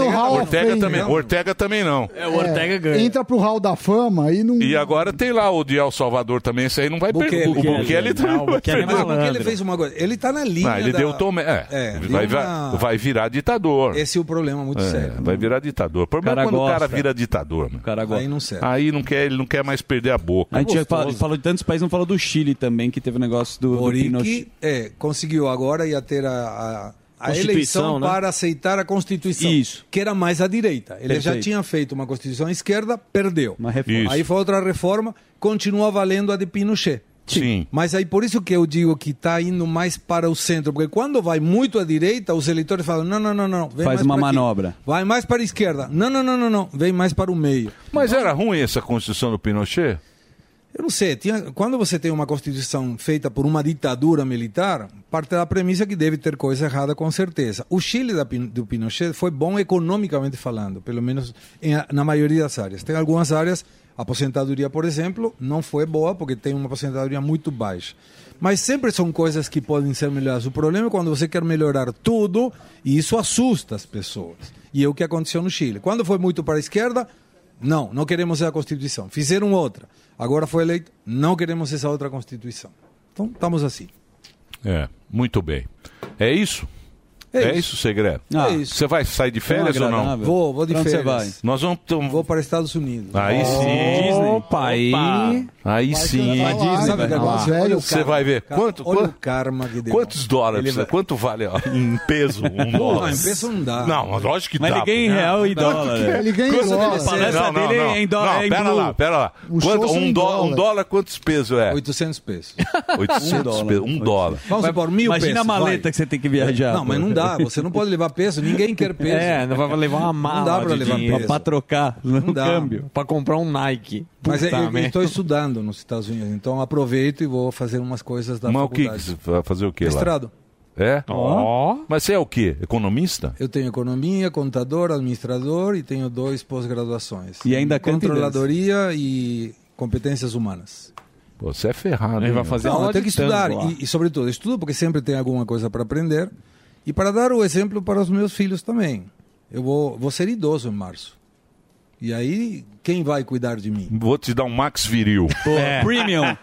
F: Ortega também. Ortega também não.
E: É, o Ortega ganha.
G: Entra pro Hall da Fama e não.
F: E agora tem lá o de El Salvador também. Esse aí não vai perder. O Bukele também.
T: Não,
F: vai
T: Bukele é
F: perder.
T: malandro. Bukele fez uma coisa. Ele Ele tá na linha.
F: Ah, ele
T: da-
F: deu tomé. É,
T: É,
F: ele
T: deu
F: vai,
T: uma-
F: vai- vai virar ditador.
T: Esse é o problema muito
F: É,
T: sério.
F: Vai virar ditador. O problema
T: Cara
F: é quando o cara
T: gosta.
F: vira ditador. Mano.
T: gosta. Aí não serve.
F: Aí não quer, ele não quer mais perder a boca.
I: A gente já fala-
F: Gostoso.
I: falou de tantos países, não falou do Chile também, que teve o negócio do, do Pinochet.
T: Boric é, conseguiu agora ia ter a, a, a
I: Constituição,
T: eleição
I: né?
T: para aceitar a Constituição,
I: Isso.
T: que era mais à direita. Ele já
I: Perfeito.
T: tinha feito uma Constituição à esquerda, perdeu.
I: reforma. Isso.
T: Aí foi outra reforma, continua valendo a de Pinochet.
F: Sim.
T: Mas aí por isso que eu digo que está indo mais para o centro, porque quando vai muito à direita, os eleitores falam: não, não, não, não. Vem
I: Faz
T: mais
I: uma
T: para aqui.
I: manobra.
T: Vai mais para a esquerda. Não, não, não, não, não. Vem mais para o meio.
F: Mas era ruim essa Constituição do Pinochet?
T: Eu não sei, tinha- quando você tem uma constituição feita por uma ditadura militar, parte da premissa é que deve ter coisa errada com certeza. O Chile da Pin- do Pinochet foi bom economicamente falando, pelo menos em a- na maioria das áreas. Tem algumas áreas, a aposentadoria, por exemplo, não foi boa porque tem uma aposentadoria muito baixa. Mas sempre são coisas que podem ser melhoradas. O problema é quando você quer melhorar tudo e isso assusta as pessoas. E é o que aconteceu no Chile. Quando foi muito para a esquerda, não, não queremos essa Constituição. Fizeram outra. Agora foi eleito, não queremos essa outra Constituição. Então, estamos assim.
F: É, muito bem. É isso?
T: É
F: É,
T: isso.
F: isso, segredo?
T: É isso.
F: Você vai sair de férias ou não?
T: Vou, vou de férias.
F: Nós vamos.
T: Vou para os Estados Unidos.
F: Aí sim.
T: Opa, aí.
F: Aí sim.
T: cantar lá, Sabe o é
F: Vai
T: negócio?
F: lá.
T: Olha o
F: Você
T: karma.
F: vai ver.
T: Cara,
F: Quanto,
T: olha
F: quanto-
T: o karma que deu.
F: Quantos dólares? precisa? Quanto vale ó, em peso? Um
T: Pô,
F: dólar?
T: em peso não dá.
F: Não, mas lógico que
I: Mas
F: dá.
I: ele ganha em
F: pô.
I: real e
F: Não,
I: dólar,
F: que-
I: né? Ele ganha em
F: Quanto
I: dólar.
F: deve ser?
I: A palestra
F: Não, não,
I: dele
F: não.
I: é em dólar,
F: Não,
I: é em
F: pera
I: blue.
F: lá, pera lá.
I: Os
F: Quanto-
I: shows são
F: um,
I: em
F: dó- um
I: dólar.
F: dólar, quantos pesos é?
T: 800 pesos.
F: 800 pesos. Um dólar.
T: Vamos supor, mil
I: imagina
T: pesos,
I: a maleta
T: vai.
I: que você tem que viajar,
T: Não, mas
I: pô.
T: não dá. Você não pode levar peso. Ninguém quer peso.
I: É, não vai levar uma mala
T: Não dá para
I: de
T: levar
I: dinheiro.
T: peso.
I: Pra trocar no
T: Não dá.
I: câmbio.
T: Para comprar um Nike.
J: é,
T: Mas
I: Puta
T: eu- eu
I: merda.
T: estou estudando nos Estados Unidos. Então, aproveito e vou fazer umas coisas da
F: Mas o que, que
T: Tá, faculdade.
F: você vai fazer o que lá?
T: Mestrado.
F: É?
T: Ó.
F: Mas você é o quê? Economista?
T: Eu tenho economia, contador, administrador e tenho dois pós-graduações.
F: E ainda canta e
T: controladoria e competências humanas.
F: Pô, você é
T: Ah,
F: ferrado. hein, meu?
T: Não, eu tenho que estudar e, e sobretudo estudo porque sempre tem alguma coisa para aprender e para dar o exemplo para os meus filhos também. Eu vou, vou ser idoso em março. E aí quem vai cuidar de mim?
F: Vou te dar um Max Viril.
T: É.
I: Premium.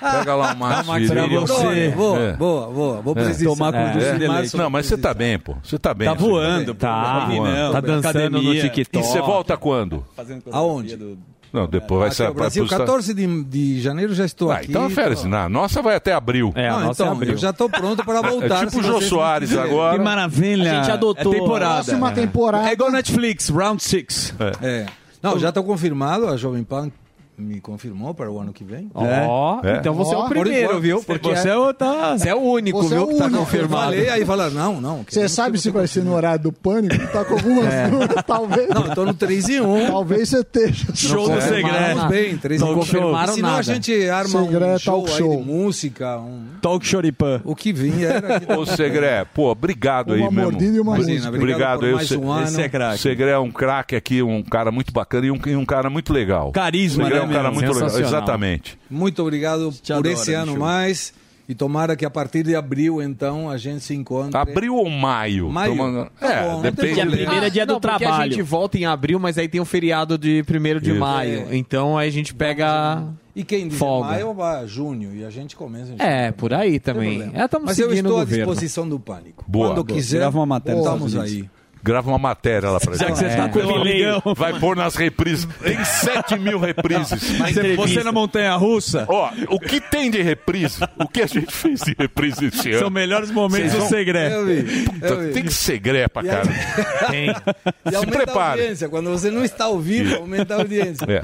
F: Pega lá um o Max,
T: Dá o Max
F: Viril.
T: pra você. Boa, boa, boa. Vou precisar. É. Tomar com doce de leite.
F: É. Não, mas você tá bem, pô. Você tá bem.
T: Tá
F: você
T: voando,
F: bem.
T: pô. Tá. Meninão, Tá dançando academia. no TikTok. Tá
F: E você volta quando?
T: Aonde?
F: Não, depois vai
T: Ah, Aqui
F: ser
T: ao Brasil, 14 de, de janeiro já estou
F: Ah,
T: aqui.
F: então é férias.
T: tô-
F: Não, a nossa vai até abril. É,
T: Não, então, eu já estou pronto para voltar.
F: É tipo
T: se
F: o Jô
T: vocês
F: Soares
T: me quiserem.
F: agora. Que
I: maravilha.
T: A gente adotou.
I: É temporada.
T: Próxima
I: temporada. É igual Netflix, round 6.
T: É. Não, já estou confirmado, a Jovem Pan me confirmou para o ano que vem.
I: Ó,
T: É.
I: então você é o
T: Ó,
I: primeiro,
T: por enquanto,
I: viu?
T: Porque
I: Você é o- tá- você é o único,
T: Você é
I: viu,
T: o
I: que tá
T: único.
I: confirmado.
T: Eu falei, aí falaram, não, não. que-
A: Você sabe se vai ser no horário do pânico? Tá com algumas
T: É.
A: dúvidas, talvez.
T: Não, eu tô no 3 e 1.
A: Talvez você esteja.
T: Não confirmaram nada. bem, 3
I: Talk
T: não
I: show.
T: confirmaram Senão a
I: nada.
T: gente arma
I: Segredo
T: um
I: é
T: é show,
I: talk
T: aí
I: show.
T: de música. Um...
I: Talk Choripan.
T: O é que vinha era...
F: Ô, Segré, pô, obrigado aí mesmo.
T: mordida e uma
F: Bri-
T: música. Obrigado
F: Obrigado
T: por
F: aí,
T: mais
F: Se-
T: um ano. Esse é craque.
F: Segré é um craque aqui, um cara muito bacana e um, e um cara muito legal.
T: Carisma,
F: Segré
T: né,
F: é um cara
T: meu?
F: muito legal.
T: Sensacional.
F: Exatamente.
T: Muito obrigado por
F: adoro,
T: esse ano
F: bicho.
T: mais. E tomara que a partir de abril, então, a gente se encontre.
F: Abril ou maio?
T: Maio.
F: Tomando-
T: Tá
F: É,
T: bom, não tem
F: depende.
T: problema.
J: Ah, não, porque A gente volta em abril, mas aí tem o feriado de 1 de
F: Isso.
J: maio. Então aí a gente pega.
T: E quem diz é
J: folga.
T: maio vai junho e a gente começa. em
J: É, por aí também.
T: problema.
J: É, estamos
T: Mas eu
J: seguindo
T: estou
J: o
T: à
J: governo.
T: disposição do Pânico.
F: Boa.
T: Quando
F: Boa.
T: quiser,
F: Grava uma
T: matéria estamos
F: Estados
T: aí.
F: Grava uma matéria lá pra
T: Já
F: gente. É.
T: que você tá com o
I: amigão.
F: Vai pôr nas reprises. Tem 7 mil reprises.
I: Mas você- você na montanha russa?
F: Ó, o que tem de reprise? O que a gente fez de reprise esse ano?
I: São melhores momentos
F: Vocês
I: do Segré. Eu vi,
F: Puta,
I: eu vi.
F: Tem Segré pra
T: E aí-
F: cara.
T: E
F: Se
T: aumenta a
F: prepare.
T: audiência. Quando você não está ao vivo, aumenta a audiência.
F: É.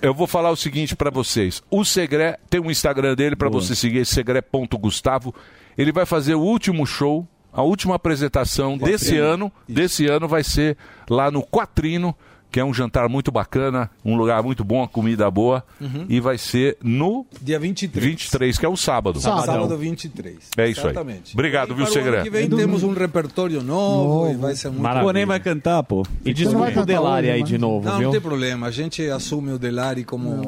F: Eu vou falar o seguinte pra vocês. O Segré tem um Instagram dele pra você seguir, é segré.gustavo. Ele vai fazer o último show, a última apresentação desse
P: Quatrino.
F: ano. Desse ano vai ser lá no Quatrino, que é um jantar muito bacana, um lugar muito bom, a comida boa.
T: Uhum.
F: E vai ser no
T: Dia 23.
F: 23, que é o sábado.
T: Sábado, 23.
F: É isso aí.
T: Exatamente.
F: Obrigado,
T: E
F: viu,
T: para o
F: Segré?
T: ano que vem temos um repertório novo, e um. vai ser muito
I: Maravilha. Pô, nem vai cantar, pô. E desculpa o Delari aí de novo,
T: Não,
I: viu?
T: não tem problema. A gente assume o Delari como...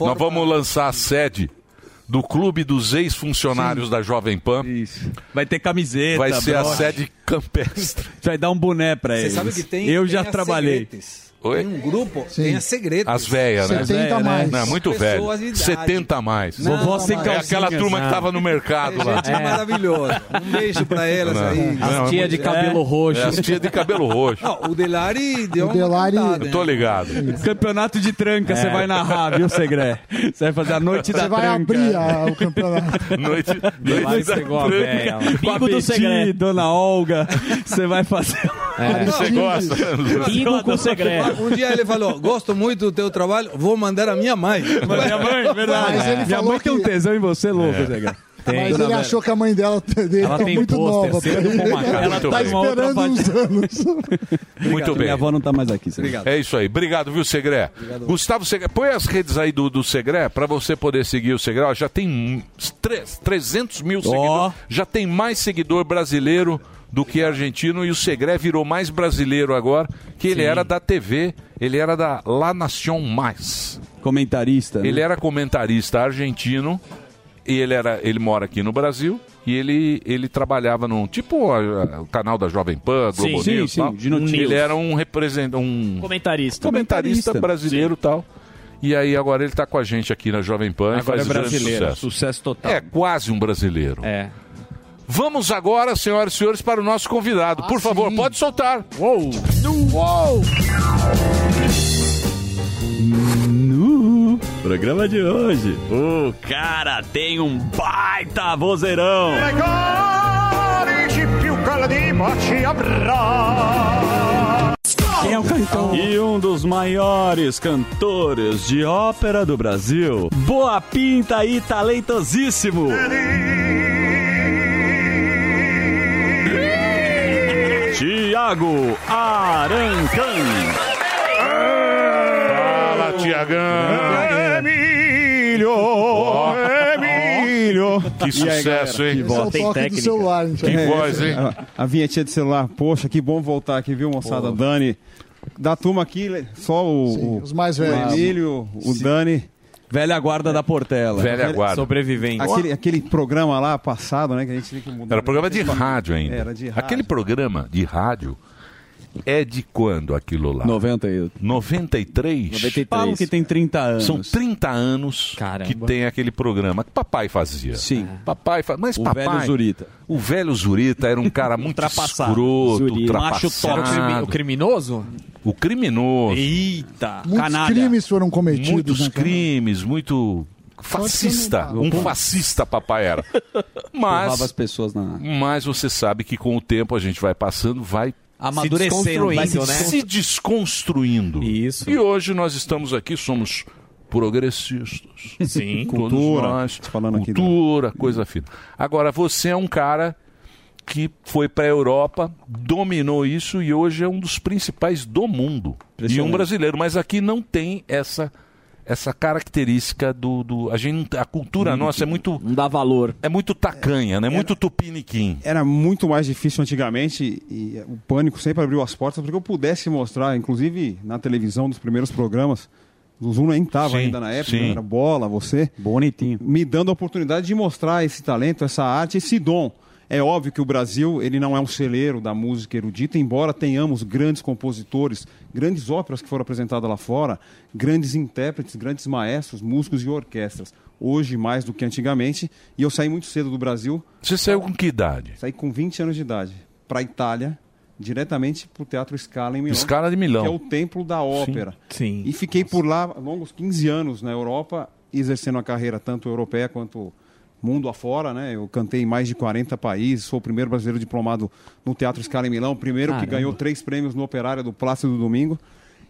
F: Nós vamos lançar a sede do Clube dos Ex-Funcionários da Jovem Pan. Isso.
I: Vai ter camiseta.
F: Vai ser a
I: broche.
F: sede campestre.
I: Vai dar um boné pra
T: Você
I: eles.
T: sabe que tem-
I: Eu
T: tem
I: já
T: as
I: trabalhei.
T: segretes.
F: Oi?
T: Tem um grupo, tem a segredo.
F: As velhas, né?
T: 70
F: As
T: mais.
F: véias, Não, é muito velho.
T: Pessoas de idade.
F: 70 a mais.
T: Não, Vovó sem
F: É
T: calcinha,
F: aquela turma que
T: não.
F: tava no mercado lá.
I: É.
T: Gente é maravilhosa. Um beijo pra elas
F: Não,
T: aí.
F: não, é muito- é, é, As tia de cabelo roxo.
T: Não, o Delari deu
F: O
T: uma
F: Delari-
T: cantada,
F: Eu tô
T: né?
F: ligado.
I: Campeonato de tranca,
F: É.
I: você vai narrar, viu, Segré? Você vai fazer a noite da
T: Você vai
I: tranca.
T: abrir a-
G: o campeonato.
F: noite
I: noite
J: Delari
I: da
J: chegou a véia lá.
I: tranca. Com a
J: Bingo do
I: Beti,
J: Segré.
I: Dona Olga, você vai fazer...
J: É. Você gosta, né? Bingo com Segré.
T: Um dia ele falou, gosto muito do teu trabalho, vou mandar a minha mãe.
I: Minha mãe, verdade.
T: Mas ele
I: Minha
T: falou
I: mãe tem um tesão em você, louco,
T: É.
I: Segré.
T: Mas
I: Dona
T: ele
I: Vera.
G: achou que a mãe dela dele
I: Ela
G: tá
I: tem
G: muito
I: pôster,
G: nova.
I: cedo
G: pra
I: com
G: ele.
I: uma cara.
G: Ela
F: Muito
G: tá
F: bem.
G: esperando uns anos.
F: Muito bem.
I: Minha avó não tá mais aqui, Segré.
F: É isso aí. Obrigado, viu, Segré? Gustavo Segré, põe as redes aí do, do Segré pra você poder seguir o Segré. Ó, já tem hum, tre- 300 mil seguidores. Já tem mais seguidor brasileiro do que argentino e o Segré virou mais brasileiro agora, que ele
I: Sim.
F: era da TV, ele era da La Nación Mais.
I: Comentarista. né?
F: Ele é era comentarista argentino e ele era ele mora aqui no Brasil e ele ele trabalhava num tipo a- a- o canal da Jovem Pan, Globo
D: Sim, sim,
F: News,
D: sim,
F: tal.
D: de notícias.
F: Ele era um representante, um
D: Comentarista.
F: comentarista brasileiro, e tal. E aí agora ele tá com a gente aqui na Jovem Pan
J: Agora
F: e
J: é
F: faz um grande
J: brasileiro.
F: sucesso.
J: Sucesso total.
F: É quase um brasileiro.
J: É.
F: Vamos agora, senhoras e senhores, para o nosso convidado. Por favor, pode soltar. Uou.
C: Uou!
B: No programa de hoje, o cara tem um baita vozeirão.
I: Quem é o cantor?
B: E um dos maiores cantores de ópera do Brasil. Boa pinta e talentosíssimo. Tiago Arancan.
F: Fala, Tiagão.
B: Emílio.
Q: Emílio.
F: Que sucesso, hein?
Q: Esse é o toque do
G: celular,
Q: hein?
F: Que voz, hein?
Q: É, A, a vinhetinha de celular. Poxa, que bom voltar aqui, viu, moçada? Dani. Da turma aqui, le- só o. o-
G: os mais velhos.
Q: O Emílio, o Dani.
I: Velha guarda da Portela.
F: Velha guarda.
I: Sobrevivente.
Q: Aquele, aquele programa lá passado, né? Que a gente tem que mudar.
F: Era um programa de rádio ainda.
Q: Era de rádio.
F: Aquele programa de rádio é de quando aquilo lá?
I: 98.
F: 93? 93.
I: Falam que tem 30 anos.
F: São 30 anos que tem aquele programa que papai fazia. Sim.
J: É.
F: Papai fa... Mas
I: O
F: papai.
I: velho Zurita.
F: O velho Zurita era um cara muito
J: Ultrapassado.
F: escroto,
J: Zurita. Macho
F: ultrapassado.
J: top. O crimi- o
F: criminoso? O criminoso. Eita,
G: Muitos crimes foram cometidos.
F: Muitos
G: né, cara?
F: crimes, muito fascista.
G: não
F: Um
G: dá.
F: fascista papai era.
I: Empurrava
F: Mas
I: as pessoas na...
F: mas você sabe que com o tempo a gente vai passando, vai
J: Amadurecendo,
F: se desconstruindo,
J: vai se
F: né?
J: descon-
F: Se desconstruindo. Isso. E hoje nós estamos aqui, somos progressistas.
Q: Sim.
F: Todos
Q: Cultura.
F: nós.
Q: Falando aqui
F: cultura, coisa fina. Agora, você é um cara que foi para a Europa, dominou isso e hoje é um dos principais do mundo. E um brasileiro, mas aqui não tem essa essa característica do, do a gente a cultura nossa é muito não dá valor é muito tacanha né muito tupiniquim
Q: era muito mais difícil antigamente e o pânico sempre abriu as portas para que eu pudesse mostrar, inclusive na televisão dos primeiros programas. O Zoom nem estava
F: Sim,
Q: ainda na época, né?
F: sim.
Q: era bola, você. Bonitinho. Me dando a oportunidade de mostrar esse talento, essa arte, esse dom. É óbvio que o Brasil ele não é um celeiro da música erudita, embora tenhamos grandes compositores, grandes óperas que foram apresentadas lá fora, grandes intérpretes, grandes maestros, músicos e orquestras. Hoje mais do que antigamente, e eu saí muito cedo do Brasil
F: Você saiu com que idade?
Q: Saí com 20 anos de idade para Itália, diretamente para o Teatro Scala em Milão.
F: Scala de Milão.
Q: Que é o templo da ópera.
J: Sim.
Q: E fiquei por lá longos 15 anos na Europa, exercendo a carreira tanto europeia quanto mundo afora, né? Eu cantei em mais de 40 países, sou o primeiro brasileiro diplomado no Teatro Scala em Milão, o primeiro que
J: Caramba.
Q: ganhou três prêmios no Operária do Plácido Domingo.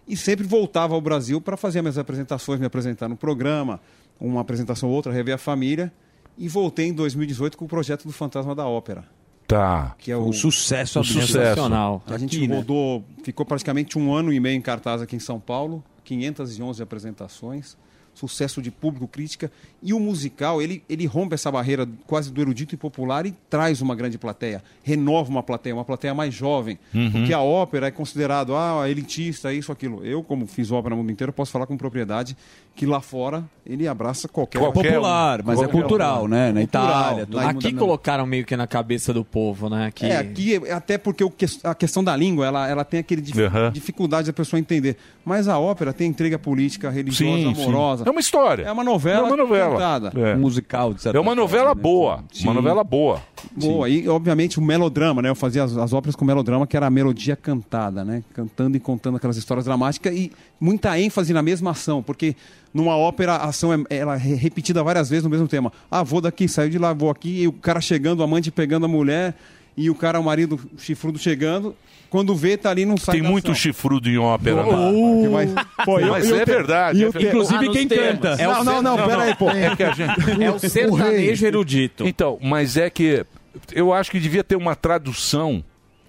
Q: E sempre voltava ao Brasil para fazer minhas apresentações, me apresentar no programa, uma apresentação ou outra, rever a família. E voltei em 2018 com o projeto do Fantasma da Ópera
F: Tá.
Q: que é o,
J: sucesso
Q: o
J: absoluto.
Q: sucesso.
J: Sensacional.
Q: A gente
J: Aqui, né?
Q: rodou, ficou praticamente um ano e meio em cartaz aqui em São Paulo, 511 apresentações, sucesso de público, crítica e o musical ele ele rompe essa barreira quase do erudito e popular e traz uma grande plateia, renova uma plateia, uma plateia mais jovem,
F: Uhum.
Q: porque a ópera é considerado ah elitista isso aquilo. Eu como fiz ópera no mundo inteiro posso falar com propriedade que lá fora ele abraça qualquer...
I: Qualquer um. Popular, mas é cultural, né? Na Itália, todo mundo
J: Aqui
I: também.
J: colocaram meio que na cabeça do povo, né? Que...
Q: tá É, aqui, é- até porque o que- a questão da língua, ela, ela tem aquele dif-
J: Aham.
Q: dificuldade da pessoa entender. Mas a ópera tem entrega política, religiosa,
F: Sim, sim.
Q: amorosa.
F: É uma história.
Q: É uma novela.
F: É uma novela.
Q: Cantada.
F: É.
Q: Musical, de
F: É uma novela boa. Uma novela boa.
Q: Boa, e obviamente o melodrama, né? Eu fazia as, as óperas com melodrama, que era a melodia cantada, né? Cantando e contando aquelas histórias dramáticas e muita ênfase na mesma ação, porque numa ópera a ação é ela é repetida várias vezes no mesmo tema. Ah, vou daqui, saiu de lá, vou aqui, e o cara chegando, o amante pegando a mulher, e o cara, o marido chifrudo chegando. Quando vê, tá ali, não sai
F: Tem
Q: da
F: muito
Q: ação.
F: chifrudo em ópera.
Q: Pô,
F: né?
Q: porque vai- Pô, eu-
F: Mas
Q: eu
F: é
Q: te-
F: verdade.
Q: eu
F: é
Q: te-
F: verdade.
Q: inclusive Ah, quem nos canta. temas. Não, não, não, pera aí, pô.
F: É que a gente-
Q: É o sertanejo
F: rei.
J: erudito.
F: Então, mas é que eu acho que devia ter uma tradução.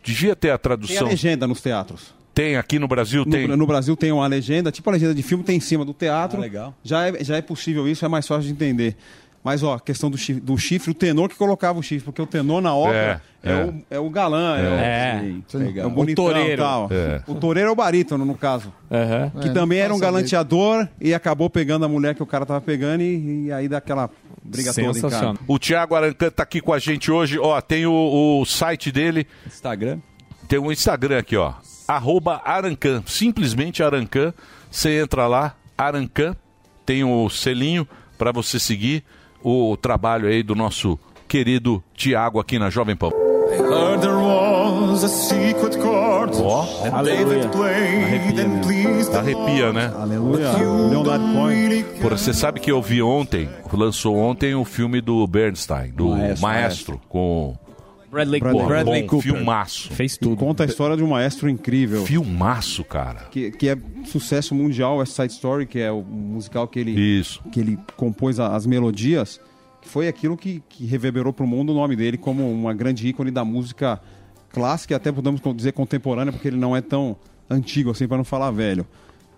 F: Devia ter
Q: Tem
F: a
Q: a
F: tradução.
Q: legenda nos teatros.
F: Tem aqui no Brasil? tem.
Q: Tipo, No, no Brasil tem uma legenda, tipo a legenda de filme tem em cima do teatro.
F: Ah, legal.
Q: Já é, já é possível isso, é mais fácil de entender. Mas, ó, a questão do chifre, do chifre, o tenor que colocava o chifre, porque o tenor na ópera
F: É,
Q: é,
F: é.
Q: O, é o galã,
F: É.
Q: é,
F: Sim.
Q: o,
F: Legal.
Q: é o bonitão
F: O toureiro.
Q: tal.
F: É.
Q: O toureiro é o barítono, no caso. Que
F: É,
Q: também
F: não
Q: era um
F: faço
Q: galanteador e acabou pegando a mulher que o cara tava pegando e, e aí dá aquela briga toda em casa.
F: O Thiago Arancan tá aqui com a gente hoje. Ó, tem o, o site dele.
I: Instagram.
F: Tem um Instagram aqui, ó. Arroba Arancan. Simplesmente Arancan. Você entra lá, Arancan. Tem o selinho para você seguir o trabalho aí do nosso querido Thiago aqui na Jovem Pan.
M: Heard there was a secret chord
F: Ó.
M: David played and pleased the
F: Arrepia, né?
Q: Aleluia. Leonard Cohen.
F: Pô, você sabe que eu vi ontem, lançou ontem o filme do Bernstein, do Maestro,
Q: Maestro,
F: com
E: Bradley,
F: Porra,
Q: Bradley
F: bom,
Q: Cooper.
F: Filmaço.
E: Fez
Q: tudo. Conta a história de um maestro incrível.
F: Filmaço, cara.
Q: Que, que é sucesso mundial, West Side Story, que é o musical que ele,
F: Isso.
Q: Que ele compôs a- as melodias. Que foi aquilo que, que reverberou para o mundo o nome dele como uma grande ícone da música clássica, e até podemos con- dizer contemporânea, porque ele não é tão antigo assim, para não falar velho.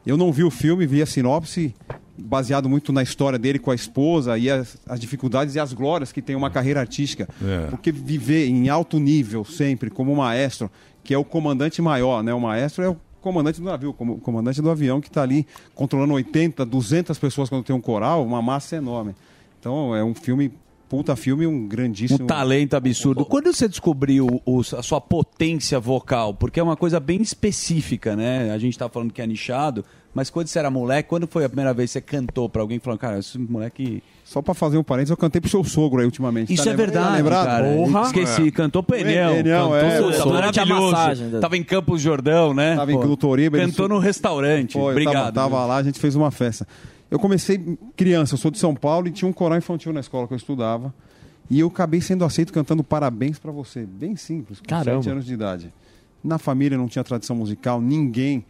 Q: Eu não vi o filme, vi a sinopse, baseado muito na história dele com a esposa e as, as dificuldades e as glórias que tem uma carreira artística.
F: É.
Q: Porque viver em alto nível sempre, como um maestro, que é o comandante maior, né? O maestro é o comandante do navio, como o comandante do avião que está ali controlando 80, 200 pessoas quando tem um coral, uma massa enorme. Então é um filme, puta filme, um grandíssimo...
I: Um talento absurdo. Quando você descobriu o- a sua potência vocal? Porque é uma coisa bem específica, né? A gente tá falando que é nichado, mas quando você era moleque, quando foi a primeira vez que você cantou pra alguém falando, cara, esse moleque.
Q: Só pra fazer um parênteses, eu cantei pro seu sogro aí ultimamente.
I: Isso
Q: Tá
I: é
Q: lembra-
I: verdade,
Q: lembrado?
I: cara. Esqueci, cantou pneu.
Q: Pneu, é.
I: cantou
Q: Sogro.
I: durante a
Q: Maravilhoso.
I: massagem. Tava em Campos Jordão, né?
Q: Tava em
I: Pô.
Q: Clutoriba. ele
I: Cantou
Q: su-
I: no restaurante.
Q: Foi, eu
I: Obrigado.
Q: Tava, tava lá, a gente fez uma festa. Eu comecei criança, eu sou de São Paulo e tinha um coral infantil na escola que eu estudava. E eu acabei sendo aceito cantando parabéns pra você. Bem simples, com
J: Caramba.
Q: 7 anos de idade. Na família não tinha tradição musical, ninguém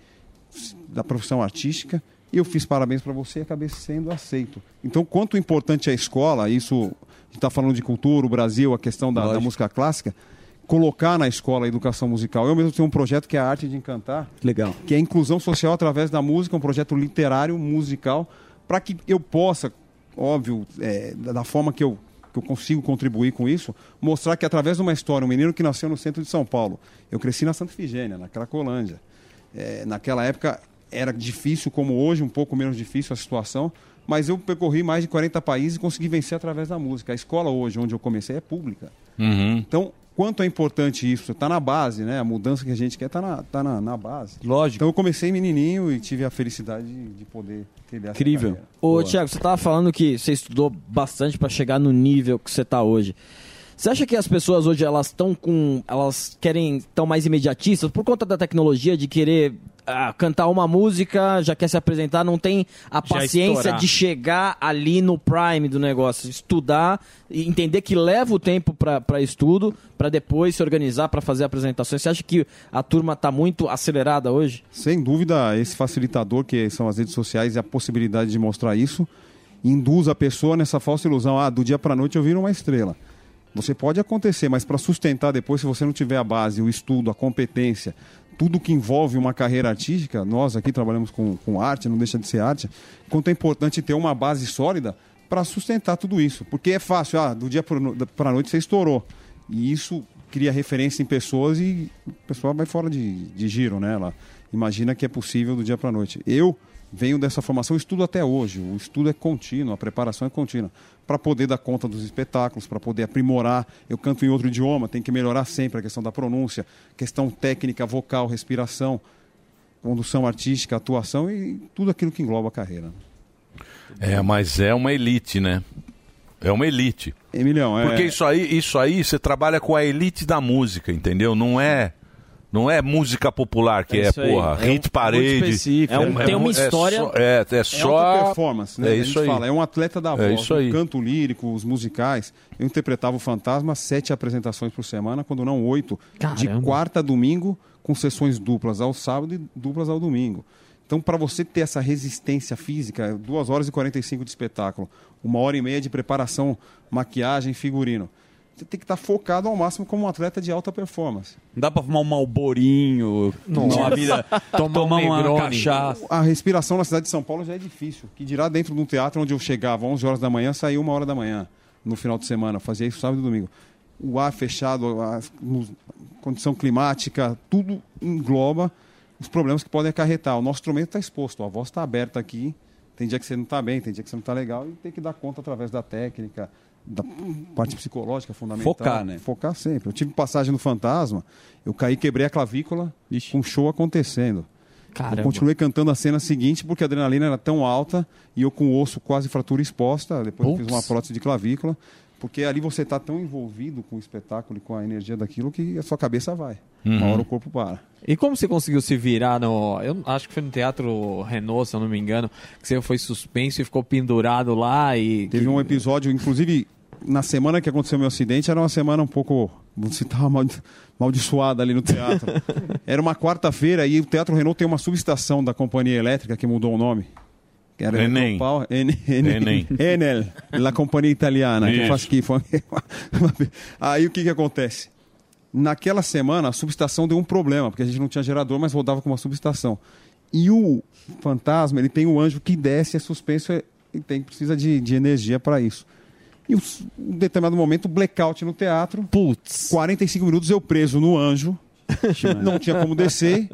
Q: s- da profissão artística. E eu fiz parabéns pra você e acabei sendo aceito. Então, quanto importante é a escola, isso, a gente tá falando de cultura, o Brasil, a questão da, da música clássica, colocar na escola a educação musical. Eu mesmo tenho um projeto que é a arte de encantar
I: Legal.
Q: que é a inclusão social através da música, um projeto literário, musical, para que eu possa, óbvio, é, da da forma que eu, que eu consigo contribuir com isso, mostrar que através de uma história, um menino que nasceu no centro de São Paulo, eu cresci na Santa Ifigênia, na Cracolândia. É, naquela época era difícil, como hoje, um pouco menos difícil a situação, mas eu percorri mais de 40 países e consegui vencer através da música. A escola hoje, onde eu comecei, é pública.
F: Uhum.
Q: Então, quanto é importante isso? Está na base, né? A mudança que a gente quer está na, tá na, na base.
I: Lógico.
Q: Então, eu comecei menininho e tive a felicidade de, de poder trilhar essa carreira.
E: Ô,
Q: Boa.
E: Thiago, você tava falando que você estudou bastante para chegar no nível que você tá hoje. Você acha que as pessoas hoje elas estão com. Elas querem. estão mais imediatistas por conta da tecnologia de querer ah, cantar uma música, já quer se apresentar, não tem a paciência
H: estourar.
E: de chegar ali no prime do negócio, estudar e entender que leva o tempo para estudo, para depois se organizar para fazer apresentações. Você acha que a turma tá muito acelerada hoje?
Q: Sem dúvida, esse facilitador que são as redes sociais e a possibilidade de mostrar isso induz a pessoa nessa falsa ilusão. Ah, do dia para noite eu viro uma estrela. Você pode acontecer, mas para sustentar depois, se você não tiver a base, o estudo, a competência, tudo que envolve uma carreira artística, nós aqui trabalhamos com, com arte, não deixa de ser arte, quanto é importante ter uma base sólida para sustentar tudo isso. Porque é fácil, ah, do dia para noite você estourou. E isso cria referência em pessoas e o pessoal vai fora de, de giro, né? Ela imagina que é possível do dia para noite. Eu venham dessa formação. O estudo até hoje, o estudo é contínuo, a preparação é contínua. Para poder dar conta dos espetáculos, para poder aprimorar. Eu canto em outro idioma, tem que melhorar sempre a questão da pronúncia, questão técnica, vocal, respiração, condução artística, atuação e tudo aquilo que engloba a carreira. né?
F: É, mas é uma elite, né? É uma elite.
Q: Emilhão, é...
F: Porque isso aí, isso aí você trabalha com a elite da música, entendeu? Não é não é música popular que
B: É
F: é,
B: isso aí.
F: porra,
B: É um-
F: hit parede.
Q: específico, É um- é tem um- uma história-
F: só- É, é só
Q: outra performance, né?
F: É
Q: A gente
F: isso aí.
Q: fala, é um atleta da
F: É
Q: voz,
F: isso
Q: um
F: aí.
Q: canto lírico, os musicais. Eu interpretava o Fantasma sete apresentações por semana, quando não oito, de quarta a domingo, com sessões duplas ao sábado e duplas ao domingo. Então, para você ter essa resistência física, duas horas e 45 de espetáculo, uma hora e meia de preparação, maquiagem, figurino. Você tem que estar focado ao máximo como um atleta de alta performance.
I: Não dá pra fumar um malborinho, tomar uma vida, tomar uma cachaça.
Q: A respiração na cidade de São Paulo já é difícil. Que dirá dentro de um teatro onde eu chegava 11 horas da manhã, saía uma hora da manhã no final de semana. Eu Fazia isso sábado e domingo. O ar fechado, a mu- condição climática, tudo engloba os problemas que podem acarretar. O nosso instrumento está exposto, a voz está aberta aqui. Tem dia que você não está bem, tem dia que você não está legal e tem que dar conta através da técnica, da parte psicológica fundamental.
I: Focar, né?
Q: Focar sempre. Eu tive passagem no Fantasma, eu caí, quebrei a clavícula com o show acontecendo.
J: Caramba.
Q: Eu continuei cantando a cena seguinte porque a adrenalina era tão alta e eu com o osso quase fratura exposta. Depois eu fiz
J: Putz.
Q: uma prótese de clavícula. Porque ali você está tão envolvido com o espetáculo e com a energia daquilo que a sua cabeça vai. Uma
J: Uhum.
Q: hora o corpo para.
J: E como você conseguiu se virar no. Eu acho que foi no Teatro Renault, se eu não me engano, que você foi suspenso e ficou pendurado lá e.
Q: Teve um episódio, inclusive, na semana que aconteceu o meu acidente, era uma semana um pouco. Você estava maldiçoada ali no teatro. era uma quarta-feira e o Teatro Renault tem uma subestação da companhia elétrica que mudou o nome. Que era
F: Enem.
Q: Eletropau- En- Enem.
F: Enem.
Q: Enel, la companhia italiana, que
F: Isso.
Q: faz que foi- Aí o que, que acontece? Naquela semana, a subestação deu um problema, porque a gente não tinha gerador, mas rodava com uma subestação. E o fantasma, ele tem um anjo que desce, é suspenso é- e tem, precisa de, de energia para isso. E um, s- um determinado momento, blackout no teatro.
J: Putz.
Q: 45 minutos eu preso no anjo. não tinha como descer.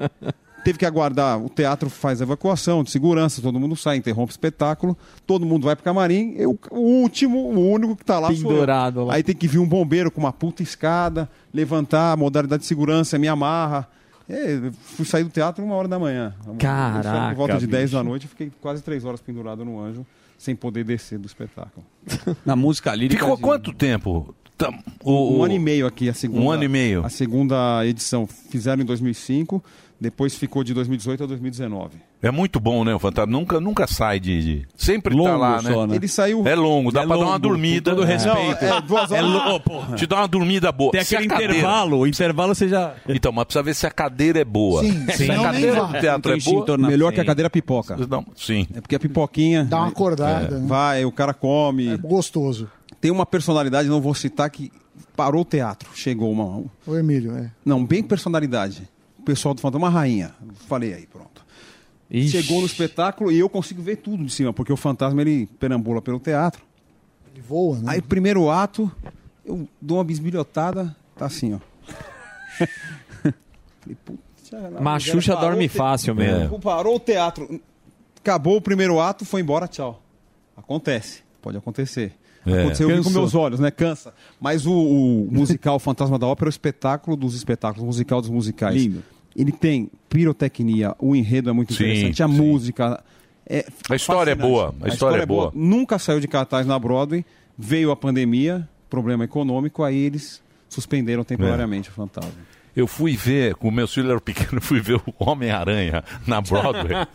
Q: Teve que aguardar. O teatro faz evacuação de segurança, todo mundo sai, interrompe o espetáculo, todo mundo vai pro camarim. Eu, o último, o único que tá lá. sou eu.
J: Pendurado lá.
Q: Aí tem que vir um bombeiro com uma puta escada, levantar, a modalidade de segurança, me amarra. É, eu fui sair do teatro uma hora da manhã.
J: Caraca,
Q: Isso era Por volta de
J: bicho.
Q: 10 da noite, eu fiquei quase 3 horas pendurado no anjo, sem poder descer do espetáculo.
I: Na música lírica. assim.
F: Ficou quanto tempo? Tam-
Q: um
F: o-
Q: ano e meio aqui, a segunda.
F: Um ano e meio.
Q: A segunda edição. Fizeram em 2005, depois ficou de 2018 a 2019.
F: É muito bom, né, o Fantasma? Nunca, nunca sai de. de- Sempre tá
Q: Longo
F: lá, né?
Q: só, né? Ele saiu-
F: É longo, dá
Q: É
F: pra dar uma
Q: longo, com
F: dormida.
Q: todo
F: É.
Q: respeito.
F: Não,
Q: É lo-
F: Ô, porra. Te dá uma dormida boa.
I: Tem
F: Se
I: aquele
F: a cadeira-
I: intervalo, o intervalo você já.
F: Então, mas precisa ver se a cadeira é boa.
I: Sim,
F: se a
I: senão nem
F: cadeira
I: vai.
F: do teatro é boa.
Q: Melhor que a cadeira pipoca.
F: Não, sim.
Q: É porque a pipoquinha. Dá
F: uma acordada,
Q: É.
F: né?
Q: Vai, o cara come. É
G: gostoso.
Q: Tem uma personalidade, não vou citar, que parou o teatro. Chegou uma. um,
G: O Emílio, é.
Q: Não, bem personalidade. O pessoal do Fantasma, uma rainha. Falei aí, pronto. Chegou no espetáculo e eu consigo ver tudo de cima, porque o fantasma ele perambula pelo teatro.
G: Ele voa, né?
Q: Aí, primeiro ato, eu dou uma bisbilhotada, tá assim, ó. Falei, puta, lá,
J: Mas a Xuxa
Q: parou
J: dorme
Q: o te-
J: fácil mesmo.
Q: É. Parou o teatro. Acabou o primeiro ato, foi embora, tchau. Acontece, pode acontecer.
F: É.
Q: Aconteceu eu vi com
F: Cansou.
Q: meus olhos, né? Cansa. Mas o, o musical Fantasma da Ópera é o espetáculo dos espetáculos, o musical dos musicais.
F: Lindo.
Q: Ele tem pirotecnia, o enredo é muito
F: Sim,
Q: interessante, a música. É
F: A história é
Q: fascinante.
F: boa, a história é boa.
Q: Nunca saiu de cartaz na Broadway, veio a pandemia, problema econômico, aí eles suspenderam
F: É.
Q: temporariamente o Fantasma.
F: Eu fui ver, com meus filhos eram pequenos, eu fui ver o Homem-Aranha na Broadway.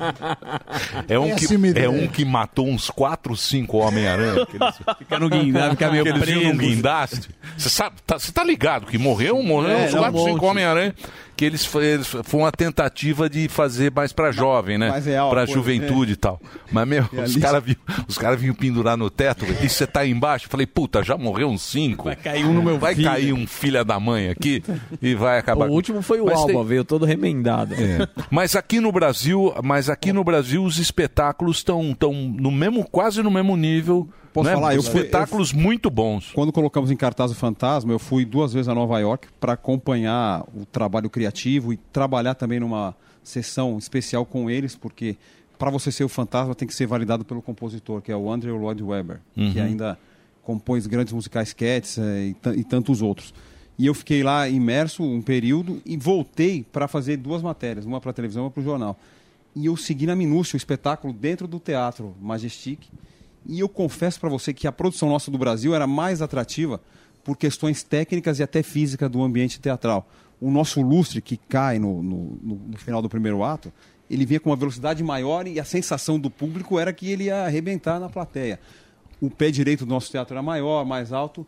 F: É um, que,
Q: Péssima
F: é
Q: ideia.
F: um que matou uns 4, 5 Homem-Aranha. que eles-
I: Fica no guindaste, fica meio
F: que eles iam num
I: preso.
F: guindaste. Você sabe- tá, você tá ligado que morreu, morreu
I: É,
F: uns
I: é um
F: 4, 5
I: monte.
F: Homem-Aranha. Que eles, f- eles f- foi uma tentativa de fazer mais pra jovem, né?
Q: mais real,
F: pra
Q: pô,
F: juventude
Q: é.
F: e tal. Mas, meu, os
Q: Realista.
F: caras vinham, os cara vinham pendurar no teto e você tá aí embaixo. Eu Falei, puta, já morreu uns 5. Vai
J: cair um no meu
F: Vai
J: filho.
F: cair um filho da mãe aqui e vai acabar.
J: O último foi o
F: Mas
J: Alba,
F: tem-
J: veio todo remendado.
F: é. Mas aqui no Brasil, mas aqui no Brasil os espetáculos estão tão no mesmo, quase no mesmo nível.
Q: Posso
F: né?
Q: falar? Eu fui-
F: espetáculos muito bons.
Q: Quando colocamos em cartaz o Fantasma, eu fui duas vezes a Nova York para acompanhar o trabalho criativo e trabalhar também numa sessão especial com eles, porque para você ser o fantasma, tem que ser validado pelo compositor, que é o Andrew Lloyd Webber, que
F: Uhum.
Q: ainda compôs grandes musicais Cats eh, e, tan- e tantos outros. E eu fiquei lá imerso um período e voltei para fazer duas matérias, uma para televisão e uma para o jornal. E eu segui na minúcia o espetáculo dentro do teatro Majestic. E eu confesso para você que a produção nossa do Brasil era mais atrativa por questões técnicas e até física do ambiente teatral. O nosso lustre, que cai no, no- no- no final do primeiro ato, ele vinha com uma velocidade maior e a sensação do público era que ele ia arrebentar na plateia. O pé direito do nosso teatro era maior, mais alto.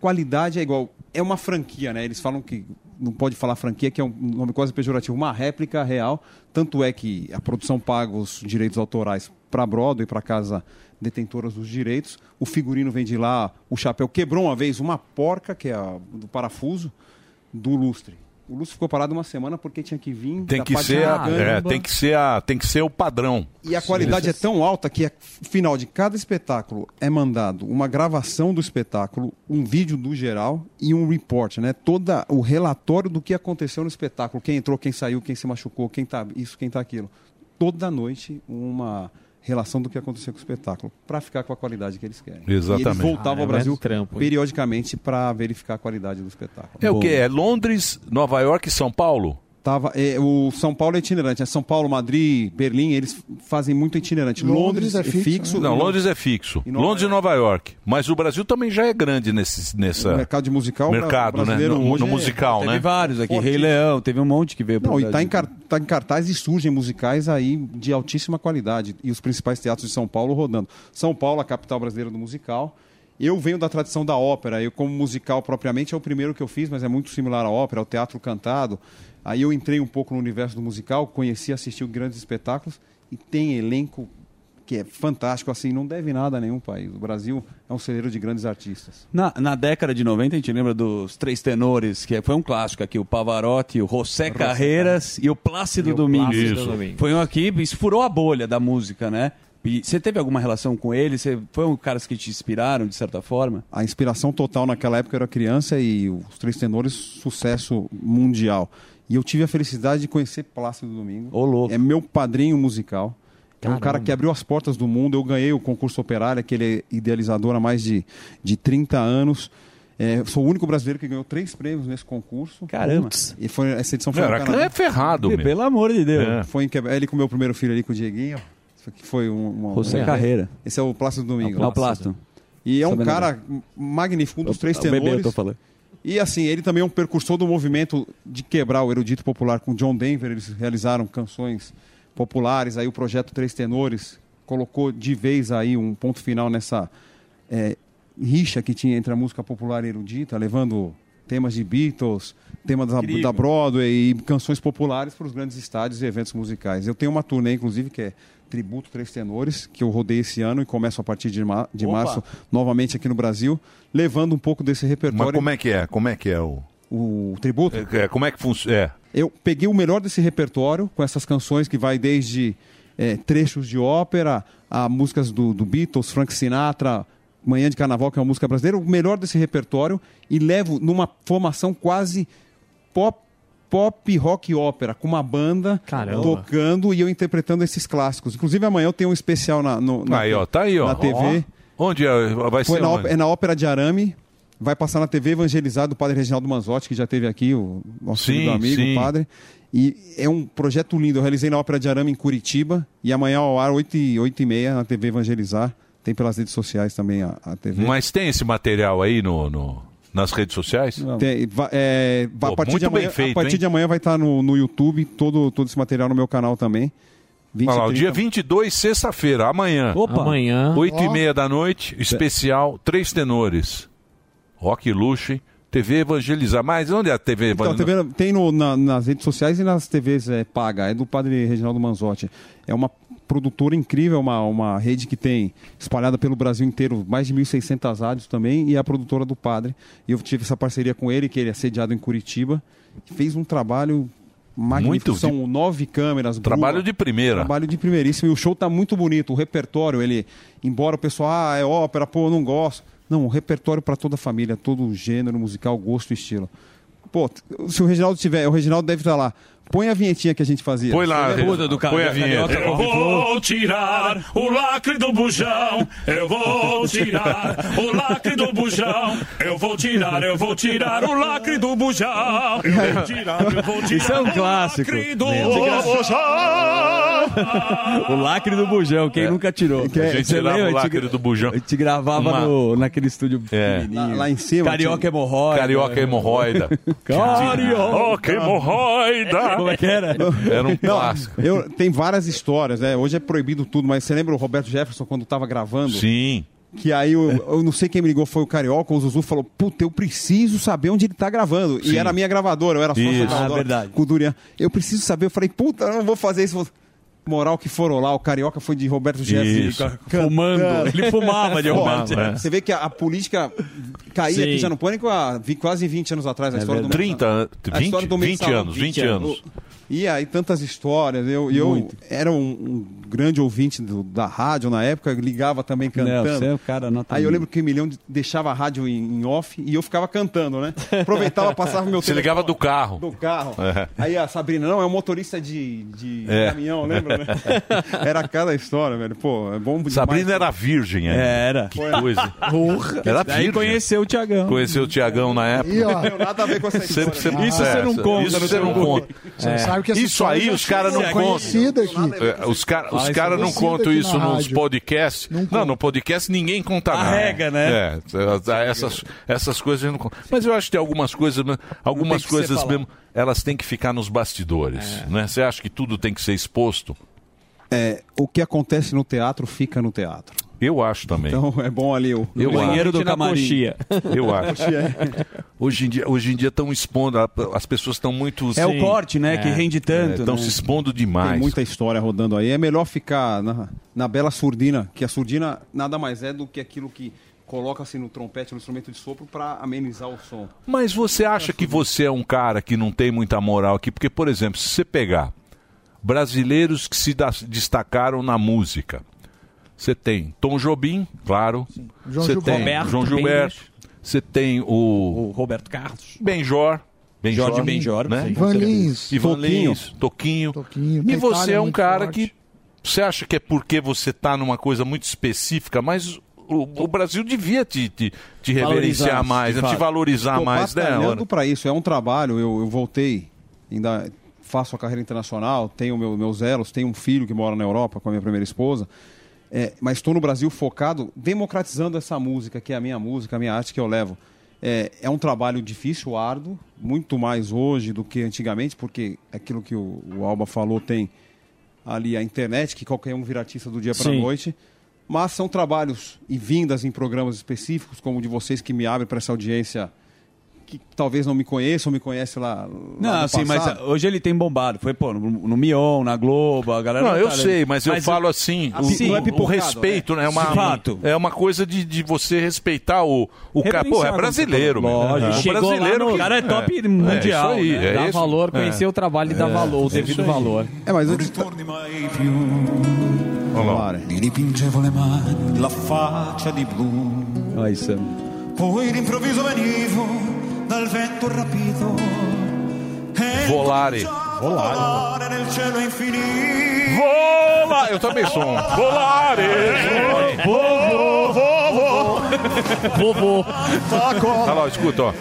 Q: Qualidade é igual. É uma franquia, né? Eles falam que não pode falar franquia, que é um nome quase pejorativo, uma réplica real. Tanto é que a produção paga os direitos autorais para Broadway, para casa detentora dos direitos. O figurino vem de lá, o chapéu quebrou uma vez uma porca, que é a do parafuso, do lustre. O lustre ficou parado uma semana porque tinha que vir.
F: Tem
Q: da
F: que,
Q: parte
F: ser a,
Q: da
F: é,
Q: gamba.
F: tem, que ser a, tem que ser o padrão.
Q: E a qualidade é tão alta que, a final de cada espetáculo, é mandado uma gravação do espetáculo, um vídeo do geral e um report, né? Todo o relatório do que aconteceu no espetáculo, quem entrou, quem saiu, quem se machucou, quem tá isso, quem tá aquilo. Toda noite, uma relação do que aconteceu com o espetáculo, para ficar com a qualidade que eles querem. E eles
F: Exatamente.
Q: voltavam
F: Ah, é
Q: ao Brasil
F: mais trampo, hein?
Q: periodicamente para verificar a qualidade do espetáculo.
F: É o quê? É Londres, Nova York e São Paulo?
Q: Tava, é, o São Paulo é itinerante. É São Paulo, Madrid, Berlim, eles fazem muito itinerante. Londres, é fixo.
F: Não, Londres é fixo. Londres e Nova York. Mas o Brasil também já é grande nesse nessa
Q: O mercado de musical
F: mercado, né?
Q: brasileiro
F: No,
Q: hoje
F: no
Q: é-
F: musical,
Q: teve
F: né?
Q: vários aqui, Rei
I: Leão, teve um monte que veio
Q: Não, e tá em, car- tá em cartaz e surgem musicais aí de altíssima qualidade. E os principais teatros de São Paulo rodando. São Paulo, a capital brasileira do musical. Eu venho da tradição da ópera. Eu, como musical propriamente, é o primeiro que eu fiz, mas é muito similar à ópera, ao teatro cantado. Aí eu entrei um pouco no universo do musical, conheci, assisti grandes espetáculos. E tem elenco que é fantástico, assim, não deve nada a nenhum país. O Brasil é um celeiro de grandes artistas.
I: Na, na década de 90, a gente lembra dos três tenores, que foi um clássico aqui, o Pavarotti, o José Carreiras e o Plácido Domingos.
F: Plácido Isso. Domingos.
I: Foi um aqui, isso furou a bolha da música, né? E você teve alguma relação com ele? Você foi um caras que te inspiraram, de certa forma?
Q: a inspiração total naquela época eu era criança e os Três Tenores, sucesso mundial. E eu tive a felicidade de conhecer Plácido Domingo. É meu padrinho musical. É um
F: Caramba.
Q: cara que abriu as portas do mundo. Eu ganhei o concurso operário, que ele é idealizador há mais de, de 30 anos. É, sou o único brasileiro que ganhou três prêmios nesse concurso.
I: Caramba.
Q: Putz. E foi, essa edição foi
F: Não,
Q: no
F: era-
Q: Canadá.
F: é ferrado, meu. Pelo
I: amor de Deus.
F: É.
Q: Foi em Quebec. Ele com o meu primeiro filho ali, com o Dieguinho. que Foi um- uma...
I: José
Q: um-
I: Carreira.
Q: Esse é o Plácido Domingo.
I: É o Plácido.
Q: E é um
I: Sabendo
Q: cara magnífico, um dos três
I: o bebê,
Q: tenores.
I: eu tô falando.
Q: E assim, ele também é um precursor do movimento de quebrar o erudito popular com John Denver. Eles realizaram canções populares, aí o projeto Três Tenores colocou de vez aí um ponto final nessa eh, rixa que tinha entre a música popular e erudita, levando temas de Beatles, temas da,
F: Incrível.
Q: da Broadway e canções populares para os grandes estádios e eventos musicais. Eu tenho uma turnê, inclusive, que é Tributo Três Tenores, que eu rodei esse ano e começo a partir de, ma- de
F: Opa!
Q: março novamente aqui no Brasil, levando um pouco desse repertório.
F: Mas como é que é? Como é que é o.
Q: O tributo?
F: É, como é que funciona? É.
Q: Eu peguei o melhor desse repertório, com essas canções que vai desde eh, trechos de ópera a músicas do, do Beatles, Frank Sinatra, Manhã de Carnaval, que é uma música brasileira, o melhor desse repertório e levo numa formação quase pop, pop rock ópera, com uma banda tocando e eu interpretando esses clássicos. Inclusive amanhã eu tenho um especial na, no- na,
F: Aí, ó, tá aí, ó.
Q: na TV.
F: Ó. Onde é? Vai
Q: Foi
F: ser
Q: na
F: onde?
Q: ópera- é na Ópera de Arame. Vai passar na TV evangelizado do padre Reginaldo Manzotti, que já teve aqui, o nosso
F: Sim,
Q: querido amigo,
F: sim.
Q: o padre. E é um projeto lindo. Eu realizei na Ópera de Arame em Curitiba. E amanhã ao ar, 8 e, 8 e meia, na TV Evangelizar. Tem pelas redes sociais também a, a TV.
F: Mas tem esse material aí no, no- nas redes sociais?
Q: Tem- va- é, va-
F: Pô,
Q: a partir,
F: muito
Q: de amanhã,
F: bem feito,
Q: a partir
F: hein?
Q: de amanhã vai estar no, no YouTube todo, todo esse material no meu canal também. 20
F: Olha
Q: e
F: lá, o
Q: 30.
F: dia 22, sexta-feira, amanhã.
Q: Opa. Amanhã.
F: 8 e
Q: Ó.
F: meia da noite, especial, três tenores. Rock Luxo, TV Evangelizar. Mas onde é a TV
Q: Então,
F: Evangelizar?
Q: TV tem no- na- nas redes sociais e nas TVs é, paga. É do padre Reginaldo Manzotti. É uma produtora incrível, uma, uma rede que tem espalhada pelo Brasil inteiro, mais de 1.600 rádios também, e é a produtora do padre. E eu tive essa parceria com ele, que ele é sediado em Curitiba. Fez um trabalho magnífico.
F: Muito
Q: São nove câmeras. grua.
F: Trabalho de primeira.
Q: Trabalho de primeiríssimo. E o show tá muito bonito. O repertório, ele, embora o pessoal, ah, é ópera, pô, eu não gosto. Não, um repertório para toda a família, todo gênero musical, gosto e estilo. Pô, t- se o Reginaldo tiver, o Reginaldo deve estar lá. Põe a vinhetinha que a gente fazia.
F: Põe lá,
Q: Você lembra?
F: Buda do Põe a vinheta.
M: Eu vou tirar o lacre do bujão. Eu vou tirar o lacre do bujão. Eu vou tirar, eu vou tirar o lacre do bujão. Eu vou tirar, eu vou tirar.
B: Isso é um clássico.
M: Do
B: Meu Deus.
M: bujão.
B: O lacre do bujão, É. quem nunca tirou?
F: A gente tirava o lacre do bujão.
B: A gente gravava
F: Uma-
B: no, naquele estúdio pequenininho.
F: Lá- lá em cima,
B: Carioca
F: tinha-
B: hemorroida.
F: Carioca hemorroida.
B: Carioca
F: hemorroida.
B: Como é que era?
F: Era um clássico.
Q: Eu, tem várias histórias, né? Hoje é proibido tudo, mas você lembra o Roberto Jefferson quando tava gravando?
F: Sim.
Q: Que aí eu, eu não sei quem me ligou, foi o Carioca ou o Zuzu, falou: Puta, eu preciso saber onde ele tá gravando.
F: Sim.
Q: E era a minha gravadora, eu era só
F: Isso.
Q: gravadora
F: Ah, verdade.
Q: com o Durian. Eu preciso saber, eu falei, puta, eu não vou fazer isso. Moral que foram lá, o Carioca foi de Roberto Jefferson.
B: Isso. Fumando. Ele fumava de
Q: Pô,
B: Roberto Jefferson.
Q: Você vê que a, a política caía
F: Sim.
Q: aqui já no pânico há vi- quase 20 anos atrás, a
F: É
Q: história do
F: verdade. 30 an-
Q: a história
F: 20,
Q: do
F: 20
Q: mensalão.
F: anos, 20 anos.
Q: E aí tantas histórias. Eu, eu
F: Muito.
Q: era um, um grande ouvinte do- da rádio na época, ligava também cantando.
B: você é o cara nota
Q: aí eu
B: mil.
Q: lembro que o Milhão de- deixava a rádio em, em off e eu ficava cantando, né? Aproveitava, passava o meu
F: Você
Q: telefone
F: ligava do carro.
Q: do carro.
F: É.
Q: Aí a Sabrina, não, é um motorista de, de
F: É.
Q: caminhão, lembra, né? Era cada história, velho. Pô, é bom demais.
F: Sabrina era virgem ainda.
Q: É, Era.
F: Que coisa. Era
Q: Daí
F: virgem.
Q: conheceu
B: o Tiagão.
F: Conheceu o Tiagão na época.
Q: Ih, ó. Não tem nada a ver com essa história. né? É.
F: Sempre- sempre-
Q: Isso você não
F: essa-
Q: conta
F: Ah, Isso
Q: no
F: você
Q: seu
F: não
Q: currículo.
F: conta. É.
Q: Você sabe que essa
F: Isso aí
Q: história
F: os
Q: já
F: caras não
Q: foi
F: contam.
Q: conhecida aqui.
F: É, Os caras
Q: Ah,
F: os
Q: isso
F: cara
Q: é
F: não
Q: conhecida
F: contam
Q: aqui
F: isso
Q: na
F: nos
Q: rádio.
F: podcasts. Não, no podcast ninguém conta nada.
B: Arrega, né?
F: É, essas, essas coisas a gente não conta. Mas eu acho que tem algumas coisas, né,
B: Não tem
F: algumas
B: que ser
F: coisas
B: falado.
F: mesmo, elas têm que ficar nos bastidores. Né? Você acha que tudo tem que ser exposto?
Q: É, o que acontece no teatro fica no teatro.
F: Eu acho também.
Q: Então é bom ali o
F: Eu
Q: banheiro
F: acho.
Q: do camarim. é.
F: Eu acho.
Q: Coxinha.
F: Hoje em dia, hoje em dia estão expondo, a- as pessoas estão muito.
Q: É o corte, né, que rende tanto,
F: Estão
Q: né?
F: É, se expondo demais.
Q: Tem muita história rodando aí. É melhor ficar na, na bela surdina, que a surdina nada mais é do que aquilo que coloca-se no trompete, no instrumento de sopro, para amenizar o som.
F: Mas você acha que você é um cara que não tem muita moral aqui? Porque, por exemplo, se você pegar brasileiros que se da- destacaram na música, você tem Tom Jobim, claro.
B: João
F: Você
B: Gilberto.
F: tem
B: Roberto
F: João Gilberto. Você tem o...
B: Roberto Carlos.
F: Benjor. Benjor,
B: Jorge Benjor,
F: né?
B: sim, Ivan com certeza. Lins.
F: Ivan
B: Toquinho.
F: Lins, Toquinho.
B: Na
F: E você
B: Itália é
F: é um
B: muito
F: cara
B: forte.
F: que. Você acha que é porque você está numa coisa muito específica, mas o, o Brasil devia te, te, te reverenciar mais, né? te valorizar mais, né? Ana?
Q: Olhando para isso, é um trabalho. Eu, eu voltei, ainda faço a carreira internacional, tenho meu, meus elos, tenho um filho que mora na Europa com a minha primeira esposa. É, mas estou no Brasil focado, democratizando essa música, que é a minha música, a minha arte que eu levo. É, é um trabalho difícil, árduo, muito mais hoje do que antigamente, porque aquilo que o, o Alba falou tem ali a internet, que qualquer um vira artista do dia para a
J: Sim.
Q: noite. Mas são trabalhos e vindas em programas específicos, como o de vocês, que me abrem para essa audiência que talvez não me conheça ou me conhece lá. lá
B: Não,
Q: no
F: assim,
B: sim, mas
Q: passado.
B: ah, hoje ele tem bombado. Foi, pô, no, no Mion, na Globo, a galera.
F: Não, eu
B: tá
F: sei,
B: lendo.
F: mas eu falo assim, o,
B: Assim,
F: o- o respeito, né? É uma,
B: Fato.
F: é uma coisa de, de você respeitar o, o cara. Pô, é
B: Referenciar,
F: brasileiro,
B: como você falou.
F: meu.
B: Lógico.
F: O
B: Chegou lá
F: brasileiro
B: no-
F: que-
B: o cara é top mundial,
F: É isso aí,
B: né?
F: é
B: Dá
F: isso.
B: valor, conhecer
F: É.
B: o trabalho e dar valor, o
F: É isso
B: devido
F: aí.
B: valor.
Q: É, mas antes-
H: Mi dipingevo le mani, la faccia di blu.
B: Olha isso.
H: Poi d'improvviso venivo dal vento rapito. E
F: Volare.
H: volare nel cielo infinito.
F: Vola! Eu também sou um. Volare!
H: Vovô, vovô.
F: Vovô. Olha lá, escuta, ó.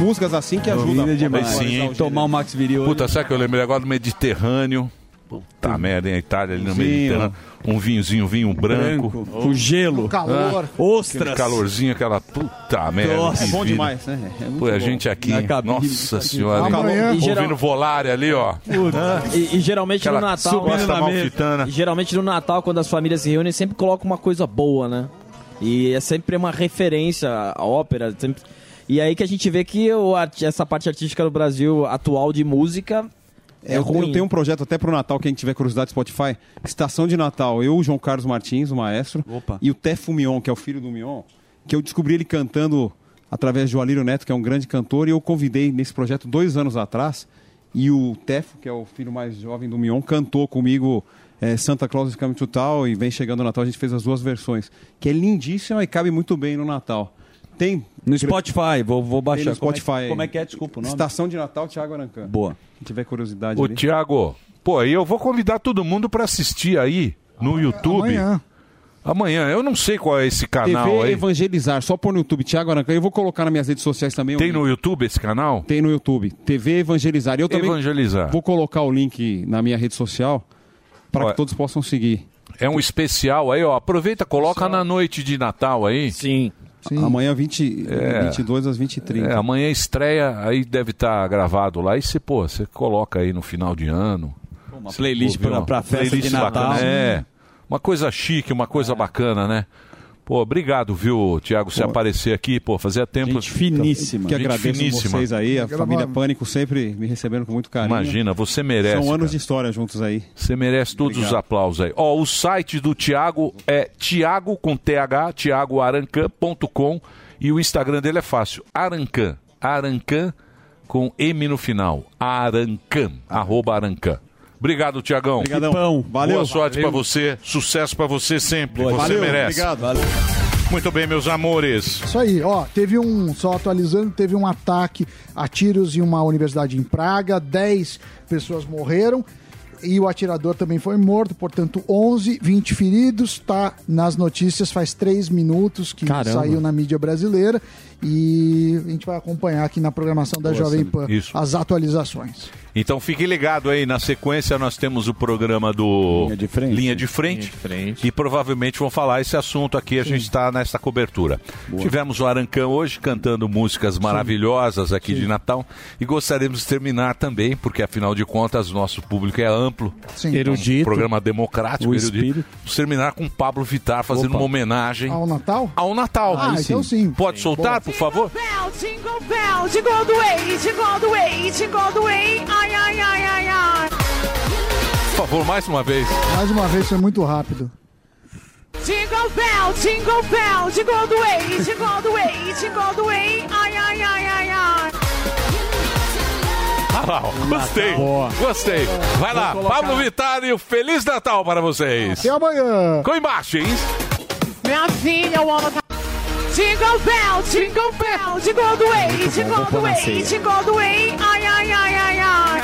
Q: Músicas assim que ajudam. a
F: Mas
Q: popularizar
F: sim,
Q: o
F: hein?
Q: gênero.
B: Tomar o Max Viril.
F: Puta, sabe que eu lembrei agora do Mediterrâneo? Puta merda, hein? A Itália ali no
B: Vinho.
F: Mediterrâneo. Um vinhozinho, um vinho branco.
B: Branco. Com gelo.
F: Ah,
B: Ostras.
F: Aquele calorzinho, aquela puta merda.
B: Nossa,
F: que
B: é bom
F: vida.
B: demais, né? É muito
F: Pô, a
B: bom.
F: gente aqui,
B: Na cabine,
F: nossa
B: tá aqui.
F: senhora. hein?
B: Amanhã-
F: Ouvindo
B: Em geral-
F: volare ali, ó.
E: Ah, E, e geralmente
F: Aquela
E: no Natal.
F: subindo
E: Gosta
F: na mesa.
E: malfitana. E geralmente no Natal, quando as famílias se reúnem, sempre coloca uma coisa boa, né? E é sempre uma referência à ópera. sempre- E aí que a gente vê que o arti- essa parte artística do Brasil atual de música é,
Q: eu,
E: ruim.
Q: eu tenho um projeto até pro Natal, quem tiver curiosidade, Spotify. Estação de Natal. Eu, o João Carlos Martins, o maestro, e o Tefo Mion, que é o filho do Mion, que eu descobri ele cantando através de Alírio Neto, que é um grande cantor, e eu convidei nesse projeto dois anos atrás. E o Tefo, que é o filho mais jovem do Mion, cantou comigo eh, Santa Claus is é Coming to Town e Vem Chegando o Natal. A gente fez as duas versões, que é lindíssima e cabe muito bem no Natal. Tem.
I: No Spotify, vou, vou baixar.
Q: Tem no
I: Como é-
Q: Spotify. aí.
I: Como é que é? Desculpa o nome.
Q: Estação de Natal, Thiago Arancan.
I: Boa.
Q: Quem tiver curiosidade.
F: Ô,
Q: ali.
F: Tiago, pô, aí eu vou convidar todo mundo pra assistir aí no YouTube.
Q: amanhã.
F: Amanhã, eu não sei qual é esse canal
Q: TV
F: aí.
Q: Evangelizar, só pôr no YouTube. Thiago Arancan, eu vou colocar nas minhas redes sociais também. o
F: Tem
B: um
Q: link.
F: no YouTube esse canal?
Q: Tem no YouTube. TV Evangelizar. Eu também
F: Evangelizar.
Q: vou colocar o link na minha rede social para que todos possam seguir.
F: É um especial aí, ó. Aproveita, coloca na noite de Natal aí.
E: Sim.
Q: Amanhã 20,
F: É.
Q: 22 às 20h30.
F: É, amanhã estreia, aí deve estar gravado lá. E você, pô, você coloca aí no final de ano.
I: Uma playlist
F: Pô, viu?
I: pra, pra festa
F: Playlist
I: de Natal. É.
F: bacana. É. Uma coisa chique, uma coisa bacana, né? Pô, obrigado, viu, Tiago, você aparecer aqui, pô, fazia tempo. Gente
Q: finíssima. Que agradeço vocês aí, a família Pânico sempre me recebendo com muito carinho.
F: Imagina, você merece.
Q: São anos
F: cara.
Q: de história juntos aí.
F: Você merece todos os
Q: Obrigado.
F: aplausos aí. Ó, o site do Thiago é Thiago com TH, thiagoarancan.com e o Instagram dele é fácil, Arancan. Arancan com M no final. Arancan, arroba Arancan. Obrigado, Tiagão.
Q: Obrigadão. Pão. Valeu.
F: Boa sorte
Q: Valeu.
F: pra você, sucesso pra você sempre.
Q: Boa.
F: Você
Q: Valeu,
F: merece.
Q: obrigado.
F: Muito bem, meus amores.
G: Isso aí, ó, teve um, só atualizando, teve um ataque a tiros em uma universidade em Praga, 10 pessoas morreram e o atirador também foi morto, portanto 11, 20 feridos, tá nas notícias faz 3 minutos que
J: Caramba.
G: saiu na mídia brasileira e a gente vai acompanhar aqui na programação da
F: Boa,
G: Jovem
F: Sandro.
G: Pan
F: Isso.
G: as atualizações.
F: Então fique ligado aí, na sequência nós temos o programa do Linha de Frente, e provavelmente vão falar esse assunto aqui, a gente está nessa cobertura. Tivemos o Arancão hoje cantando músicas maravilhosas aqui de Natal e gostaríamos de terminar também, porque afinal de contas nosso público é amplo,
G: Sim.
F: um programa democrático,
G: O
F: erudito. Vamos terminar com Pablo Vittar fazendo uma homenagem.
G: Ao Natal?
F: Ao Natal.
G: Ah, então sim.
F: Pode soltar, por favor?
C: Bell, jingle bell, jingle the way, jingle the way, jingle the way. Ai, ai, ai, ai, ai.
F: Por favor, mais uma vez.
G: Mais uma vez foi muito rápido.
C: Jingle bell, jingle bell, jingle the way, jingle the way, jingle the way. Ai, ai, ai, ai, ai.
F: Ah, lá, ó. gostei, gostei. Vai lá, Pablo Vittar e o Feliz Natal para vocês.
G: Até amanhã.
F: Com imagens.
C: Minha filha, eu amo. Jingle bell, jingle bell, jingle the way, jingle the way, jingle the way. Ai, ai, ai, ai, ai.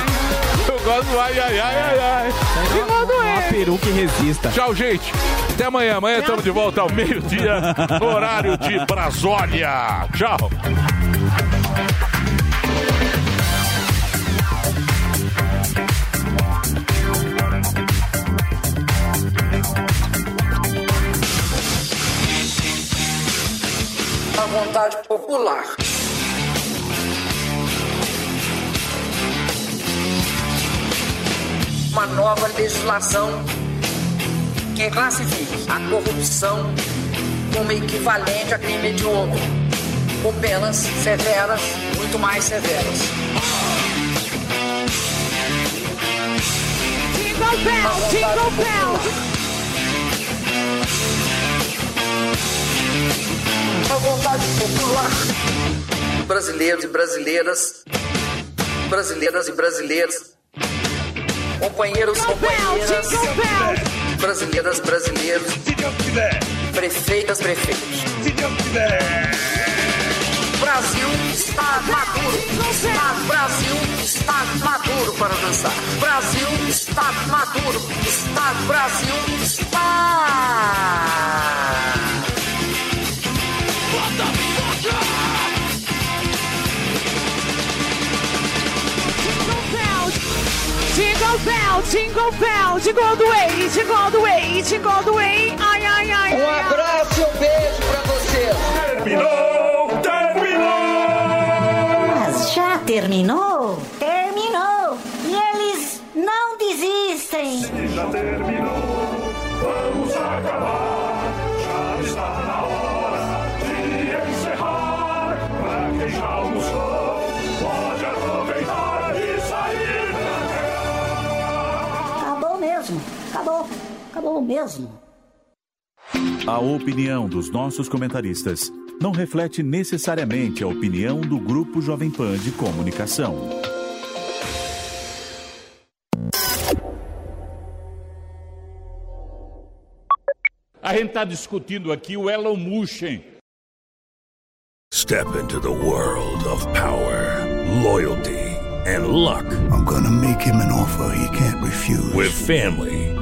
F: Eu gosto do ai, ai, ai, ai, ai.
C: Jingle the way.
F: Peru que resista. Tchau, gente. Até amanhã. Amanhã estamos de volta ao meio-dia, horário de Brasólia. Tchau.
C: A vontade popular. Uma nova legislação que classifique a corrupção como equivalente a crime hediondo, com penas severas, muito mais severas. Jingle bell, jingle bell. A vontade popular. Brasileiros e brasileiras. Brasileiras e brasileiros. Companheiros, companheiras. Brasileiras, brasileiros. Prefeitas, prefeitos. Brasil está maduro. Está, Brasil está maduro para dançar. Brasil está maduro. Está, Brasil está. Jingle bell, jingle bell, jingle the way, jingle the way, jingle the way. Ai, ai, ai. Um abraço e um beijo pra você. Terminou, terminou.
L: Mas já terminou? Terminou! E eles não desistem!
C: Já terminou, vamos acabar. Já está na hora de encerrar. Pra quem já almoçou, pode aproveitar e sair pra cá.
L: Acabou mesmo! Acabou! Acabou mesmo!
V: A opinião dos nossos comentaristas não reflete necessariamente a opinião do Grupo Jovem Pan de Comunicação.
W: A gente está discutindo aqui o Elon Musk.
O: Step into the world of power, loyalty, and luck.
U: I'm gonna make him an offer he can't refuse.
O: With family,